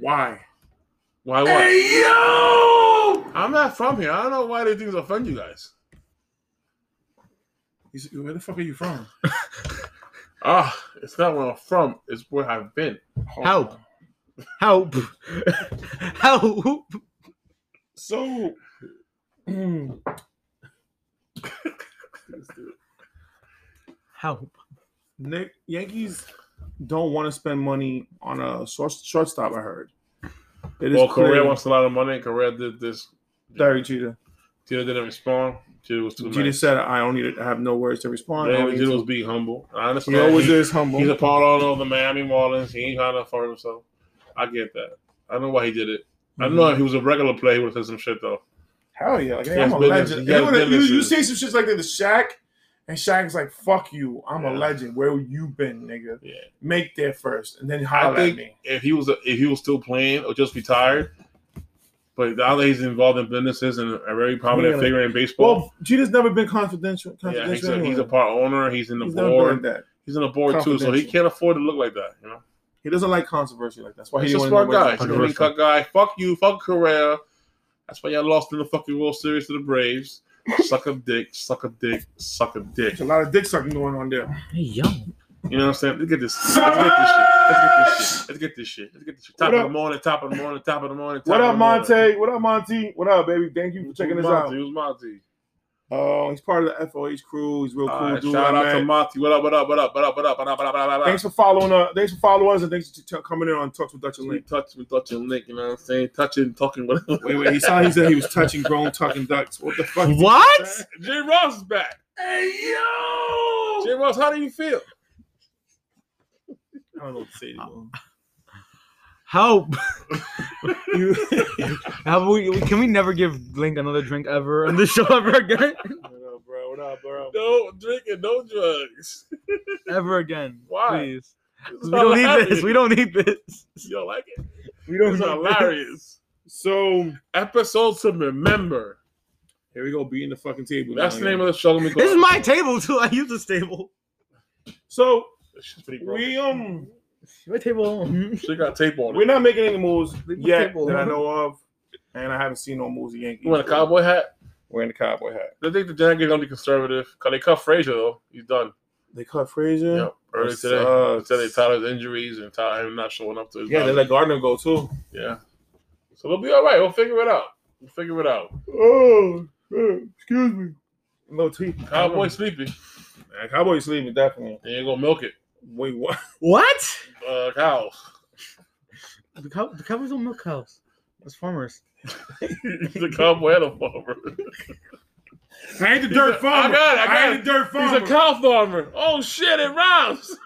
Speaker 1: why?
Speaker 3: Why? Why?
Speaker 1: Hey yo!
Speaker 3: I'm not from here. I don't know why these things offend you guys.
Speaker 1: He's, where the fuck are you from?
Speaker 3: Ah, it's not where I'm from. It's where I've been.
Speaker 1: Oh,
Speaker 2: Help. Help. Help.
Speaker 1: So, mm,
Speaker 2: How?
Speaker 1: Nick, Yankees don't want to spend money on a short, shortstop. I heard. It is
Speaker 3: Well,
Speaker 1: clear.
Speaker 3: Correa wants a lot of money. Correa did this.
Speaker 1: Derek Jeter.
Speaker 3: Jeter didn't respond. Jeter was too
Speaker 1: Jeter
Speaker 3: nice.
Speaker 1: said, "I don't need. to- I have no words to respond." I
Speaker 3: Man,
Speaker 1: don't need
Speaker 3: Jeter
Speaker 1: to-
Speaker 3: was being humble. I
Speaker 1: he
Speaker 3: understand.
Speaker 1: always
Speaker 3: He-
Speaker 1: is humble.
Speaker 3: He's a part owner of the Miami Marlins. He ain't trying to afford himself. I get that. I know why he did it.
Speaker 1: Mm-hmm.
Speaker 3: I know if he was a regular player, he would have said some shit though.
Speaker 1: Hell yeah, like,
Speaker 3: He
Speaker 1: I'm
Speaker 3: has
Speaker 1: a
Speaker 3: business.
Speaker 1: legend.
Speaker 3: He has
Speaker 1: You know, you, you
Speaker 3: businesses.
Speaker 1: see some shit like that to Shaq, and Shaq's like, "Fuck you, I'm a
Speaker 3: Yeah.
Speaker 1: legend. Where you been, nigga?
Speaker 3: Yeah.
Speaker 1: Make there first, and then
Speaker 3: I
Speaker 1: holler at
Speaker 3: think
Speaker 1: me."
Speaker 3: if he was if he was still playing or just retired, but now that he's involved in businesses and a very prominent
Speaker 1: Yeah.
Speaker 3: figure in baseball,
Speaker 1: Well, Jeter's never been confidential.
Speaker 3: yeah,
Speaker 1: confidential
Speaker 3: he's a,
Speaker 1: anyway.
Speaker 3: he's a part owner. He's in the
Speaker 1: He's never been like
Speaker 3: board.
Speaker 1: that.
Speaker 3: He's in the board too, so he
Speaker 1: Confidential.
Speaker 3: can't afford to look like that. You know,
Speaker 1: He doesn't like controversy like that. That's why
Speaker 3: he's
Speaker 1: he
Speaker 3: a
Speaker 1: didn't want
Speaker 3: smart
Speaker 1: to
Speaker 3: guy.
Speaker 1: wear-
Speaker 3: He's a clean cut guy. Fuck you. Fuck Correa. That's why y'all lost in the fucking World Series to the Braves. suck a dick. Suck a dick. Suck a dick.
Speaker 1: There's a lot of dick sucking going on there.
Speaker 2: Hey, young.
Speaker 3: You know what I'm saying? Let's get this. Let's get this shit. Let's get this shit. Let's get this shit. Let's get this shit. Top
Speaker 1: What
Speaker 3: of the
Speaker 1: up?
Speaker 3: morning. Top of the morning. Top of the morning. Top
Speaker 1: What
Speaker 3: of
Speaker 1: up,
Speaker 3: the morning.
Speaker 1: Monte? What up, Monty? What up, baby? Thank you for checking
Speaker 3: Who's
Speaker 1: this out.
Speaker 3: Monty? Who's Monty?
Speaker 1: Oh, he's part of the FOH crew. He's a real cool
Speaker 3: All right,
Speaker 1: dude.
Speaker 3: shout
Speaker 1: I
Speaker 3: out
Speaker 1: met.
Speaker 3: to Monty. What up? What up? What up? What up? What up? What up? What up? What up? What
Speaker 1: Thanks
Speaker 3: up?
Speaker 1: for following us. Thanks for following us, and thanks for t- coming in on Talks with Dutch and
Speaker 3: We
Speaker 1: Link.
Speaker 3: touch, we touching link. You know what I'm saying? Touching, talking, whatever.
Speaker 1: Wait, wait. He saw. He said he was touching grown talking ducks. What the fuck?
Speaker 2: What?
Speaker 3: Jay Ross is back.
Speaker 1: Hey yo!
Speaker 3: Jay Ross, how do you feel?
Speaker 1: I don't know what to say to
Speaker 2: How?
Speaker 1: you.
Speaker 2: How we? Can we never give Link another drink ever on this show ever again?
Speaker 1: What up, bro? What up, bro?
Speaker 3: No drinking, no drugs.
Speaker 2: ever again?
Speaker 3: Why?
Speaker 2: Please. We don't need this. We don't need this.
Speaker 3: You don't like it?
Speaker 2: We
Speaker 3: It's
Speaker 2: don't.
Speaker 3: hilarious.
Speaker 1: So
Speaker 3: Episode to remember.
Speaker 1: here we go, beating the fucking table.
Speaker 3: That's
Speaker 1: now,
Speaker 3: the
Speaker 1: yeah.
Speaker 3: name of the show. Let me go.
Speaker 2: This is my table too. I use this table.
Speaker 1: So
Speaker 3: This shit's pretty broken.
Speaker 1: we um
Speaker 2: My table.
Speaker 3: She got tape on it.
Speaker 1: we're not making any moves
Speaker 2: Leave the
Speaker 1: yet
Speaker 2: table
Speaker 1: that I
Speaker 2: alone.
Speaker 1: know of, and I haven't seen no moves. The Yankees.
Speaker 3: You want a cowboy hat?
Speaker 1: Wearing a cowboy hat.
Speaker 3: I think the Yankees are gonna be conservative. Cause they cut Frazier though. He's done.
Speaker 1: They cut Frazier.
Speaker 3: Yep. Early
Speaker 1: That
Speaker 3: today.
Speaker 1: sucks.
Speaker 3: Today Tyler's injuries and Tyler him not showing up to his
Speaker 1: Yeah, they
Speaker 3: body.
Speaker 1: let Gardner go too.
Speaker 3: yeah. So we'll be all right. We'll figure it out. We'll figure it out.
Speaker 1: Oh, excuse me. No teeth.
Speaker 3: Cowboy sleepy.
Speaker 1: Yeah, Cowboy sleeping definitely.
Speaker 3: And you're gonna milk it.
Speaker 1: Wait, what?
Speaker 2: What?
Speaker 3: Uh cows.
Speaker 2: The, cow- the cowboys don't milk cows. That's farmers.
Speaker 3: the cowboy and a farmer.
Speaker 1: I ain't the
Speaker 3: dirt farmer.
Speaker 1: I got it. I,
Speaker 3: I
Speaker 1: got
Speaker 3: ain't
Speaker 1: the dirt farmer.
Speaker 3: He's a cow farmer. Oh shit, it rhymes.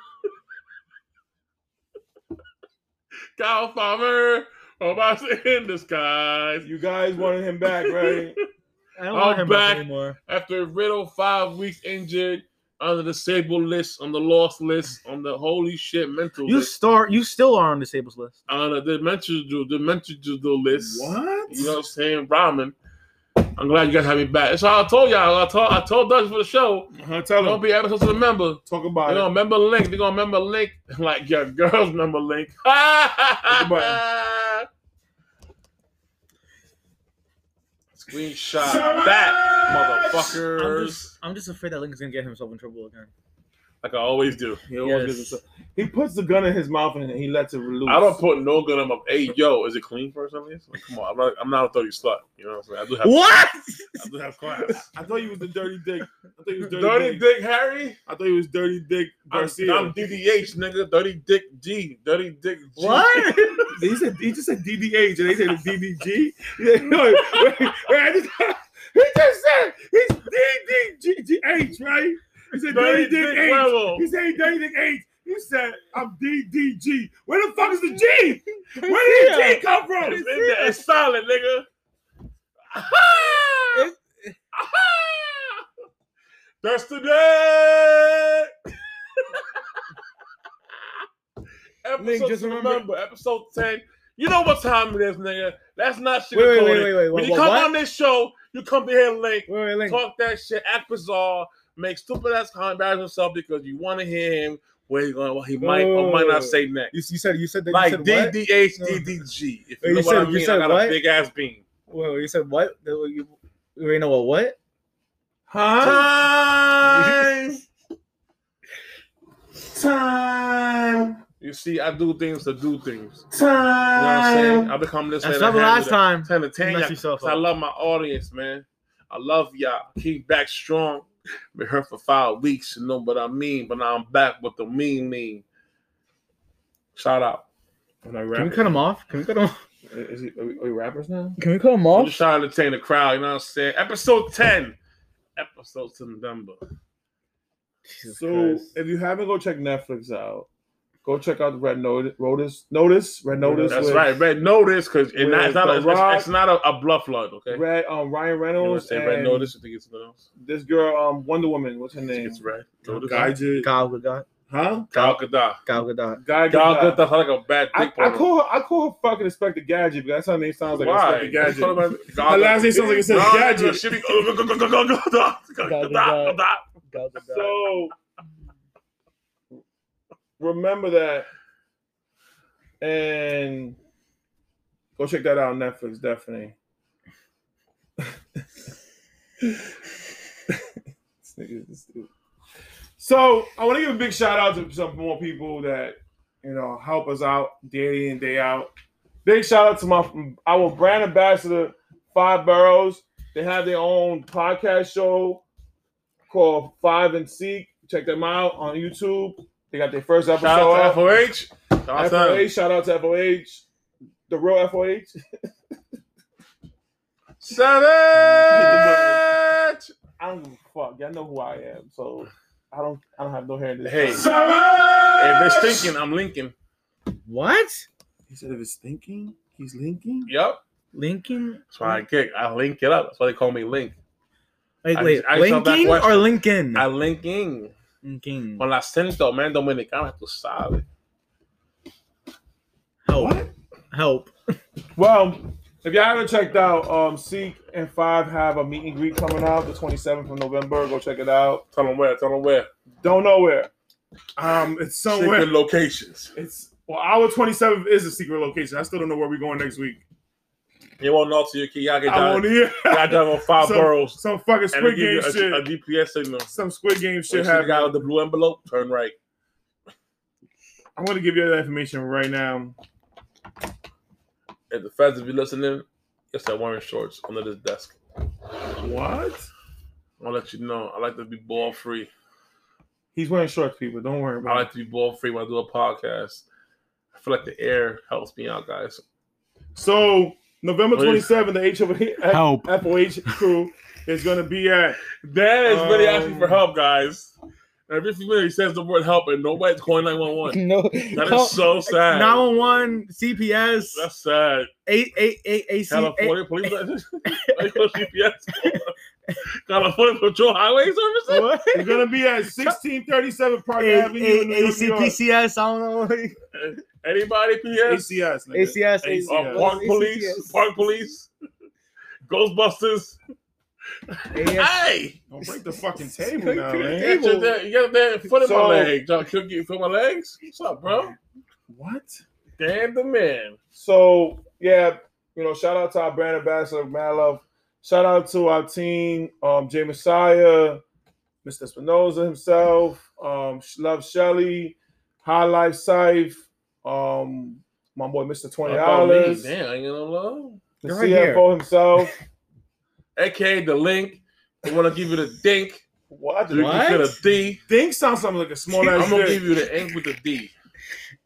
Speaker 3: cow farmer. Oh, my in disguise.
Speaker 1: You guys wanted him back, right?
Speaker 2: I don't
Speaker 3: I'm
Speaker 2: want him back
Speaker 3: back.
Speaker 2: anymore.
Speaker 3: after Riddle five weeks injured on the disabled list, on the lost list, on the holy shit mental
Speaker 2: You
Speaker 3: list,
Speaker 2: start. You still are on the tables list.
Speaker 3: on the dementia dementia list.
Speaker 1: what?
Speaker 3: You know what I'm saying? Ramen. I'm glad you guys have me back. So I told y'all, I told I told Dutch for the show.
Speaker 1: Huh, tell
Speaker 3: Don't
Speaker 1: him.
Speaker 3: be episodes to the member.
Speaker 1: Talk
Speaker 3: They're
Speaker 1: about
Speaker 3: gonna
Speaker 1: it.
Speaker 3: remember Link. They're gonna remember Link like your girls remember Link.
Speaker 1: button.
Speaker 3: Screenshot that
Speaker 2: I'm
Speaker 3: motherfuckers.
Speaker 2: just, I'm just afraid that Lincoln's gonna get himself in trouble again.
Speaker 3: like I always do.
Speaker 1: He, always
Speaker 2: Yes.
Speaker 1: gives himself- he puts the gun in his mouth and he lets it loose.
Speaker 3: I don't put no gun on my. Hey, yo, is it clean first? Like, come on, I'm not. I'm not a thirty slut. You know what I'm saying? I do have.
Speaker 2: What?
Speaker 3: I do have class.
Speaker 1: I thought you was the dirty dick. I thought you was dirty,
Speaker 3: Dirty
Speaker 1: dick.
Speaker 3: Dick Harry.
Speaker 1: I thought you was dirty dick
Speaker 3: I'm,
Speaker 1: Garcia.
Speaker 3: I'm DDH, nigga. Dirty Dick G. Dirty Dick G.
Speaker 2: What?
Speaker 1: he said he just said DDH and they said DDG. Yeah, no, wait, wait, I just, he just said it's DDGH, right? He said
Speaker 3: Dirty
Speaker 1: dirty
Speaker 3: Dick
Speaker 1: dick H.
Speaker 3: Werewolf.
Speaker 1: He said he dirty dick H. He said I'm DDG. Where the fuck is the G? Where did the G come from?
Speaker 3: It's, in there. It's solid, nigga. Aha! Aha! That's the day. episode
Speaker 2: Link, just
Speaker 3: to
Speaker 2: remember-
Speaker 3: episode ten. You know what time it is, nigga. That's not
Speaker 2: Wait, wait, wait,
Speaker 3: sugarcoated.
Speaker 2: wait, wait, wait.
Speaker 3: When
Speaker 2: What,
Speaker 3: you
Speaker 2: what,
Speaker 3: come
Speaker 2: what?
Speaker 3: on this show, you come to here, Link,
Speaker 2: Wait, wait, Link.
Speaker 3: talk that shit, act bizarre, make stupid ass comments about himself because you want to hear him. Where he going? What he might or might not say next.
Speaker 2: You, you said you said that.
Speaker 3: Like
Speaker 2: you said what?
Speaker 3: DDH,
Speaker 2: No.
Speaker 3: DDG. If
Speaker 2: Wait,
Speaker 3: you
Speaker 2: you
Speaker 3: know what
Speaker 2: said-
Speaker 3: I
Speaker 2: you
Speaker 3: mean, I
Speaker 2: said
Speaker 3: got a
Speaker 2: what?
Speaker 3: big ass beam.
Speaker 2: Wait, wait, you said what? That what You you already know what? What?
Speaker 1: Huh?
Speaker 3: Time.
Speaker 1: Time.
Speaker 3: You see, I do things to do things. You know what I'm
Speaker 1: Time.
Speaker 3: saying? I become this.
Speaker 2: That's
Speaker 3: way to
Speaker 2: not the
Speaker 3: handle
Speaker 2: last
Speaker 3: that.
Speaker 2: time.
Speaker 3: to entertain
Speaker 2: Mess
Speaker 3: y'all,
Speaker 2: yourself
Speaker 3: 'cause I
Speaker 2: up.
Speaker 3: love my audience, man. I love y'all. Came back strong. Been hurt for five weeks, you know what I mean? But now I'm back with the mean mean. Shout out.
Speaker 1: When I
Speaker 2: Can we
Speaker 1: rap,
Speaker 2: cut him off? Can we cut him? Off?
Speaker 1: is he, are, we, are we rappers now?
Speaker 2: Can we cut him
Speaker 3: I'm just trying to entertain the crowd, you know what I'm saying? Episode 10. Episode September.
Speaker 1: so if you haven't, go check Netflix out. Go check out the Red Notice. Notice. Notice. Red Notice.
Speaker 3: That's
Speaker 1: with
Speaker 3: right. Red notice, because it's
Speaker 1: with
Speaker 3: not, it's not,
Speaker 1: The
Speaker 3: a,
Speaker 1: Rock.
Speaker 3: it's, it's not a, a bluff lug, okay?
Speaker 1: Red. Um, Ryan
Speaker 3: you want
Speaker 1: Reynolds
Speaker 3: to say
Speaker 1: and
Speaker 3: red notice? You think it's something else?
Speaker 1: this girl, um, Wonder Woman. What's her
Speaker 3: I think
Speaker 1: name?
Speaker 3: It's red. Notice.
Speaker 1: Gal Gadot.
Speaker 2: Gal Gadot.
Speaker 1: Huh?
Speaker 3: Gal Gadot.
Speaker 2: Gal Gadot.
Speaker 1: Guy
Speaker 3: Gal Gadot sounds like a bad
Speaker 1: I,
Speaker 3: dick
Speaker 1: I
Speaker 3: porno.
Speaker 1: call her. I call her fucking Inspector Gadget because that's how her name sounds like.
Speaker 3: Why?
Speaker 1: Inspector Gadget.
Speaker 3: Talking about Gal
Speaker 1: Her last
Speaker 3: Gadot.
Speaker 1: name sounds like it says
Speaker 3: No, no,
Speaker 1: Gadget.
Speaker 3: no, she be- Gal Gadot. Gal Gadot.
Speaker 2: Gal Gadot.
Speaker 1: So remember that and go check that out on Netflix, definitely. This nigga is stupid. so I want to give a big shout out to some more people that you know help us out day in day out. Big shout out to my our brand ambassador, Five Boroughs. They have their own podcast show called Five and Seek. Check them out on YouTube. They got their first episode.
Speaker 3: Shout out
Speaker 1: up.
Speaker 3: to FOH. Shout out to
Speaker 1: FOH. Shout out to FOH. The real FOH.
Speaker 3: Savage.
Speaker 1: I don't give a fuck. Y'all know who I am, so I don't. I don't have no hair in this.
Speaker 3: Hey, if it's thinking, I'm linking.
Speaker 2: What?
Speaker 1: he said if it's thinking, he's linking.
Speaker 3: Yep.
Speaker 2: Lincoln?
Speaker 3: That's why I kick. I link it up. That's why they call me Link.
Speaker 2: Wait,
Speaker 3: I-
Speaker 2: wait.
Speaker 3: I saw that
Speaker 2: Lincoln or
Speaker 3: question.
Speaker 2: Lincoln?
Speaker 3: I linking.
Speaker 2: Lincoln.
Speaker 3: Con la acento, man, dominicano, tú sabes.
Speaker 2: Help. Help.
Speaker 1: Well, if y'all haven't checked out, um, Seek and Five have a meet and greet coming out the 27th of November. Go check it out.
Speaker 3: Tell them where. Tell them where.
Speaker 1: Don't know where. Um, it's
Speaker 3: Secret locations.
Speaker 1: It's well, our 27th is a secret location. I still don't know where we're going next week.
Speaker 3: You won't know till you kid. Y'all get
Speaker 1: I won't
Speaker 3: down.
Speaker 1: hear
Speaker 3: Y'all down on five
Speaker 1: So-
Speaker 3: boroughs.
Speaker 1: some fucking
Speaker 3: And they
Speaker 1: Squid
Speaker 3: give you
Speaker 1: Game
Speaker 3: a,
Speaker 1: shit.
Speaker 3: a GPS signal.
Speaker 1: some Squid Game
Speaker 3: Shit
Speaker 1: shit
Speaker 3: the guy
Speaker 1: happened.
Speaker 3: with the blue envelope. Turn right.
Speaker 1: I'm gonna give you that information right now.
Speaker 3: If the feds if you listening, it's that wearing shorts under this desk.
Speaker 1: What?
Speaker 3: I'll let you know. I like to be ball free.
Speaker 1: He's wearing shorts, people. Don't worry
Speaker 3: I
Speaker 1: about it.
Speaker 3: like to be ball free when I do a podcast. I feel like the air helps me out, guys.
Speaker 1: So November
Speaker 3: What is-
Speaker 1: 27th, the H of
Speaker 2: Help.
Speaker 1: FOH crew is gonna be at
Speaker 3: Dad is really asking
Speaker 1: Um,
Speaker 3: for help, guys. Every few minutes he says the word help, and nobody's calling 911.
Speaker 2: No.
Speaker 3: That is so sad.
Speaker 2: 911, CPS,
Speaker 3: That's sad.
Speaker 2: 888 AC.
Speaker 3: California police. Are you on GPS? California Patrol Highway Services?
Speaker 2: What?
Speaker 1: it's gonna be at 1637 Park
Speaker 2: A-
Speaker 1: Avenue in New
Speaker 2: A-
Speaker 1: York, New York.
Speaker 2: ACPCS, I don't know.
Speaker 3: Anybody PS?
Speaker 1: ACS, nigga.
Speaker 2: ACS,
Speaker 1: ACS.
Speaker 3: Uh,
Speaker 1: Yeah.
Speaker 3: Park
Speaker 2: ACS.
Speaker 3: Police? Park Police? Ghostbusters?
Speaker 2: AS.
Speaker 3: Hey!
Speaker 1: Don't break the fucking table now, man.
Speaker 3: You got your damn- you got that foot in my
Speaker 1: So-
Speaker 3: leg. Y'all could get foot in my legs? What's up, bro?
Speaker 1: What?
Speaker 3: Damn the man.
Speaker 1: So yeah, you know, shout out to our brand ambassador, Mad Love. Shout out to our team, um, Jay Messiah, Mr. Spinoza himself, um, Sh- Love Shelley, High Life Sife, um, my boy Mr. Twenty
Speaker 3: Fuck me.
Speaker 1: Dollars, the
Speaker 3: Damn, you know love.
Speaker 2: They're right here.
Speaker 1: CFO himself.
Speaker 3: AKA the link. I want to give you the dink.
Speaker 1: What?
Speaker 3: You
Speaker 2: What?
Speaker 3: can fit a D.
Speaker 1: Think sounds something like a small
Speaker 3: I'm
Speaker 1: ass
Speaker 3: gonna
Speaker 1: dick.
Speaker 3: give you the ink with the D.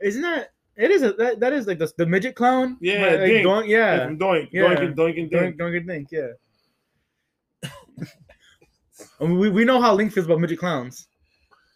Speaker 2: Isn't that? It is a, that. That is like the, the midget clown.
Speaker 1: Yeah,
Speaker 2: Like, like,
Speaker 1: Dink.
Speaker 2: doink,
Speaker 1: Yeah,
Speaker 2: yeah.
Speaker 1: from Doink,
Speaker 2: Yeah.
Speaker 1: Doink, and Doink, and
Speaker 2: Don't
Speaker 1: Doink.
Speaker 2: don't get Link. Yeah. I mean, we, we know how Link feels about midget clowns.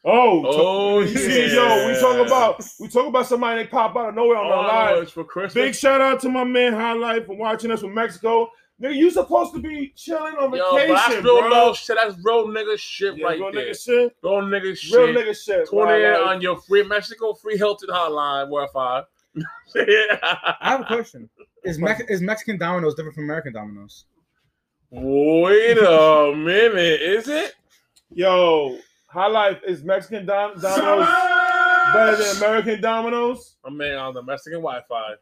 Speaker 1: Oh, to-
Speaker 3: Oh,
Speaker 1: you
Speaker 3: yeah.
Speaker 1: see, yo, we talk about we talk about somebody that pop out of nowhere on
Speaker 3: Oh,
Speaker 1: our live.
Speaker 3: it's for Christmas.
Speaker 1: Big shout out to my man High Life for watching us from Mexico. Nigga, you supposed to be chilling on
Speaker 3: Yo, but
Speaker 1: vacation,
Speaker 3: that's real
Speaker 1: bro.
Speaker 3: low shit. That's real nigga shit
Speaker 1: Yeah,
Speaker 3: right
Speaker 1: real
Speaker 3: there.
Speaker 1: nigga shit.
Speaker 3: Real nigga shit.
Speaker 1: Real nigga shit.
Speaker 3: Tune
Speaker 1: High
Speaker 3: in
Speaker 1: Life.
Speaker 3: on your free Mexico free Hilton hotline. Where five. yeah.
Speaker 2: I have a question. Is Mex- is Mexican Domino's different from American Domino's?
Speaker 3: Wait a minute, is it?
Speaker 1: Yo, High Life is Mexican dom- Domino's better than American Domino's.
Speaker 3: My man on the Mexican Wi-Fi.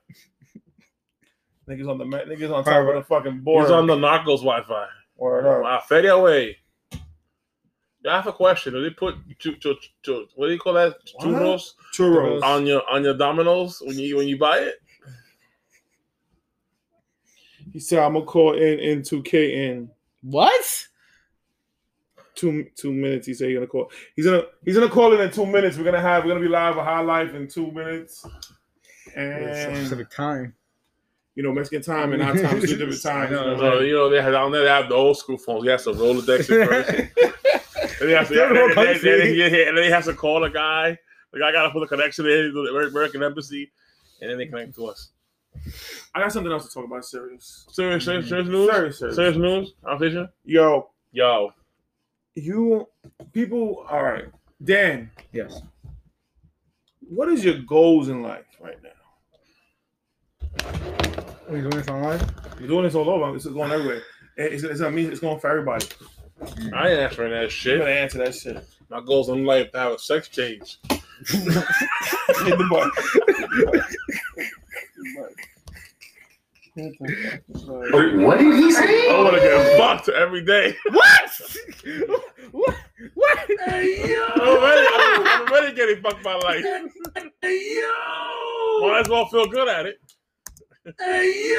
Speaker 1: Niggas on the me- niggas on top of the fucking board.
Speaker 3: He's on the Narcos Wi-Fi.
Speaker 1: Word up.
Speaker 3: Wow, fade away. I have a question. Do they put chu- chu- chu- what do you call that?
Speaker 1: What?
Speaker 3: Churros
Speaker 1: Churros.
Speaker 3: on your on your Domino's when you when you buy it?
Speaker 1: He said, "I'm gonna call in in 2K in."
Speaker 2: What?
Speaker 1: Two two minutes. He said he's gonna call. He's gonna he's gonna call it in two minutes. We're gonna have we're gonna be live with High Life in two minutes. And
Speaker 2: Specific time.
Speaker 1: you know Mexican time and our time is two different times.
Speaker 2: I know,
Speaker 1: you know.
Speaker 3: So, you know, they had, down there they have the old school phones. You have to Rolodex it first. And they have to,
Speaker 2: Third world
Speaker 3: and, and- and-
Speaker 2: country.
Speaker 3: and he- and then he has to call a guy. The guy got to put a connection in to the American embassy, and then they connect to us.
Speaker 1: I got something else to talk about. Serious.
Speaker 3: Serious, serious, serious news.
Speaker 1: Serious. Serious.
Speaker 3: Serious news. I'm fishing.
Speaker 1: Yo,
Speaker 3: Yo,
Speaker 1: you people. All right, Dan.
Speaker 2: Yes.
Speaker 1: What is your goals in life right now?
Speaker 2: Are you doing this online?
Speaker 1: We're doing this all over. This is going everywhere. It- It's, it's, I mean, it's going for everybody.
Speaker 3: I ain't answering that
Speaker 1: You gotta
Speaker 3: shit.
Speaker 1: answer that shit.
Speaker 3: My goals in life to have a sex change.
Speaker 1: Hit the button.
Speaker 5: What did he say?
Speaker 3: I want to get fucked every day.
Speaker 2: What? what? What?
Speaker 3: I'm already, I'm, I'm already getting fucked by life. Might as well feel good at it. I'm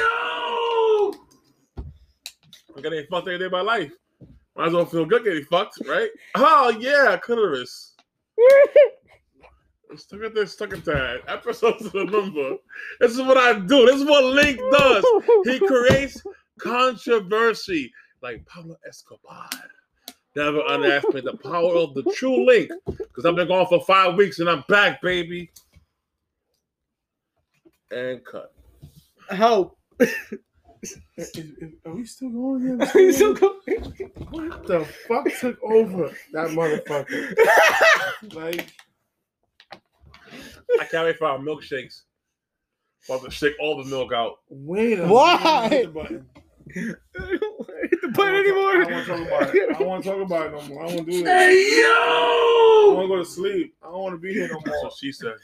Speaker 3: getting fucked every day by life. Might as well feel good getting fucked, right? Oh yeah, clitoris. I'm stuck at this, stuck at that. Episodes of the number. This is what I do. This is what Link does. He creates controversy like Pablo Escobar. Never underestimate the power of the true link. Because I've been gone for five weeks and I'm back, baby. And cut.
Speaker 2: Help.
Speaker 1: Is- is- Are we still going here?
Speaker 2: I'm so co-
Speaker 1: What the fuck took over that motherfucker? Like,
Speaker 3: I can't wait for our milkshakes. About to shake all the milk out.
Speaker 1: wait a
Speaker 2: Why?
Speaker 1: minute. Hit the button.
Speaker 2: Hit the
Speaker 1: I
Speaker 2: button anymore.
Speaker 1: don't wanna talk- I don't want to talk about it. I don't want to talk about it no more. I don't want to do this. Hey, yo! I want to go to sleep. I don't want to be here no
Speaker 3: That's
Speaker 1: more.
Speaker 3: what she said.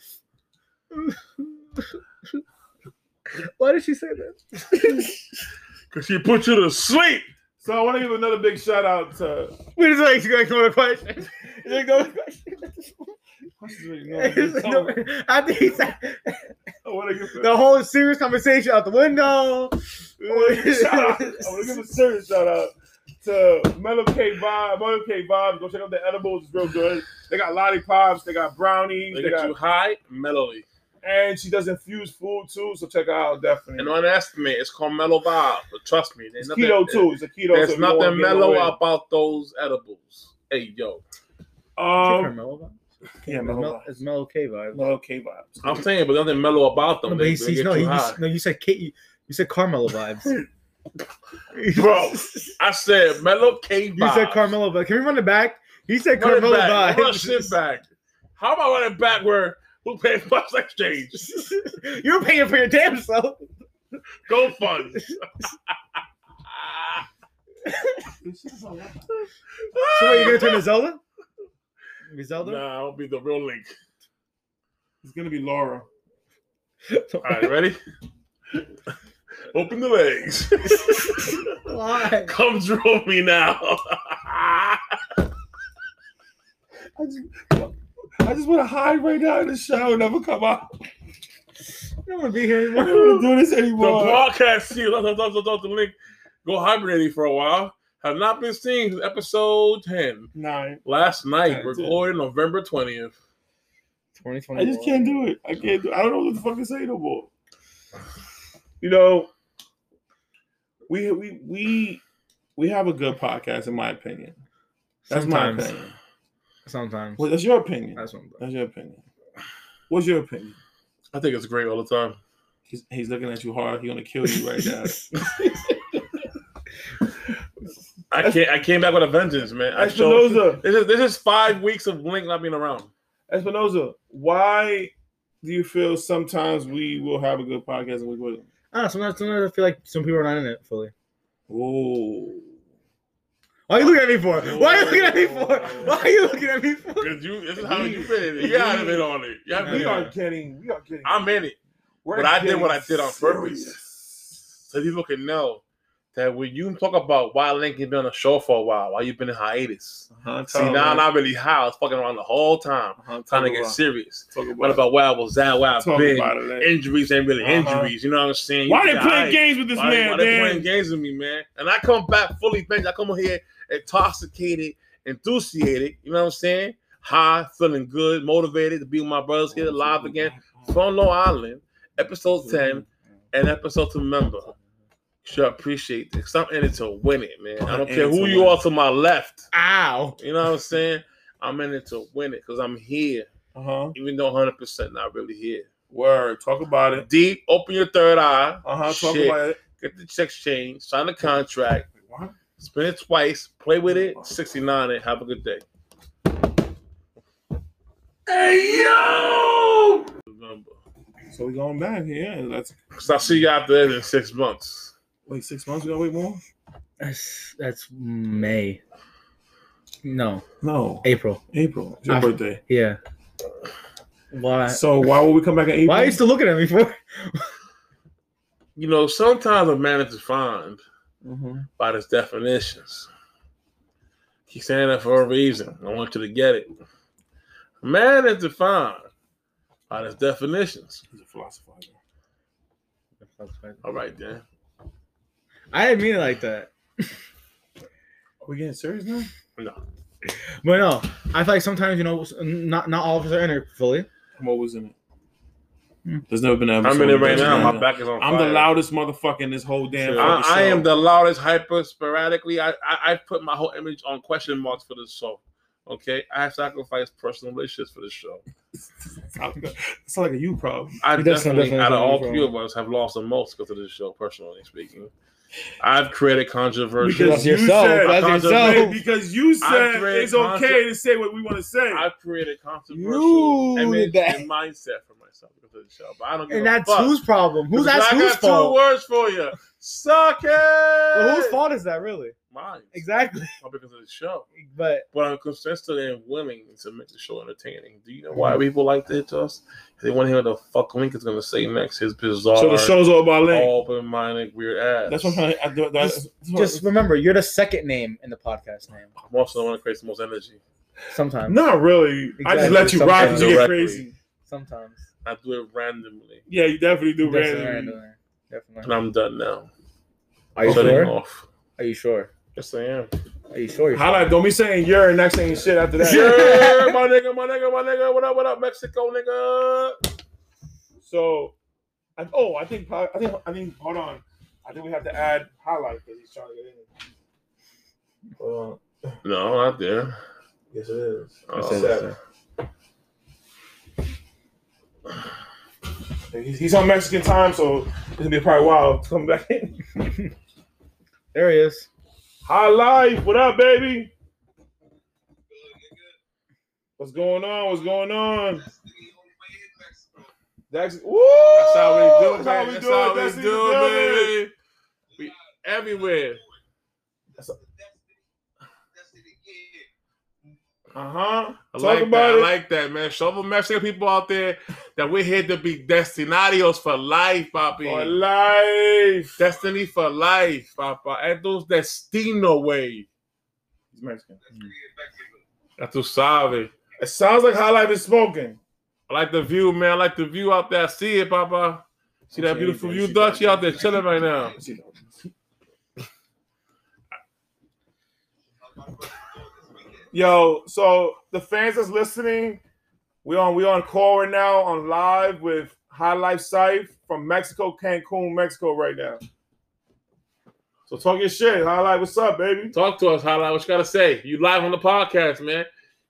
Speaker 2: Why did she say that?
Speaker 3: Because she put you to sleep.
Speaker 1: So I want to give another big shout out to.
Speaker 2: Wait, it's like, she's like, no question. It's like, no question. It's like, no- After he said
Speaker 1: I want to give.
Speaker 2: the whole serious conversation out the window.
Speaker 1: I want to give a shout out. I want to give a serious shout out to Mellow K Vibe. Mellow K Vibe. Go check out the edibles. It's real good. They got lollipops. They got brownies.
Speaker 3: They
Speaker 1: They,
Speaker 3: get
Speaker 1: got,
Speaker 3: you high, melody.
Speaker 1: and she does infused food too. So check her out definitely.
Speaker 3: And underestimate, it's called mellow vibe. But trust me,
Speaker 1: it's
Speaker 3: there's nothing,
Speaker 1: keto too. It's a keto.
Speaker 3: There's
Speaker 1: so you don't
Speaker 3: nothing
Speaker 1: wanna get
Speaker 3: mellow
Speaker 1: away.
Speaker 3: about those edibles. Hey, yo.
Speaker 1: Um, yeah,
Speaker 2: It's Mel-
Speaker 1: Mellow
Speaker 2: it's Mel K vibe.
Speaker 1: Mellow K Vibes.
Speaker 3: I'm saying, but nothing mellow about them.
Speaker 2: No, but
Speaker 3: they,
Speaker 2: he,
Speaker 3: they
Speaker 2: he's,
Speaker 3: get
Speaker 2: no,
Speaker 3: you
Speaker 2: he, you,
Speaker 3: high.
Speaker 2: s- no, you said Kate. You, you said Carmelo vibes,
Speaker 3: Bro, I said mellow K
Speaker 2: You said
Speaker 3: vibes.
Speaker 2: Carmelo vibes. Can we run it back? He said
Speaker 3: Run it
Speaker 2: Carmelo
Speaker 3: back. Run shit
Speaker 2: vibes.
Speaker 3: back. How about running back where who paid for sex exchange?
Speaker 2: You're paying for your damn self.
Speaker 3: Go fund.
Speaker 2: So wait, you're gonna turn to Zelda? Be Zelda?
Speaker 3: nah, I'll be the real link.
Speaker 1: It's gonna be Laura.
Speaker 3: All right, ready? Open the legs.
Speaker 2: Why?
Speaker 3: Come draw me now.
Speaker 1: I just, I just want to hide right now in the shower and never come out.
Speaker 2: I don't want to be here
Speaker 1: I don't
Speaker 2: anymore.
Speaker 1: want to do this
Speaker 3: the
Speaker 1: anymore.
Speaker 3: broadcast team, Dr. Dr. Dr. Link, go hibernating for a while. Have not been seen since episode 10.
Speaker 1: Nine.
Speaker 3: Last night,
Speaker 1: Yeah, dude.
Speaker 3: recorded November 20th.
Speaker 1: I
Speaker 2: 2021.
Speaker 1: just can't do it. I can't do I don't know what the fuck to say no more. You know, we we we we have a good podcast in my opinion. That's
Speaker 2: Sometimes.
Speaker 1: my opinion.
Speaker 2: Sometimes.
Speaker 1: Well, that's your opinion.
Speaker 2: That's what I'm doing.
Speaker 1: That's your opinion. What's your opinion?
Speaker 3: I think it's great all the time.
Speaker 1: He's, he's looking at you hard. He's gonna kill you right now.
Speaker 3: I can't. I came back with a vengeance, man. I showed,
Speaker 1: Espinoza,
Speaker 3: this is this is five weeks of Link not being around.
Speaker 1: Espinoza, why do you feel sometimes we will have a good podcast and we wouldn't?
Speaker 2: I don't know, sometimes, sometimes I feel like some people are not in it fully.
Speaker 1: Ooh.
Speaker 2: Why are you looking at me for? Why are you looking at me for? Why are you looking at me for?
Speaker 3: Cause you, this is how you been in it. You out of it on it. You haven't
Speaker 1: We
Speaker 3: been on
Speaker 1: are
Speaker 3: it.
Speaker 1: getting we are getting
Speaker 3: I'm in it.
Speaker 1: we're
Speaker 3: But I did
Speaker 1: getting
Speaker 3: what I did on purpose.
Speaker 1: serious.
Speaker 3: So people can know that when you talk about why Link ain't been on the show for a while, why you've been in hiatus.
Speaker 1: Uh-huh,
Speaker 3: See, now I'm not really how. I was fucking around the whole time,
Speaker 1: uh-huh,
Speaker 3: trying to
Speaker 1: talk
Speaker 3: get
Speaker 1: about-
Speaker 3: serious.
Speaker 1: talk
Speaker 3: What about why I was that? Why I've
Speaker 1: talk
Speaker 3: been?
Speaker 1: about it, Link.
Speaker 3: Injuries ain't really
Speaker 1: Uh-huh.
Speaker 3: injuries. You know what I'm saying?
Speaker 1: Why
Speaker 3: You
Speaker 1: they
Speaker 3: be
Speaker 1: playing
Speaker 3: aight.
Speaker 1: games with this
Speaker 3: Why,
Speaker 1: man,
Speaker 3: why they playing
Speaker 1: man?
Speaker 3: games with me, man? And I come back fully benched. I come over here intoxicated, enthusiastic. You know what I'm saying? High, feeling good, motivated to be with my brothers here live again from Long Island, episode 10 and episode to remember. You should appreciate this. 'cause I'm in it to win it, man. I don't
Speaker 1: In
Speaker 3: care
Speaker 1: it to
Speaker 3: who you
Speaker 1: win
Speaker 3: are to my left.
Speaker 2: Ow.
Speaker 3: You know what I'm saying? I'm in it to win it because I'm here,
Speaker 1: Uh huh.
Speaker 3: even though 100% not really here.
Speaker 1: Word. Talk about it.
Speaker 3: Deep, open your third eye.
Speaker 1: Uh huh. Talk
Speaker 3: Shit.
Speaker 1: about it.
Speaker 3: Get the checks changed, sign the contract.
Speaker 1: What?
Speaker 3: Spin it twice, play with
Speaker 1: Uh-huh.
Speaker 3: it, 69 it. Have a good day.
Speaker 1: Hey yo!
Speaker 3: Remember.
Speaker 1: So we going back? Yeah. That's
Speaker 3: Cause I see you after that in six months.
Speaker 1: wait six months. We gotta wait more.
Speaker 2: That's that's May. No,
Speaker 1: No,
Speaker 2: April.
Speaker 1: April. It's your
Speaker 2: Ah.
Speaker 1: birthday.
Speaker 2: Yeah. Why?
Speaker 1: So why would we come back in April?
Speaker 2: Why are you still looking at me for?
Speaker 3: You know, sometimes a man is defined
Speaker 1: Mhm.
Speaker 3: by his definitions. He's saying that for a reason. I want you to get it. A man is defined by his definitions.
Speaker 1: He's a philosophizer.
Speaker 3: All right, then.
Speaker 2: I didn't mean it like that.
Speaker 1: Are we getting serious now?
Speaker 2: But no, I feel like sometimes you know, not not all of us are in it fully.
Speaker 1: I'm always in
Speaker 2: Hmm.
Speaker 1: it. There's never been an
Speaker 3: I'm
Speaker 1: episode
Speaker 3: in it
Speaker 1: of
Speaker 3: right
Speaker 1: Dutch
Speaker 3: now. My
Speaker 1: Manna.
Speaker 3: back is on
Speaker 1: I'm the
Speaker 3: fire.
Speaker 1: loudest motherfucker in this whole damn.
Speaker 3: I,
Speaker 1: fucking
Speaker 3: I am
Speaker 1: show.
Speaker 3: the loudest hyper sporadically. I, I I put my whole image on question marks for this show. Okay, I have sacrificed personal relationships for this show.
Speaker 1: It's like a you problem.
Speaker 3: I
Speaker 2: That's not-
Speaker 3: definitely,
Speaker 2: that's
Speaker 3: out
Speaker 2: not
Speaker 3: of all
Speaker 2: something
Speaker 3: three of us, have lost the most because of this show. Personally speaking, I've created controversy.
Speaker 1: Because
Speaker 2: That's
Speaker 1: you
Speaker 2: yourself.
Speaker 1: said-
Speaker 2: That's
Speaker 3: Because of
Speaker 1: Hey,
Speaker 2: yourself.
Speaker 1: because you said
Speaker 3: read
Speaker 1: it's okay
Speaker 3: contra-
Speaker 1: to say what we want to say.
Speaker 3: I've created controversial
Speaker 2: You
Speaker 3: image
Speaker 2: that-
Speaker 3: and mindset for myself because of the show. But I don't give
Speaker 2: And
Speaker 3: a
Speaker 2: that's
Speaker 3: fuck.
Speaker 2: whose problem? Who's
Speaker 3: Because
Speaker 2: that's
Speaker 3: I
Speaker 2: whose
Speaker 3: got Two
Speaker 2: fault?
Speaker 3: words for you. Suck it.
Speaker 2: Well, whose fault is that really?
Speaker 3: Mine.
Speaker 2: Exactly.
Speaker 3: All because of the show.
Speaker 2: But
Speaker 3: but I'm consistent and willing to make the show entertaining. Do you know why people like that to us? They want to hear what the fuck Link is gonna say next. His bizarre,
Speaker 1: so the show's all about Link.
Speaker 3: open-minded, weird ass.
Speaker 1: That's what I'm trying to. I, do- that's, that's what-
Speaker 2: just remember, you're the second name in the podcast name.
Speaker 3: I'm also the one that creates the most energy.
Speaker 2: Sometimes.
Speaker 1: not really. I just
Speaker 2: Exactly.
Speaker 1: let you ride because you get
Speaker 3: Directly.
Speaker 1: crazy.
Speaker 2: Sometimes.
Speaker 3: I do it randomly,
Speaker 1: Yeah, you definitely do
Speaker 2: Definitely.
Speaker 1: randomly.
Speaker 3: and
Speaker 2: Definitely.
Speaker 3: I'm done now.
Speaker 2: Are you
Speaker 3: Shutting
Speaker 2: sure?
Speaker 3: off.
Speaker 2: Are you sure?
Speaker 3: Yes, I am.
Speaker 2: Are you sure?
Speaker 1: Highlight. Don't be saying you're and next saying shit after that.
Speaker 3: yeah, my nigga, my nigga, my nigga. What up, what up, Mexico, nigga?
Speaker 1: So, I, oh, I think I think I think. Hold on. I think we have to add highlight because he's trying to get in. Hold on.
Speaker 3: No, not there.
Speaker 1: Yes, it is.
Speaker 3: Oh.
Speaker 1: He's, he's on Mexican time, so it'll be probably a while to come back in.
Speaker 2: There he is.
Speaker 1: High life, what up, baby? What's going on? What's going on? That's, woo!
Speaker 3: That's how we do, it,
Speaker 1: That's how
Speaker 3: man.
Speaker 1: we
Speaker 3: That's
Speaker 1: do
Speaker 3: how
Speaker 1: it.
Speaker 3: we
Speaker 1: That's
Speaker 3: do
Speaker 1: it,
Speaker 3: it, baby. We everywhere.
Speaker 1: Uh huh.
Speaker 3: I
Speaker 1: Talk
Speaker 3: like
Speaker 1: about
Speaker 3: that.
Speaker 1: it.
Speaker 3: I like that, man. Show the Mexican people out there that we're here to be destinarios for life, papi.
Speaker 1: For life.
Speaker 3: Destiny for life, papa. Esto es destino, way.
Speaker 1: He's Mexican.
Speaker 3: That's tu sabes.
Speaker 1: It sounds like High Life is smoking.
Speaker 3: I like the view, man. I like the view out there. I see it, papa. See that
Speaker 1: Okay,
Speaker 3: beautiful
Speaker 1: man,
Speaker 3: view,
Speaker 1: she
Speaker 3: Dutch?
Speaker 1: got
Speaker 3: You
Speaker 1: it.
Speaker 3: out there chilling right now.
Speaker 1: Yo, so the fans that's listening, we on we on call right now on live with High Life Sife from Mexico, Cancun, Mexico, right now. So talk your shit, High Life. What's up, baby?
Speaker 3: Talk to us, highlight. What you gotta say? You live on the podcast, man.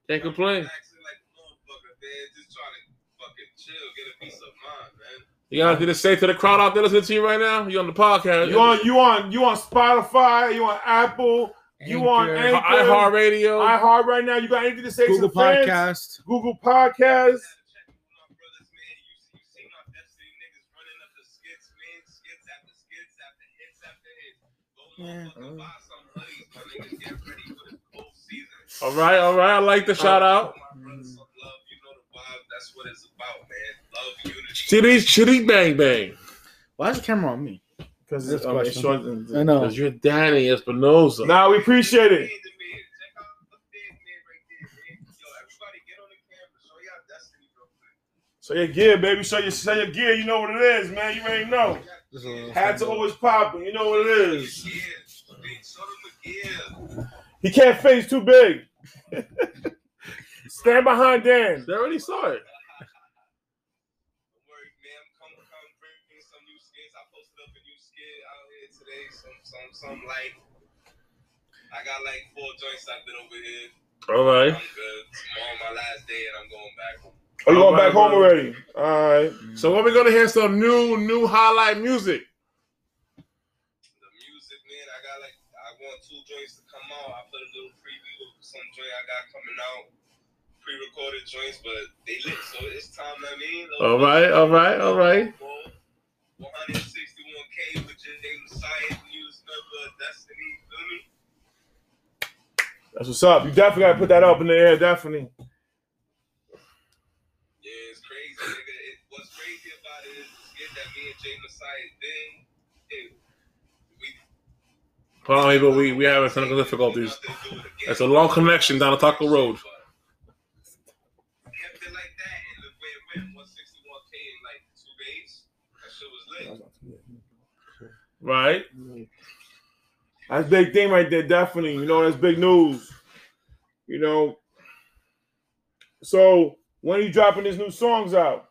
Speaker 3: Can't complain.
Speaker 4: Acting like a motherfucker, man. Just trying to fucking chill, get a piece of mind, man.
Speaker 3: You got anything to say to the crowd out there listening to you right now? You on the podcast?
Speaker 1: You on you on you on Spotify? You on Apple? You on
Speaker 2: Anchor,
Speaker 1: Anchor,
Speaker 3: iHeartRadio?
Speaker 1: iHeart right now? You got anything to say
Speaker 2: Google
Speaker 1: to the fans?
Speaker 2: Podcast.
Speaker 1: Google Podcast.
Speaker 4: had a chat with my brothers, man. You see, you see my Destiny niggas running up the skits, man. Skits after skits after hits after hits. Go motherfucker buy some hoodies, my nigga. Get ready for the cold season.
Speaker 3: All right, all right. I like the shout out.
Speaker 4: Show my brothers some love. You know the vibe. That's what it's about, man. Love, unity.
Speaker 3: Chitty, chitty, bang, bang.
Speaker 2: Why is the camera on me?
Speaker 1: Because
Speaker 6: This
Speaker 1: it's um, it's
Speaker 6: question.
Speaker 1: short.
Speaker 6: I know.
Speaker 3: Because you're Danny Espinosa.
Speaker 1: Nah, we appreciate it. So your gear, baby. Show your show your gear. You know what it is, man. You already know. Hats are always popping. You know what it is. He can't face too big. Stand behind Dan.
Speaker 3: They already saw it.
Speaker 4: Some like I got like four joints I've been over here.
Speaker 3: All
Speaker 4: I'm
Speaker 3: right.
Speaker 4: good. Tomorrow my last day and I'm going back home.
Speaker 1: Are Oh, you going back home
Speaker 3: Alright,
Speaker 1: already? All right.
Speaker 3: So when we gonna hear some new, new highlight music?
Speaker 4: the music, man. I got like I want two joints to come out. I put a little preview of some joint I got coming out, pre-recorded joints, but they lit, so it's time. I mean,
Speaker 3: All right, all right, all right.
Speaker 4: 161k with your name, Messiah, News Number, Destiny. Feel me?
Speaker 1: That's what's up. You definitely gotta put that up in the air, definitely.
Speaker 4: Yeah, it's crazy, nigga. It, what's crazy about it is the skit that me and Jay Messiah did. It, we,
Speaker 3: Hold on, but we we having technical difficulties. It's a long connection down a Taco Road.
Speaker 4: After like that, and the way it went, 161k in like two days. That shit was lit.
Speaker 3: Right.
Speaker 1: That's big thing right there, definitely. You know, that's big news. You know. So when are you dropping these new songs out?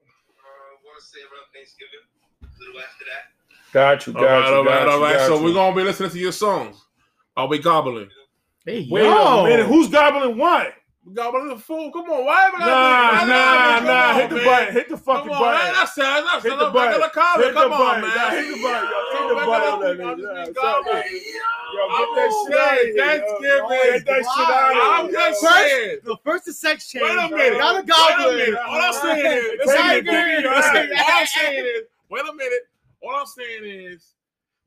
Speaker 4: Uh, want to say around Thanksgiving, a little after that.
Speaker 1: Got you, got
Speaker 3: All right,
Speaker 1: you.
Speaker 3: all
Speaker 1: got
Speaker 3: right,
Speaker 1: you,
Speaker 3: all right.
Speaker 1: got
Speaker 3: So
Speaker 1: you.
Speaker 3: we're gonna be listening to your songs. Are we gobbling?
Speaker 2: Hey,
Speaker 1: wait
Speaker 2: yo.
Speaker 1: a minute. Who's gobbling what?
Speaker 3: Gobbling the fool. Come on, why am I Oh,
Speaker 1: Nah, nah, nah. Hit the button. Hit the
Speaker 3: Come
Speaker 1: fucking
Speaker 3: on, man.
Speaker 1: button.
Speaker 3: That's sad. That's
Speaker 1: Hit the
Speaker 3: a regular
Speaker 1: button.
Speaker 3: comment.
Speaker 1: Hit the
Speaker 3: Come on,
Speaker 1: button.
Speaker 3: man.
Speaker 1: Nah, hit the button, yo. Hit the button on that nigga.
Speaker 3: I'm just
Speaker 1: Nah, sorry.
Speaker 3: gobbling.
Speaker 1: Yo, get
Speaker 3: I'm
Speaker 1: that shit out of here.
Speaker 3: saying
Speaker 1: yo. Yo,
Speaker 3: Thanksgiving.
Speaker 1: Get that shit out
Speaker 3: I'm
Speaker 1: of here.
Speaker 3: just
Speaker 1: yo.
Speaker 3: saying.
Speaker 6: The first is sex change.
Speaker 3: Wait a minute.
Speaker 6: Not a
Speaker 3: Wait a
Speaker 6: goblin.
Speaker 3: minute. All I'm saying is,
Speaker 1: Take
Speaker 3: wait a
Speaker 1: it,
Speaker 3: minute.
Speaker 1: baby.
Speaker 3: Listen, all I'm saying is, wait a minute. All I'm saying is,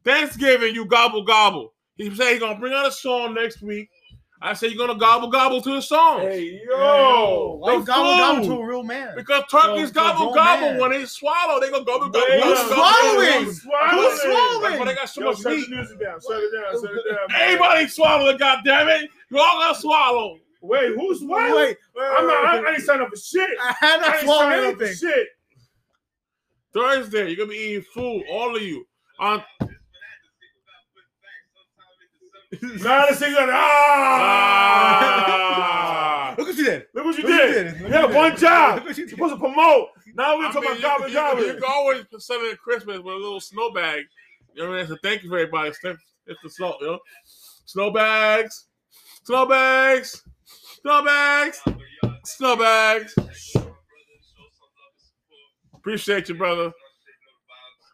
Speaker 3: Thanksgiving, you gobble gobble. He said he's gonna bring out a song next week. I said you're gonna gobble gobble to the song
Speaker 1: Hey,
Speaker 6: Yo,
Speaker 1: yo.
Speaker 6: why you
Speaker 3: Oh, the
Speaker 6: gobble gobble
Speaker 3: food.
Speaker 6: to a real man?
Speaker 3: because turkeys
Speaker 6: Yo,
Speaker 3: gobble
Speaker 6: yo,
Speaker 3: gobble
Speaker 6: man.
Speaker 3: when they swallow. They gonna gobble gobble.
Speaker 1: Wait,
Speaker 3: gobble,
Speaker 1: yo.
Speaker 3: gobble,
Speaker 6: Swallowing.
Speaker 3: gobble.
Speaker 6: Who's swallowing?
Speaker 3: That's why they got so
Speaker 1: Yo,
Speaker 3: much
Speaker 1: shut the
Speaker 3: meat.
Speaker 1: music down. Shut it down. Shut it down. man.
Speaker 3: Everybody swallow it. God damn it! You all gonna swallow.
Speaker 1: Wait, who's what?
Speaker 6: Wait,
Speaker 1: I'm not. I, I ain't signed up for shit.
Speaker 6: I had
Speaker 1: I
Speaker 6: not
Speaker 1: ain't
Speaker 6: swallowed
Speaker 1: signed up for
Speaker 6: anything.
Speaker 1: Shit.
Speaker 3: Thursday, you're gonna be eating food, all of you. On
Speaker 1: Nah, this thing's like ah.
Speaker 6: Look what you did.
Speaker 1: Look what you
Speaker 6: Look what you did. Look
Speaker 1: did. You
Speaker 6: what you
Speaker 1: had
Speaker 6: did.
Speaker 1: one
Speaker 6: Look
Speaker 1: job.
Speaker 6: what you
Speaker 1: You're
Speaker 6: did.
Speaker 1: supposed to promote. Now we're
Speaker 3: I
Speaker 1: talking
Speaker 3: mean,
Speaker 1: about
Speaker 3: you-
Speaker 1: garbage,
Speaker 3: you-
Speaker 1: garbage.
Speaker 3: You can always celebrate Christmas with a little snowbag. You know what I mean? So thank you for everybody. It's it's the salt, you know. Snowbags, snowbags, snowbags, snowbags. Appreciate you, brother.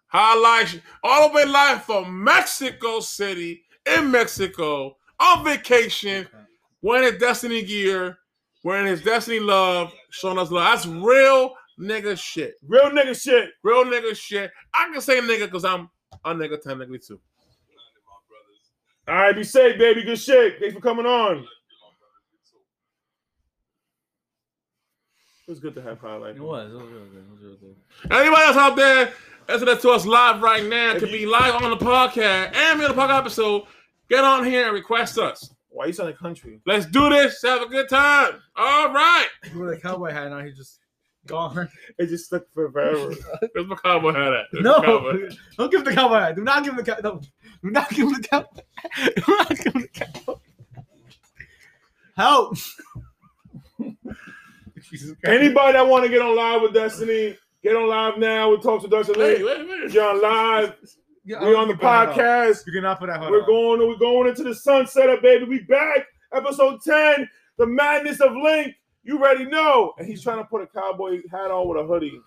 Speaker 3: Highlight all the way live from Mexico City in Mexico on vacation, wearing his Destiny gear, wearing his Destiny love, showing us love. That's real nigga shit.
Speaker 1: Real nigga shit.
Speaker 3: Real nigga shit. I can say nigga because I'm a nigga technically too.
Speaker 1: All right, be safe, baby. Good shit. Thanks for coming on. It was good to have highlight.
Speaker 2: It was. It was real good. It was real good.
Speaker 3: Anybody else out there listening to us live right now
Speaker 1: If
Speaker 3: could
Speaker 1: you-
Speaker 3: be live on the podcast and be on the podcast episode. Get on here and request us.
Speaker 1: Why you sound like country?
Speaker 3: Let's do this. Have a good time. All right.
Speaker 2: He wore the cowboy hat, now he's just gone.
Speaker 1: It just stuck forever.
Speaker 3: Where's my cowboy hat at? Where's my
Speaker 2: No,
Speaker 3: cowboy hat?
Speaker 2: don't give him the cowboy hat. Do not give him the cow. No, do not give him the cow. Do not give him the cow. Help! Jesus Christ.
Speaker 1: Anybody that want to get on live with Destiny, get on live now. We'll talk to Dustin
Speaker 3: Hey,
Speaker 1: later.
Speaker 3: wait, wait.
Speaker 1: You're on live.
Speaker 2: Yeah,
Speaker 1: We on the
Speaker 2: you cannot put that on.
Speaker 1: podcast.
Speaker 2: You cannot put that. hat
Speaker 1: We're
Speaker 2: on.
Speaker 1: going. We're going into the sunset, up, baby. We back. Episode ten. The madness of Link. You already know. And he's trying to put a cowboy hat on with a hoodie.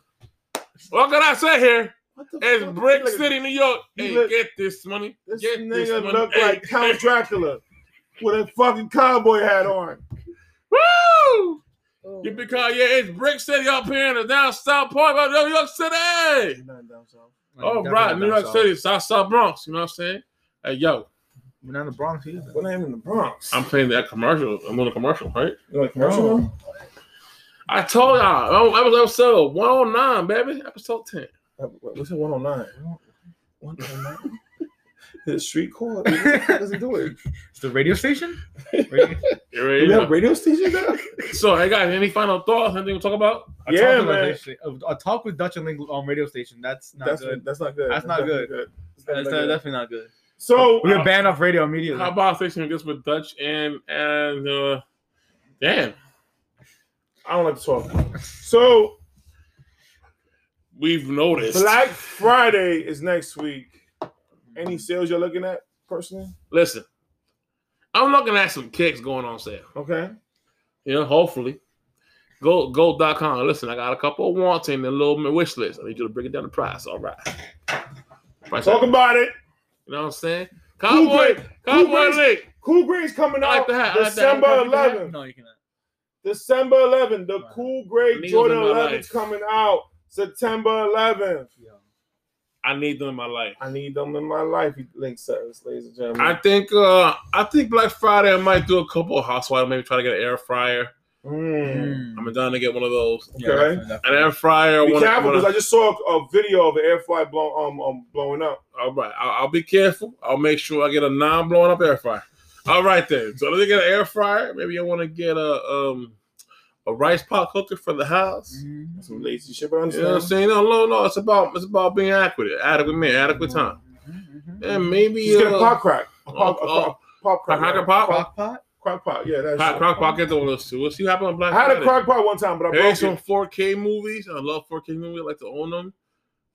Speaker 3: What can I say here?
Speaker 1: What the
Speaker 3: It's
Speaker 1: fuck?
Speaker 3: Brick
Speaker 1: Look at
Speaker 3: City, New York.
Speaker 1: He
Speaker 3: Hey,
Speaker 1: look-
Speaker 3: get this money.
Speaker 1: This
Speaker 3: Get this
Speaker 1: nigga
Speaker 3: money.
Speaker 1: look
Speaker 3: Hey,
Speaker 1: like Count
Speaker 3: hey.
Speaker 1: Dracula with a fucking cowboy hat on. Oh.
Speaker 3: Woo! You because yeah, it's Brick City up here in the down South Park of New York City. Oh,
Speaker 2: Definitely
Speaker 3: right,
Speaker 2: not
Speaker 3: New York
Speaker 2: South.
Speaker 3: City, South South Bronx. You know what I'm saying? Hey, yo,
Speaker 2: We're not in the Bronx either.
Speaker 1: We're not even in the Bronx.
Speaker 3: I'm playing that commercial. I'm on a commercial, right?
Speaker 1: You like commercial
Speaker 2: No.
Speaker 1: one?
Speaker 3: I told y'all, I was episode 109, baby, episode 10.
Speaker 1: Uh, What's it? One hundred nine. One hundred nine. The street call. Does it do it?
Speaker 2: It's the radio station.
Speaker 3: You
Speaker 1: Do
Speaker 3: ready?
Speaker 1: we have radio stations now?
Speaker 3: So, hey guys, any final thoughts? Anything we talk about?
Speaker 2: A
Speaker 1: Yeah,
Speaker 2: talk with
Speaker 1: man.
Speaker 2: radio sta- A, a talk with Dutch and Link on radio station. That's not
Speaker 1: That's
Speaker 2: good.
Speaker 1: that's not good.
Speaker 2: That's not
Speaker 1: definitely That's
Speaker 2: That's
Speaker 1: definitely
Speaker 2: not-
Speaker 1: good.
Speaker 2: definitely not good.
Speaker 1: So
Speaker 2: We were banned off radio immediately.
Speaker 3: How about fixing this with Dutch and and uh, damn,
Speaker 1: I don't like to talk. So
Speaker 3: we've noticed.
Speaker 1: Black Friday is next week.
Speaker 3: Mm-hmm.
Speaker 1: Any sales you're looking at personally?
Speaker 3: Listen, I'm looking at some kicks going on sale.
Speaker 1: Okay.
Speaker 3: You know, hopefully. Go gold.com. Listen, I got a couple of wants in the little mi- wish list. I need you to bring it down to price. All right. Price
Speaker 1: Talk
Speaker 3: up.
Speaker 1: about it.
Speaker 3: you know what I'm saying? Cowboy,
Speaker 1: brings-
Speaker 3: Cowboy
Speaker 1: brings-
Speaker 3: Link.
Speaker 1: Cool Gray's coming
Speaker 3: I like
Speaker 1: out
Speaker 3: the hat. I like the hat.
Speaker 1: December
Speaker 3: You
Speaker 2: You can have-
Speaker 1: 11th.
Speaker 2: No, you cannot.
Speaker 1: December 11th. The
Speaker 2: Wow.
Speaker 1: Cool Gray
Speaker 3: Needles
Speaker 1: Jordan
Speaker 3: in my
Speaker 1: 11
Speaker 3: life.
Speaker 1: is coming out September 11th.
Speaker 3: I need them in my life.
Speaker 1: I need them in my life. Link service, ladies and gentlemen.
Speaker 3: I think uh I think Black Friday I might do a couple of housewives, maybe try to get an air fryer.
Speaker 1: Mm.
Speaker 2: Mm.
Speaker 3: I'm down to get one of those.
Speaker 2: Yeah,
Speaker 1: Okay.
Speaker 2: definitely,
Speaker 3: An
Speaker 2: definitely.
Speaker 3: air fryer.
Speaker 1: Be
Speaker 3: one of-
Speaker 1: careful
Speaker 3: one of-
Speaker 1: because I just saw a, a video of an air flight blow, um, um, blowing up.
Speaker 3: All right, I'll, I'll be careful. I'll make sure I get a non-blowing up air fryer. All right then. So let me get an air fryer. Maybe I want to get a um a rice pot cooker for the house.
Speaker 2: Mm.
Speaker 1: Some lazy shit, but I
Speaker 3: You
Speaker 1: understand.
Speaker 3: know what I'm saying? No, no, no. It's about it's about being adequate, adequate man, adequate time,
Speaker 2: Mm-hmm,
Speaker 3: and maybe
Speaker 1: Mm. Just get a
Speaker 3: uh,
Speaker 1: pop crack. A pop,
Speaker 3: oh,
Speaker 1: a pop, pop crack.
Speaker 3: Crock pot?
Speaker 1: Crock-
Speaker 2: Crock pot?
Speaker 1: Crock pot. Yeah, that's
Speaker 3: crock, crock pot. Get the one of those two. We'll see what happens on Black
Speaker 1: I had a
Speaker 3: Friday.
Speaker 1: crock pot one time, but I
Speaker 3: There's
Speaker 1: broke
Speaker 3: some
Speaker 1: it.
Speaker 3: 4K movies. I love 4K movies. I like to own them.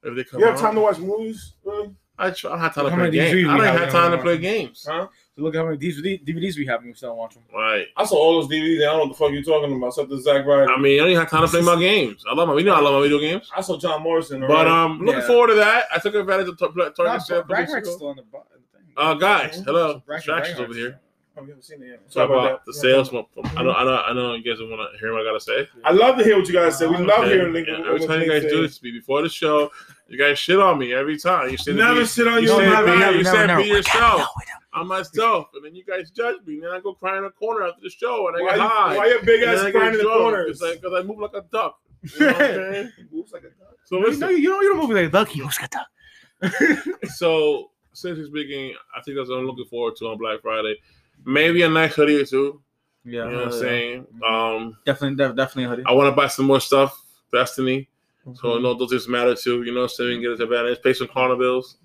Speaker 3: If they come
Speaker 1: You have time
Speaker 3: out.
Speaker 1: to watch movies? Really?
Speaker 3: I, try, I don't have time to
Speaker 2: How
Speaker 3: play
Speaker 2: many DVDs
Speaker 3: games. I
Speaker 2: we
Speaker 3: don't
Speaker 2: have
Speaker 3: have
Speaker 2: now?
Speaker 3: time to play games.
Speaker 1: Huh?
Speaker 2: So look how many DVDs DVDs we have and we still don't watch them.
Speaker 3: Right.
Speaker 1: I saw all those DVDs. And I don't know what the fuck you're talking about, except the Zach Ryder.
Speaker 3: I mean, I don't even have time to play my games. I love my. You know, I love my video games.
Speaker 1: I saw John Morrison.
Speaker 3: But um, looking
Speaker 2: Yeah.
Speaker 3: forward to that. I took advantage of Tar- Tar- Target
Speaker 2: Nah,
Speaker 3: sale. a couple
Speaker 2: Brack
Speaker 3: weeks
Speaker 2: Rack's
Speaker 3: ago.
Speaker 2: still on the bu- thing.
Speaker 3: Uh, guys,
Speaker 1: Mhm.
Speaker 3: hello.
Speaker 2: Brack-
Speaker 3: Distractions
Speaker 2: Brack
Speaker 3: over here.
Speaker 1: I haven't seen it yet.
Speaker 3: Talk
Speaker 1: Sorry
Speaker 3: about,
Speaker 1: about that.
Speaker 3: the sales. From, from, I know, I know, I know. You guys want to hear what I gotta say.
Speaker 1: I love to hear what you guys say. We love
Speaker 3: Okay?
Speaker 1: hearing Lincoln.
Speaker 3: Yeah, every time you guys do this to me before the show, you guys shit on me every time. You said
Speaker 1: never
Speaker 3: be,
Speaker 1: shit on
Speaker 3: you
Speaker 1: you.
Speaker 2: don't
Speaker 3: said,
Speaker 2: never,
Speaker 3: be,
Speaker 2: never,
Speaker 3: you
Speaker 2: never,
Speaker 3: said
Speaker 2: never.
Speaker 3: be yourself. I'm myself, and then you guys judge me. And then I go cry in a corner after the show, and I
Speaker 1: Why
Speaker 3: get
Speaker 1: you,
Speaker 3: high.
Speaker 1: why your big
Speaker 3: and
Speaker 1: ass
Speaker 3: then I get
Speaker 1: crying in the
Speaker 3: drunk.
Speaker 1: corners?
Speaker 3: It's like because I move like a duck. You know what I'm saying?
Speaker 1: Moves like a duck.
Speaker 3: So
Speaker 2: No, you,
Speaker 3: listen.
Speaker 2: know, you, don't, you don't move like a duck. You move like a duck.
Speaker 3: So, seriously speaking, I think that's what I'm looking forward to on Black Friday. Maybe a nice hoodie or two.
Speaker 2: Yeah,
Speaker 3: you know what I'm
Speaker 2: yeah.
Speaker 3: saying? Oh, Um,
Speaker 2: Definitely, def- definitely a hoodie.
Speaker 3: I want to buy some more stuff, Destiny. So,
Speaker 1: Mm-hmm.
Speaker 3: no, those things matter too. You know what I'm saying? Get us advantage, pay some corner bills.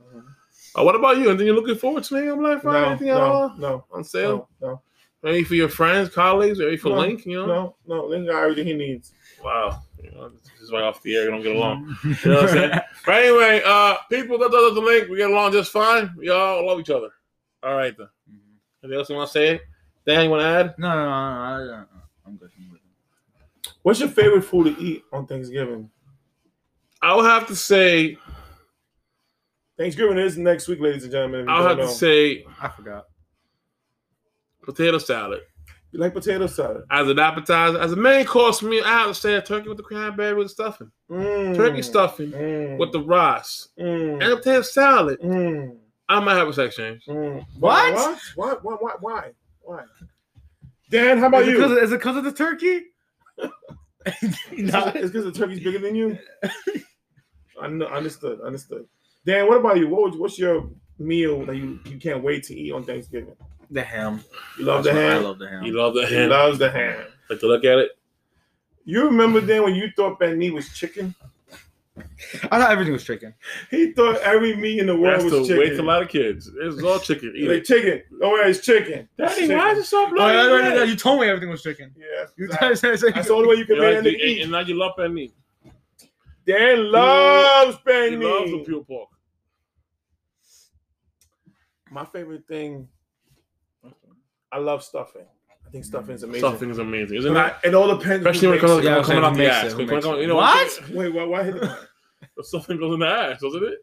Speaker 3: Uh, what about you? And then you're looking forward to anything on Black Friday?
Speaker 1: No,
Speaker 3: anything at
Speaker 1: no,
Speaker 3: all?
Speaker 1: no,
Speaker 3: On
Speaker 1: no,
Speaker 3: sale?
Speaker 1: no,
Speaker 3: Maybe for your friends, colleagues, maybe for
Speaker 1: No,
Speaker 3: Link, you know?
Speaker 1: no, no. Lincoln got everything he needs.
Speaker 3: Wow. You know, this is right off the air. We don't get along. You know what I'm saying? but anyway, uh, people, that does the link. We get along just fine. We all love each other. All right, then.
Speaker 1: Mm-hmm.
Speaker 3: Anything else you want to say? Dan, you want to add?
Speaker 2: No, no, no, no, no, no, no. I'm good. I'm good.
Speaker 1: What's your favorite food to eat on Thanksgiving?
Speaker 3: I would have to say,
Speaker 1: Thanksgiving is next week, ladies and gentlemen. if you
Speaker 3: I would
Speaker 1: don't
Speaker 3: have
Speaker 1: know.
Speaker 3: to say
Speaker 2: I forgot.
Speaker 3: potato salad.
Speaker 1: You like potato salad.
Speaker 3: As an appetizer, as a main course meal, I have to say a turkey with the cranberry with the stuffing.
Speaker 1: Mm.
Speaker 3: Turkey stuffing
Speaker 1: Mm.
Speaker 3: with the rice.
Speaker 1: Mm.
Speaker 3: And a potato salad.
Speaker 1: Mm.
Speaker 3: I might have a sex change.
Speaker 1: Mm.
Speaker 2: What?
Speaker 1: Why? Why? Why? Why? Why? Why? Dan, how about
Speaker 2: is, it
Speaker 1: you?
Speaker 2: 'cause of- is it because of the turkey? Nah.
Speaker 1: It's because the turkey's bigger than you. I know, understood. Understood. Dan, what about you? What would, what's your meal that you, you can't wait to eat on Thanksgiving?
Speaker 2: The ham.
Speaker 1: You love the
Speaker 2: That's
Speaker 1: ham.
Speaker 2: what- I love the ham.
Speaker 3: You love the
Speaker 1: he
Speaker 3: ham.
Speaker 1: loves the ham.
Speaker 3: Like to look at it.
Speaker 1: You remember Dan when you thought Ben Nee was chicken?
Speaker 2: I thought everything was chicken.
Speaker 1: He thought every meat in the world
Speaker 3: That's the
Speaker 1: was
Speaker 3: way to a
Speaker 1: chicken.
Speaker 3: lot of kids. It's all chicken. Eat
Speaker 1: Like
Speaker 3: it.
Speaker 1: chicken. Oh yeah, it's chicken.
Speaker 3: Daddy,
Speaker 1: Chicken.
Speaker 3: why is it so
Speaker 2: Oh,
Speaker 3: bloody?
Speaker 2: yeah, no, no, no,
Speaker 3: red?
Speaker 2: you told me everything was chicken.
Speaker 1: Yeah,
Speaker 2: You
Speaker 1: that's,
Speaker 2: said- said-
Speaker 1: that's the only way you can
Speaker 3: You're
Speaker 1: make
Speaker 3: like,
Speaker 1: anything
Speaker 3: and,
Speaker 1: eat.
Speaker 3: and now you love Ben Knee.
Speaker 1: Dan loves Ben
Speaker 3: He loves the
Speaker 1: Nee.
Speaker 3: pure pork.
Speaker 1: My favorite thing. I love stuffing. I think stuffing is amazing.
Speaker 3: Stuffing is amazing, isn't
Speaker 1: And
Speaker 3: it?
Speaker 1: I, it all depends. who
Speaker 3: Especially when it
Speaker 1: makes
Speaker 3: comes,
Speaker 2: Yeah,
Speaker 3: comes coming
Speaker 2: who
Speaker 3: out the
Speaker 2: makes
Speaker 3: ass.
Speaker 2: it, who
Speaker 3: When it
Speaker 2: makes
Speaker 3: comes-
Speaker 2: it.
Speaker 3: you know,
Speaker 2: What?
Speaker 1: Wait, why, why hit the mic?
Speaker 3: the Stuffing goes in the ass, doesn't it?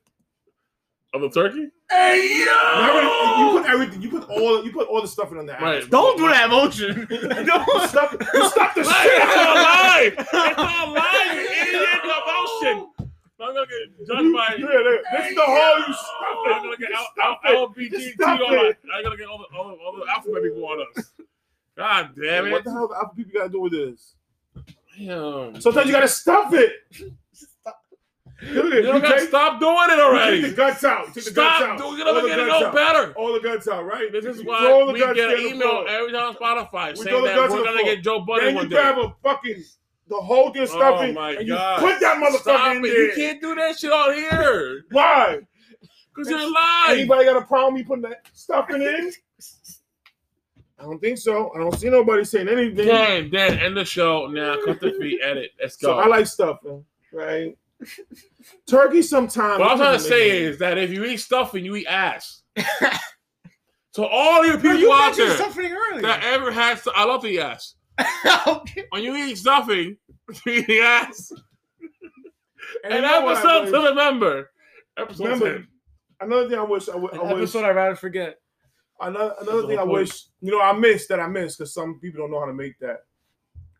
Speaker 3: Of the turkey?
Speaker 2: Hey,
Speaker 1: Not really-
Speaker 2: yo!
Speaker 1: You put everything. You put all. You put all the stuffing on the ass.
Speaker 3: Right.
Speaker 2: Don't do that motion.
Speaker 1: You
Speaker 2: Don't.
Speaker 1: stuff. You stuff the
Speaker 3: Hey,
Speaker 1: shit
Speaker 3: it's
Speaker 1: out
Speaker 3: all
Speaker 1: of
Speaker 3: live! It's all live, you idiot! The motion! I'm gonna get judged
Speaker 1: You-
Speaker 3: by.
Speaker 1: yeah, look, this is the whole you
Speaker 3: I'm gonna
Speaker 1: stuff it.
Speaker 3: get
Speaker 1: You
Speaker 3: L-
Speaker 1: stuff
Speaker 3: L-
Speaker 1: it.
Speaker 3: LBGT
Speaker 1: Stop
Speaker 3: on my-
Speaker 1: it.
Speaker 3: I'm gonna get all the, all the, all the alphabet people on us. God damn
Speaker 1: What
Speaker 3: it.
Speaker 1: the hell? The alpha people got to do with this?
Speaker 3: Damn.
Speaker 1: Sometimes you got to stuff it. Look
Speaker 3: You
Speaker 1: at
Speaker 3: don't gotta
Speaker 1: it.
Speaker 3: stop doing it
Speaker 1: You take
Speaker 3: already.
Speaker 1: the guts out. Take the guts
Speaker 3: Stop
Speaker 1: out.
Speaker 3: doing it.
Speaker 1: All
Speaker 3: I'm
Speaker 1: the
Speaker 3: getting
Speaker 1: guts
Speaker 3: no
Speaker 1: out.
Speaker 3: better.
Speaker 1: All the guts out, right?
Speaker 3: This is
Speaker 1: You
Speaker 3: why
Speaker 1: throw the
Speaker 3: we
Speaker 1: guts
Speaker 3: get
Speaker 1: down
Speaker 3: an
Speaker 1: the
Speaker 3: email
Speaker 1: floor.
Speaker 3: every time on Spotify
Speaker 1: throw
Speaker 3: saying
Speaker 1: the
Speaker 3: that
Speaker 1: guts
Speaker 3: we're
Speaker 1: on the
Speaker 3: gonna
Speaker 1: floor.
Speaker 3: get Joe Budden
Speaker 1: Then
Speaker 3: one
Speaker 1: you
Speaker 3: day.
Speaker 1: grab a fucking the whole thing
Speaker 3: Oh
Speaker 1: stuff in
Speaker 3: my
Speaker 1: and
Speaker 3: God.
Speaker 1: you put that motherfucker
Speaker 3: Stop
Speaker 1: in
Speaker 3: it.
Speaker 1: there.
Speaker 3: You can't do that shit out here
Speaker 1: Why?
Speaker 3: because you're lying.
Speaker 1: Anybody got a problem me putting that stuff in? it? I don't think so. I don't see nobody saying anything.
Speaker 3: Dan, Dan, end the show now. Cut the feet, edit. Let's go.
Speaker 1: So I like stuffing, right? Turkey sometimes.
Speaker 3: What I'm trying to say is that if you eat stuffing, you eat ass. so all you
Speaker 6: Bro,
Speaker 3: people
Speaker 6: you
Speaker 3: out
Speaker 6: mentioned
Speaker 3: there
Speaker 6: something earlier.
Speaker 3: that ever has, to, I love the ass. When you eat stuffing, you eat the ass. And
Speaker 1: you know what I
Speaker 3: episode
Speaker 1: wish-
Speaker 3: to remember. Episode
Speaker 1: Remember,
Speaker 3: 10.
Speaker 1: another thing I wish I, would- I wish
Speaker 2: Episode I'd rather forget.
Speaker 1: another,
Speaker 3: That's
Speaker 1: another
Speaker 3: the
Speaker 1: thing I
Speaker 3: whole point.
Speaker 1: wish you know I miss that I miss because some people don't know how to make that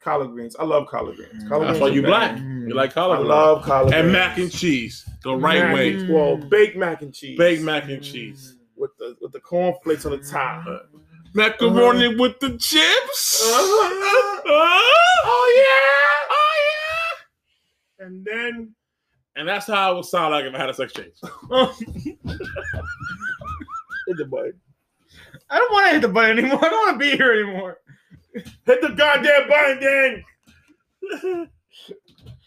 Speaker 1: collard greens. I love collard greens. Collard
Speaker 3: That's
Speaker 1: greens
Speaker 3: why
Speaker 1: are
Speaker 3: you
Speaker 1: bad.
Speaker 3: black.
Speaker 2: Mm.
Speaker 3: You like
Speaker 1: I
Speaker 3: collard greens.
Speaker 1: love collard
Speaker 3: and
Speaker 1: greens.
Speaker 3: mac and cheese the right
Speaker 1: Mac
Speaker 3: way.
Speaker 1: and- Well, baked mac and cheese.
Speaker 3: Baked mac and cheese.
Speaker 1: with the with the cornflakes on the top.
Speaker 3: Uh, Macaroni with the chips.
Speaker 1: Uh-huh.
Speaker 3: Oh yeah. Oh
Speaker 1: And then
Speaker 3: yeah. And that's how it would sound like if I had a sex change.
Speaker 1: hit the button.
Speaker 2: I don't want to hit the button anymore. I don't want to be here anymore.
Speaker 1: Hit the goddamn button, then.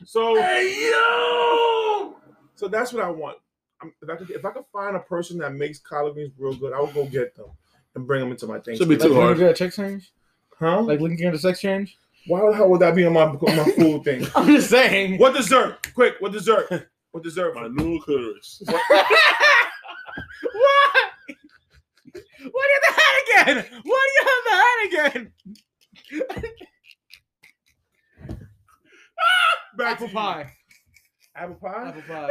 Speaker 1: so
Speaker 3: Hey yo!
Speaker 1: So that's what I want. I'm, if I could, if I could find a person that makes collard greens real good, I would go get them and bring them into my thing.
Speaker 3: Should be
Speaker 2: Like,
Speaker 3: too
Speaker 2: when you
Speaker 3: hard.
Speaker 2: get a sex change?
Speaker 1: Huh?
Speaker 2: Like linking into sex change?
Speaker 1: why the hell would that be on my my food thing?
Speaker 2: I'm just saying.
Speaker 1: What dessert? Quick, what dessert? What dessert?
Speaker 3: My new clitoris.
Speaker 2: What? What in the head again? What do you have the head again?
Speaker 1: Back to
Speaker 2: Apple
Speaker 1: you.
Speaker 2: pie.
Speaker 1: Apple pie.
Speaker 2: Apple pie.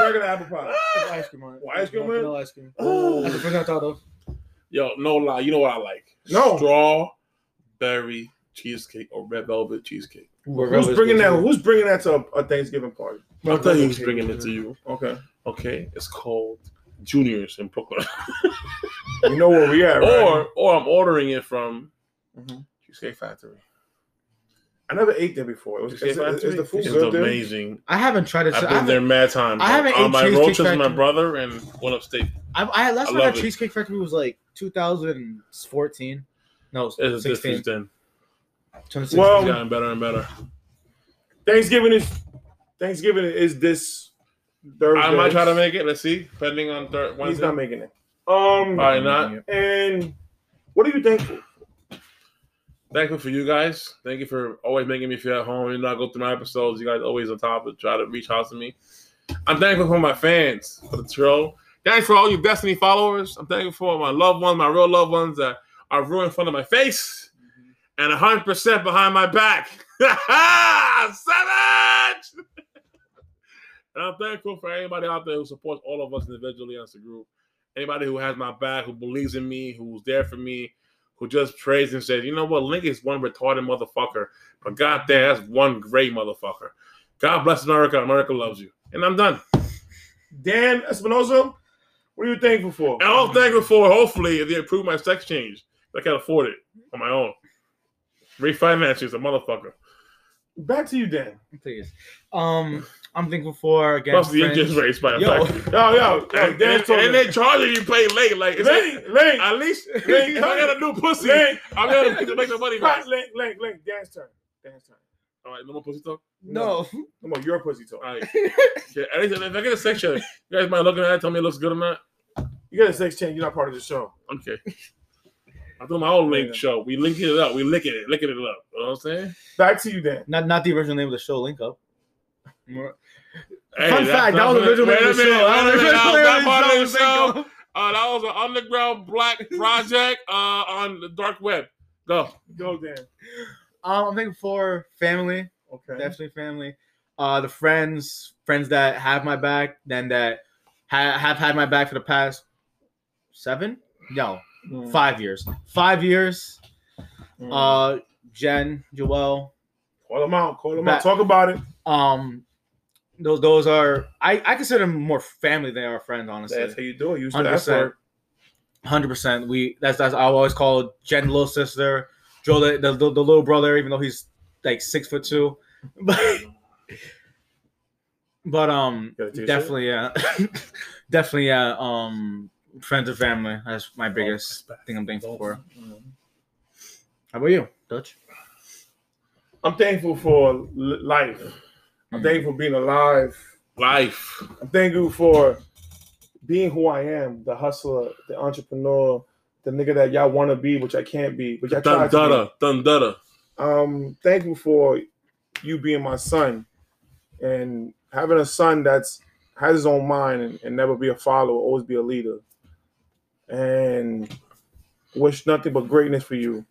Speaker 1: Regular apple pie.
Speaker 2: With ice cream on it.
Speaker 1: Well, ice cream on it?
Speaker 2: No ice cream.
Speaker 1: Oh.
Speaker 2: That's the first thing I thought of.
Speaker 3: Yo, no lie. You know what I like?
Speaker 1: No.
Speaker 3: Strawberry cheesecake or red velvet cheesecake.
Speaker 1: Who's bringing that? Who's bringing that to a, a Thanksgiving party?
Speaker 3: I'll tell you who's bringing it to you.
Speaker 1: Okay.
Speaker 3: Okay, it's called Juniors in Brooklyn.
Speaker 1: You know where we at, right?
Speaker 3: or or I'm ordering it from
Speaker 1: Mhm.
Speaker 3: Cheesecake Factory.
Speaker 1: I never ate there before. It was,
Speaker 3: Cheesecake
Speaker 1: is, is,
Speaker 3: Factory
Speaker 1: is the food
Speaker 3: is
Speaker 1: good there?
Speaker 3: amazing.
Speaker 2: I haven't tried it.
Speaker 3: I've
Speaker 2: So I,
Speaker 3: been there
Speaker 2: haven't-
Speaker 3: mad time.
Speaker 2: I haven't
Speaker 3: on
Speaker 2: ate
Speaker 3: my
Speaker 2: Cheesecake
Speaker 3: roaches with my
Speaker 2: Factory.
Speaker 3: brother and one upstate.
Speaker 2: I, I last
Speaker 3: I
Speaker 2: time I
Speaker 3: love
Speaker 2: had
Speaker 3: it.
Speaker 2: Cheesecake Factory was like 2014. No, it
Speaker 3: It's
Speaker 2: was
Speaker 3: a difference
Speaker 2: 16.
Speaker 3: then.
Speaker 2: 2016.
Speaker 1: Well,
Speaker 3: It's gotten better and better.
Speaker 1: Thanksgiving is Thanksgiving is this Thursday.
Speaker 3: I might try to make it. Let's see. Depending on third
Speaker 1: He's
Speaker 3: Wednesday.
Speaker 1: not making it. Um.
Speaker 3: Probably not.
Speaker 1: And what are you thankful?
Speaker 3: Thankful for you guys. Thank you for always making me feel at home. You know, I go through my episodes. You guys always on top of try to reach out to me. I'm thankful for my fans, for the troll. Thanks for all you Destiny followers. I'm thankful for my loved ones, my real loved ones that are ruined in front of my face and 100% behind my back. Savage! and I'm thankful for anybody out there who supports all of us individually as a group. Anybody who has my back, who believes in me, who's there for me, who just prays and says, you know what, Link is one retarded motherfucker, but goddamn, that's one great motherfucker. God bless America. America loves you. And I'm done.
Speaker 1: Dan Espinosa, what are you thankful for?
Speaker 3: And I'm thankful for, hopefully, if they approve my sex change, I can afford it on my own. Refinance is a motherfucker.
Speaker 1: Back to you, Dan.
Speaker 2: please. Um, I'm thankful for again.
Speaker 3: Plus the
Speaker 2: friends.
Speaker 3: interest rates by a
Speaker 2: Yo.
Speaker 3: factor.
Speaker 1: Yo, yo, yo
Speaker 3: And,
Speaker 1: Dan
Speaker 3: and,
Speaker 1: told
Speaker 3: and they charge you if you pay late. Like, it's like,
Speaker 1: Link, Link,
Speaker 3: at least if
Speaker 1: Link,
Speaker 3: I got a new pussy,
Speaker 1: Link,
Speaker 3: I'm going to make some money back.
Speaker 1: Link, Link, Link, Link, Dan's turn. Dan's turn.
Speaker 3: All right, no more pussy talk?
Speaker 2: No.
Speaker 1: Come on, your pussy talk.
Speaker 3: All right. Yeah, at least if I get a sex change, you guys mind looking at it, tell me it looks good or not?
Speaker 1: You got a sex change, you're not part of the show.
Speaker 3: Okay. I do my own link
Speaker 1: Yeah.
Speaker 3: show. We linking it up. We licking it, licking it up. You know what I'm saying?
Speaker 1: Back to you, Dan.
Speaker 2: Not not the original name of the show. Link up.
Speaker 3: Hey,
Speaker 2: Fun
Speaker 3: that's
Speaker 2: fact: that
Speaker 3: not-
Speaker 2: was the original
Speaker 3: Wait
Speaker 2: name
Speaker 3: a
Speaker 2: of the
Speaker 3: minute,
Speaker 2: show. That
Speaker 3: wait a
Speaker 2: was
Speaker 3: minute,
Speaker 2: the original
Speaker 3: that
Speaker 2: name of
Speaker 3: part
Speaker 2: the
Speaker 3: of
Speaker 2: show,
Speaker 3: the show.
Speaker 2: Link Up.
Speaker 3: Uh, that was an underground black project uh, on the dark web. Go.
Speaker 1: Go, Dan.
Speaker 2: Um, I'm thankful for family.
Speaker 1: Okay.
Speaker 2: definitely family. Uh, the friends, friends that have my back, then that ha- have had my back for the past seven, no,
Speaker 1: Mm,
Speaker 2: five years, five years.
Speaker 1: mm.
Speaker 2: Uh, Jen, Joelle,
Speaker 1: call them out. Call them
Speaker 2: back-
Speaker 1: out. Talk about it.
Speaker 2: um, those those are I I consider them more family than they are friends,
Speaker 1: That's how
Speaker 2: honestly.
Speaker 1: you do it. Use the F
Speaker 2: 100%.
Speaker 1: word.
Speaker 2: Hundred percent. We that's that's I always call Jen little sister, Joel the, the the little brother, even though he's like six foot two, but. But um,
Speaker 1: Gotta take a
Speaker 2: definitely yeah, definitely yeah. Um, friends and family. That's my biggest thing I'm thankful for. How about you, Dutch?
Speaker 1: I'm thankful for l- life. I'm thankful for being alive.
Speaker 3: Life.
Speaker 1: I'm thankful for being who I am, the hustler, the entrepreneur, the nigga that y'all want to be, which I can't be, but y'all try
Speaker 3: Dun
Speaker 1: to
Speaker 3: dada. Dun dada.
Speaker 1: be. Um, thankful for you being my son, and having a son that's has his own mind and, and never be a follower, always be a leader, and wish nothing but greatness for you.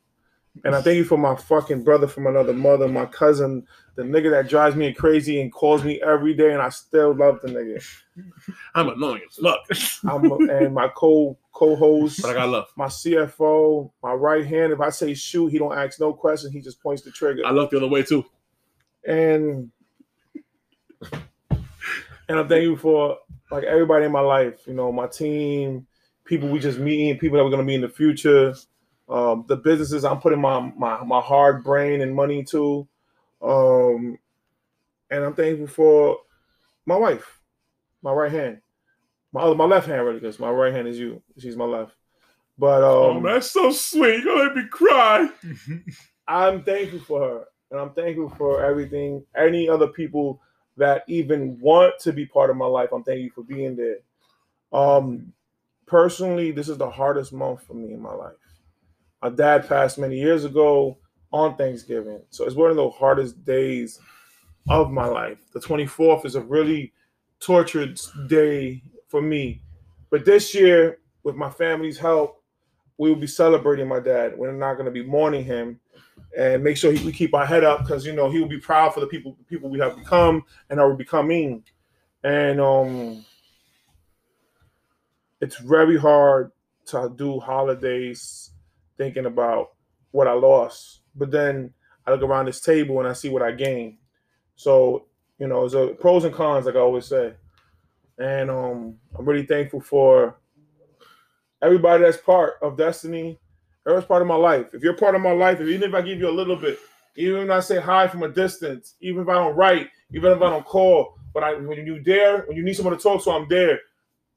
Speaker 1: And I thank you for my fucking brother from another mother, my cousin, the nigga that drives me crazy and calls me every day, and I still love the nigga.
Speaker 3: I'm annoying as fuck,
Speaker 1: I'm and my co co-host,
Speaker 3: but I got love.
Speaker 1: my CFO, my right hand. If I say shoot, he don't ask no question. He just points the trigger.
Speaker 3: I love the other way too.
Speaker 1: And and I'm thankful for like everybody in my life. You know, my team, people we just meeting, people that we're gonna meet in the future. Um, the businesses I'm putting my my my hard brain and money into. Um, and I'm thankful for my wife, my right hand, my other, my left hand really, because my right hand is you. She's my left. But um,
Speaker 3: Oh, that's so sweet. You're gonna make me cry.
Speaker 1: I'm thankful for her, and I'm thankful for everything. Any other people that even want to be part of my life, I'm thankful for being there. Um, personally, this is the hardest month for me in my life. My dad passed many years ago on Thanksgiving, so it's one of the hardest days of my life. The 24th is a really tortured day for me, but this year, with my family's help, we will be celebrating my dad. We're not going to be mourning him and make sure he, we keep our head up because you know he will be proud for the people people we have become and are becoming. And um, it's very hard to do holidays thinking about what I lost, but then I look around this table and I see what I gained. So you know, it's a pros and cons, like I always say. And um, I'm really thankful for everybody that's part of Destiny. Everyone's part of my life. If you're part of my life, if, even if I give you a little bit, even if I say hi from a distance, even if I don't write, even if I don't call, but I when you there, when you need someone to talk to, I'm there.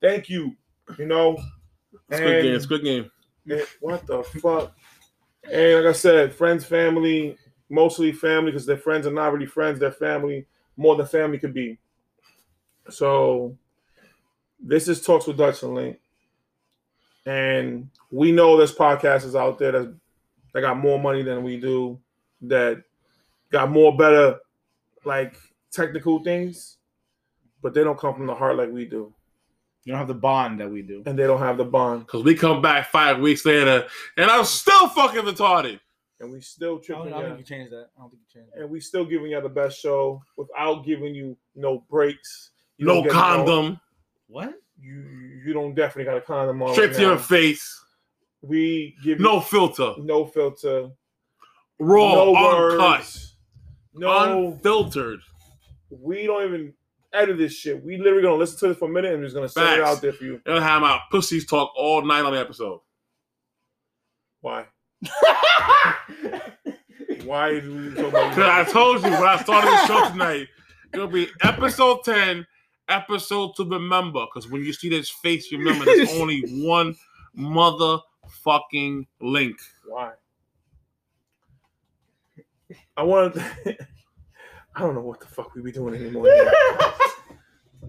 Speaker 1: Thank you. You know.
Speaker 3: Squid game.
Speaker 1: And-
Speaker 3: Squid game.
Speaker 1: Man, what the fuck? And like I said, friends, family, mostly family, because their friends are not really friends. They're family more than family could be. So this is Talks with Dutch and Link. And we know there's podcasters out there that's, that got more money than we do, that got more better, like, technical things, but they don't come from the heart like we do.
Speaker 2: You don't have the bond that we do.
Speaker 1: And they don't have the bond.
Speaker 3: Cause we come back five weeks later, and I'm still fucking retarded.
Speaker 1: And we still
Speaker 2: I don't,
Speaker 1: tripping.
Speaker 2: I don't
Speaker 1: y'all.
Speaker 2: think you changed that. I don't think you changed that.
Speaker 1: and we still giving y'all the best show without giving you no breaks. You don't
Speaker 3: No
Speaker 1: get
Speaker 3: condom.
Speaker 2: What?
Speaker 1: you you don't definitely got a condom on.
Speaker 3: Straight
Speaker 1: right
Speaker 3: to your
Speaker 1: now.
Speaker 3: face.
Speaker 1: We give
Speaker 3: No filter.
Speaker 1: you no filter,
Speaker 3: Raw,
Speaker 1: no
Speaker 3: uncut,
Speaker 1: words, no.
Speaker 3: unfiltered.
Speaker 1: we don't even edit this shit. We literally gonna listen to this for a minute and just gonna send it
Speaker 3: Facts.
Speaker 1: out there for you.
Speaker 3: They'll have my pussies talk all night on the episode.
Speaker 1: Why? Why do we talk about
Speaker 3: Cause I told you when I started the show tonight, it'll be episode ten, episode to remember. Cause when you see this face, remember there's only one motherfucking link.
Speaker 1: Why? I want. I don't know what the fuck we be doing anymore. here.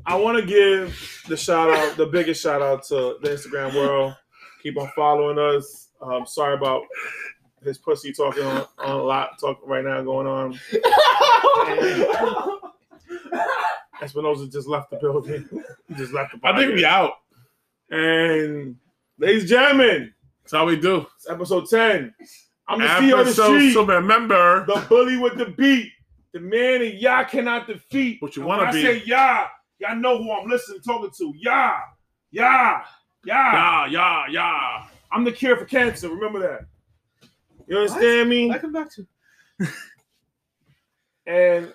Speaker 1: I want to give the shout out, the biggest shout out to the Instagram world. Keep on following us. Um, sorry about his pussy talking on, on a lot talk right now going on. Espinosa just left the building. He just left the.
Speaker 3: I think we
Speaker 1: podcast.
Speaker 3: out.
Speaker 1: And ladies and gentlemen,
Speaker 3: That's how we do.
Speaker 1: it's episode ten. I'm the CEO of the
Speaker 3: Episode
Speaker 1: street
Speaker 3: to remember.
Speaker 1: the bully with the beat, the man that y'all cannot defeat.
Speaker 3: What you
Speaker 1: And
Speaker 3: wanna
Speaker 1: when
Speaker 3: be.
Speaker 1: I say y'all, y'all know who I'm listening, talking to. Y'all, y'all, y'all.
Speaker 3: Yeah, yeah, yeah.
Speaker 1: I'm the cure for cancer. Remember that. You understand me?
Speaker 2: come back to.
Speaker 1: And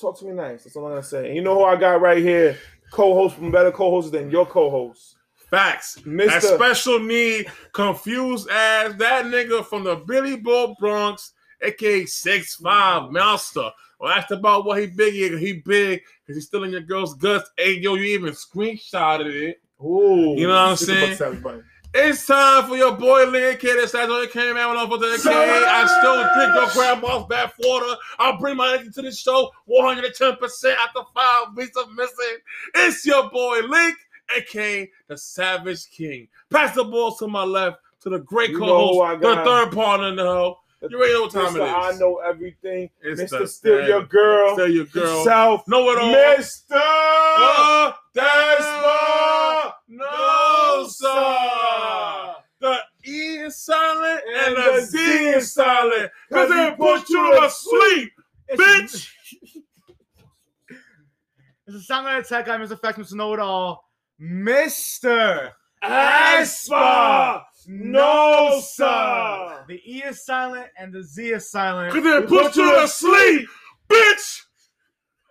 Speaker 1: talk to me nice. That's all I'm gonna say. And you know who I got right here? Co-host from better co-host than your co-host,
Speaker 3: Facts.
Speaker 1: Mister.
Speaker 3: That special need, confused ass, that nigga from the Billy Bull Bronx, aka Six Five Monster, Or asked about what he big is. He big because he's still in your girl's guts. Hey, yo, you even screenshotted it.
Speaker 1: Ooh,
Speaker 3: You know what I'm
Speaker 1: think about
Speaker 3: saying?
Speaker 1: Savage Banks.
Speaker 3: It's time for your boy Lynn Kid. It's time for your came out on for the kid. I still drink your grandma's back water. I'll bring my energy to the show 110% after five weeks of missing. It's your boy Link, aka the Savage King. Pass the ball to my left, to the great
Speaker 1: You
Speaker 3: co
Speaker 1: know who I
Speaker 3: host, the
Speaker 1: got.
Speaker 3: third partner in the hoe. You already know what time
Speaker 1: Mister,
Speaker 3: it
Speaker 1: I
Speaker 3: is.
Speaker 1: know everything.
Speaker 3: It's
Speaker 1: Mr.
Speaker 3: the
Speaker 1: Still
Speaker 3: Savage
Speaker 1: Your Girl.
Speaker 3: Still your girl.
Speaker 1: South.
Speaker 3: Know it all.
Speaker 1: Mister.
Speaker 3: Oh,
Speaker 1: That's
Speaker 3: Despa
Speaker 1: why
Speaker 3: No, sir. The E is silent and, the, Z, is silent. Because they put you to sleep, bitch.
Speaker 2: It's a songwriter attack guy, Mr. Facts, Mr. Know It All, Mr.
Speaker 1: Aspa. No, sir.
Speaker 2: The E is silent and the Z is silent.
Speaker 3: Because they put you to sleep, bitch.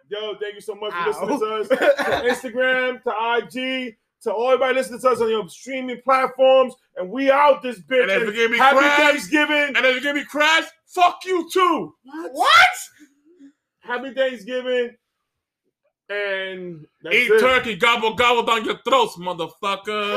Speaker 1: Yo, thank you so much for
Speaker 2: Ow.
Speaker 1: listening to us. To Instagram, to IG, to all everybody listening to us on your streaming platforms. And we out this bitch.
Speaker 3: And if you give me
Speaker 1: Happy
Speaker 3: crash-
Speaker 1: Thanksgiving.
Speaker 3: And if you give me crash, fuck you too.
Speaker 1: Happy Thanksgiving. And that's
Speaker 3: Eat
Speaker 1: it.
Speaker 3: turkey, gobble, gobble down your throats, motherfucker.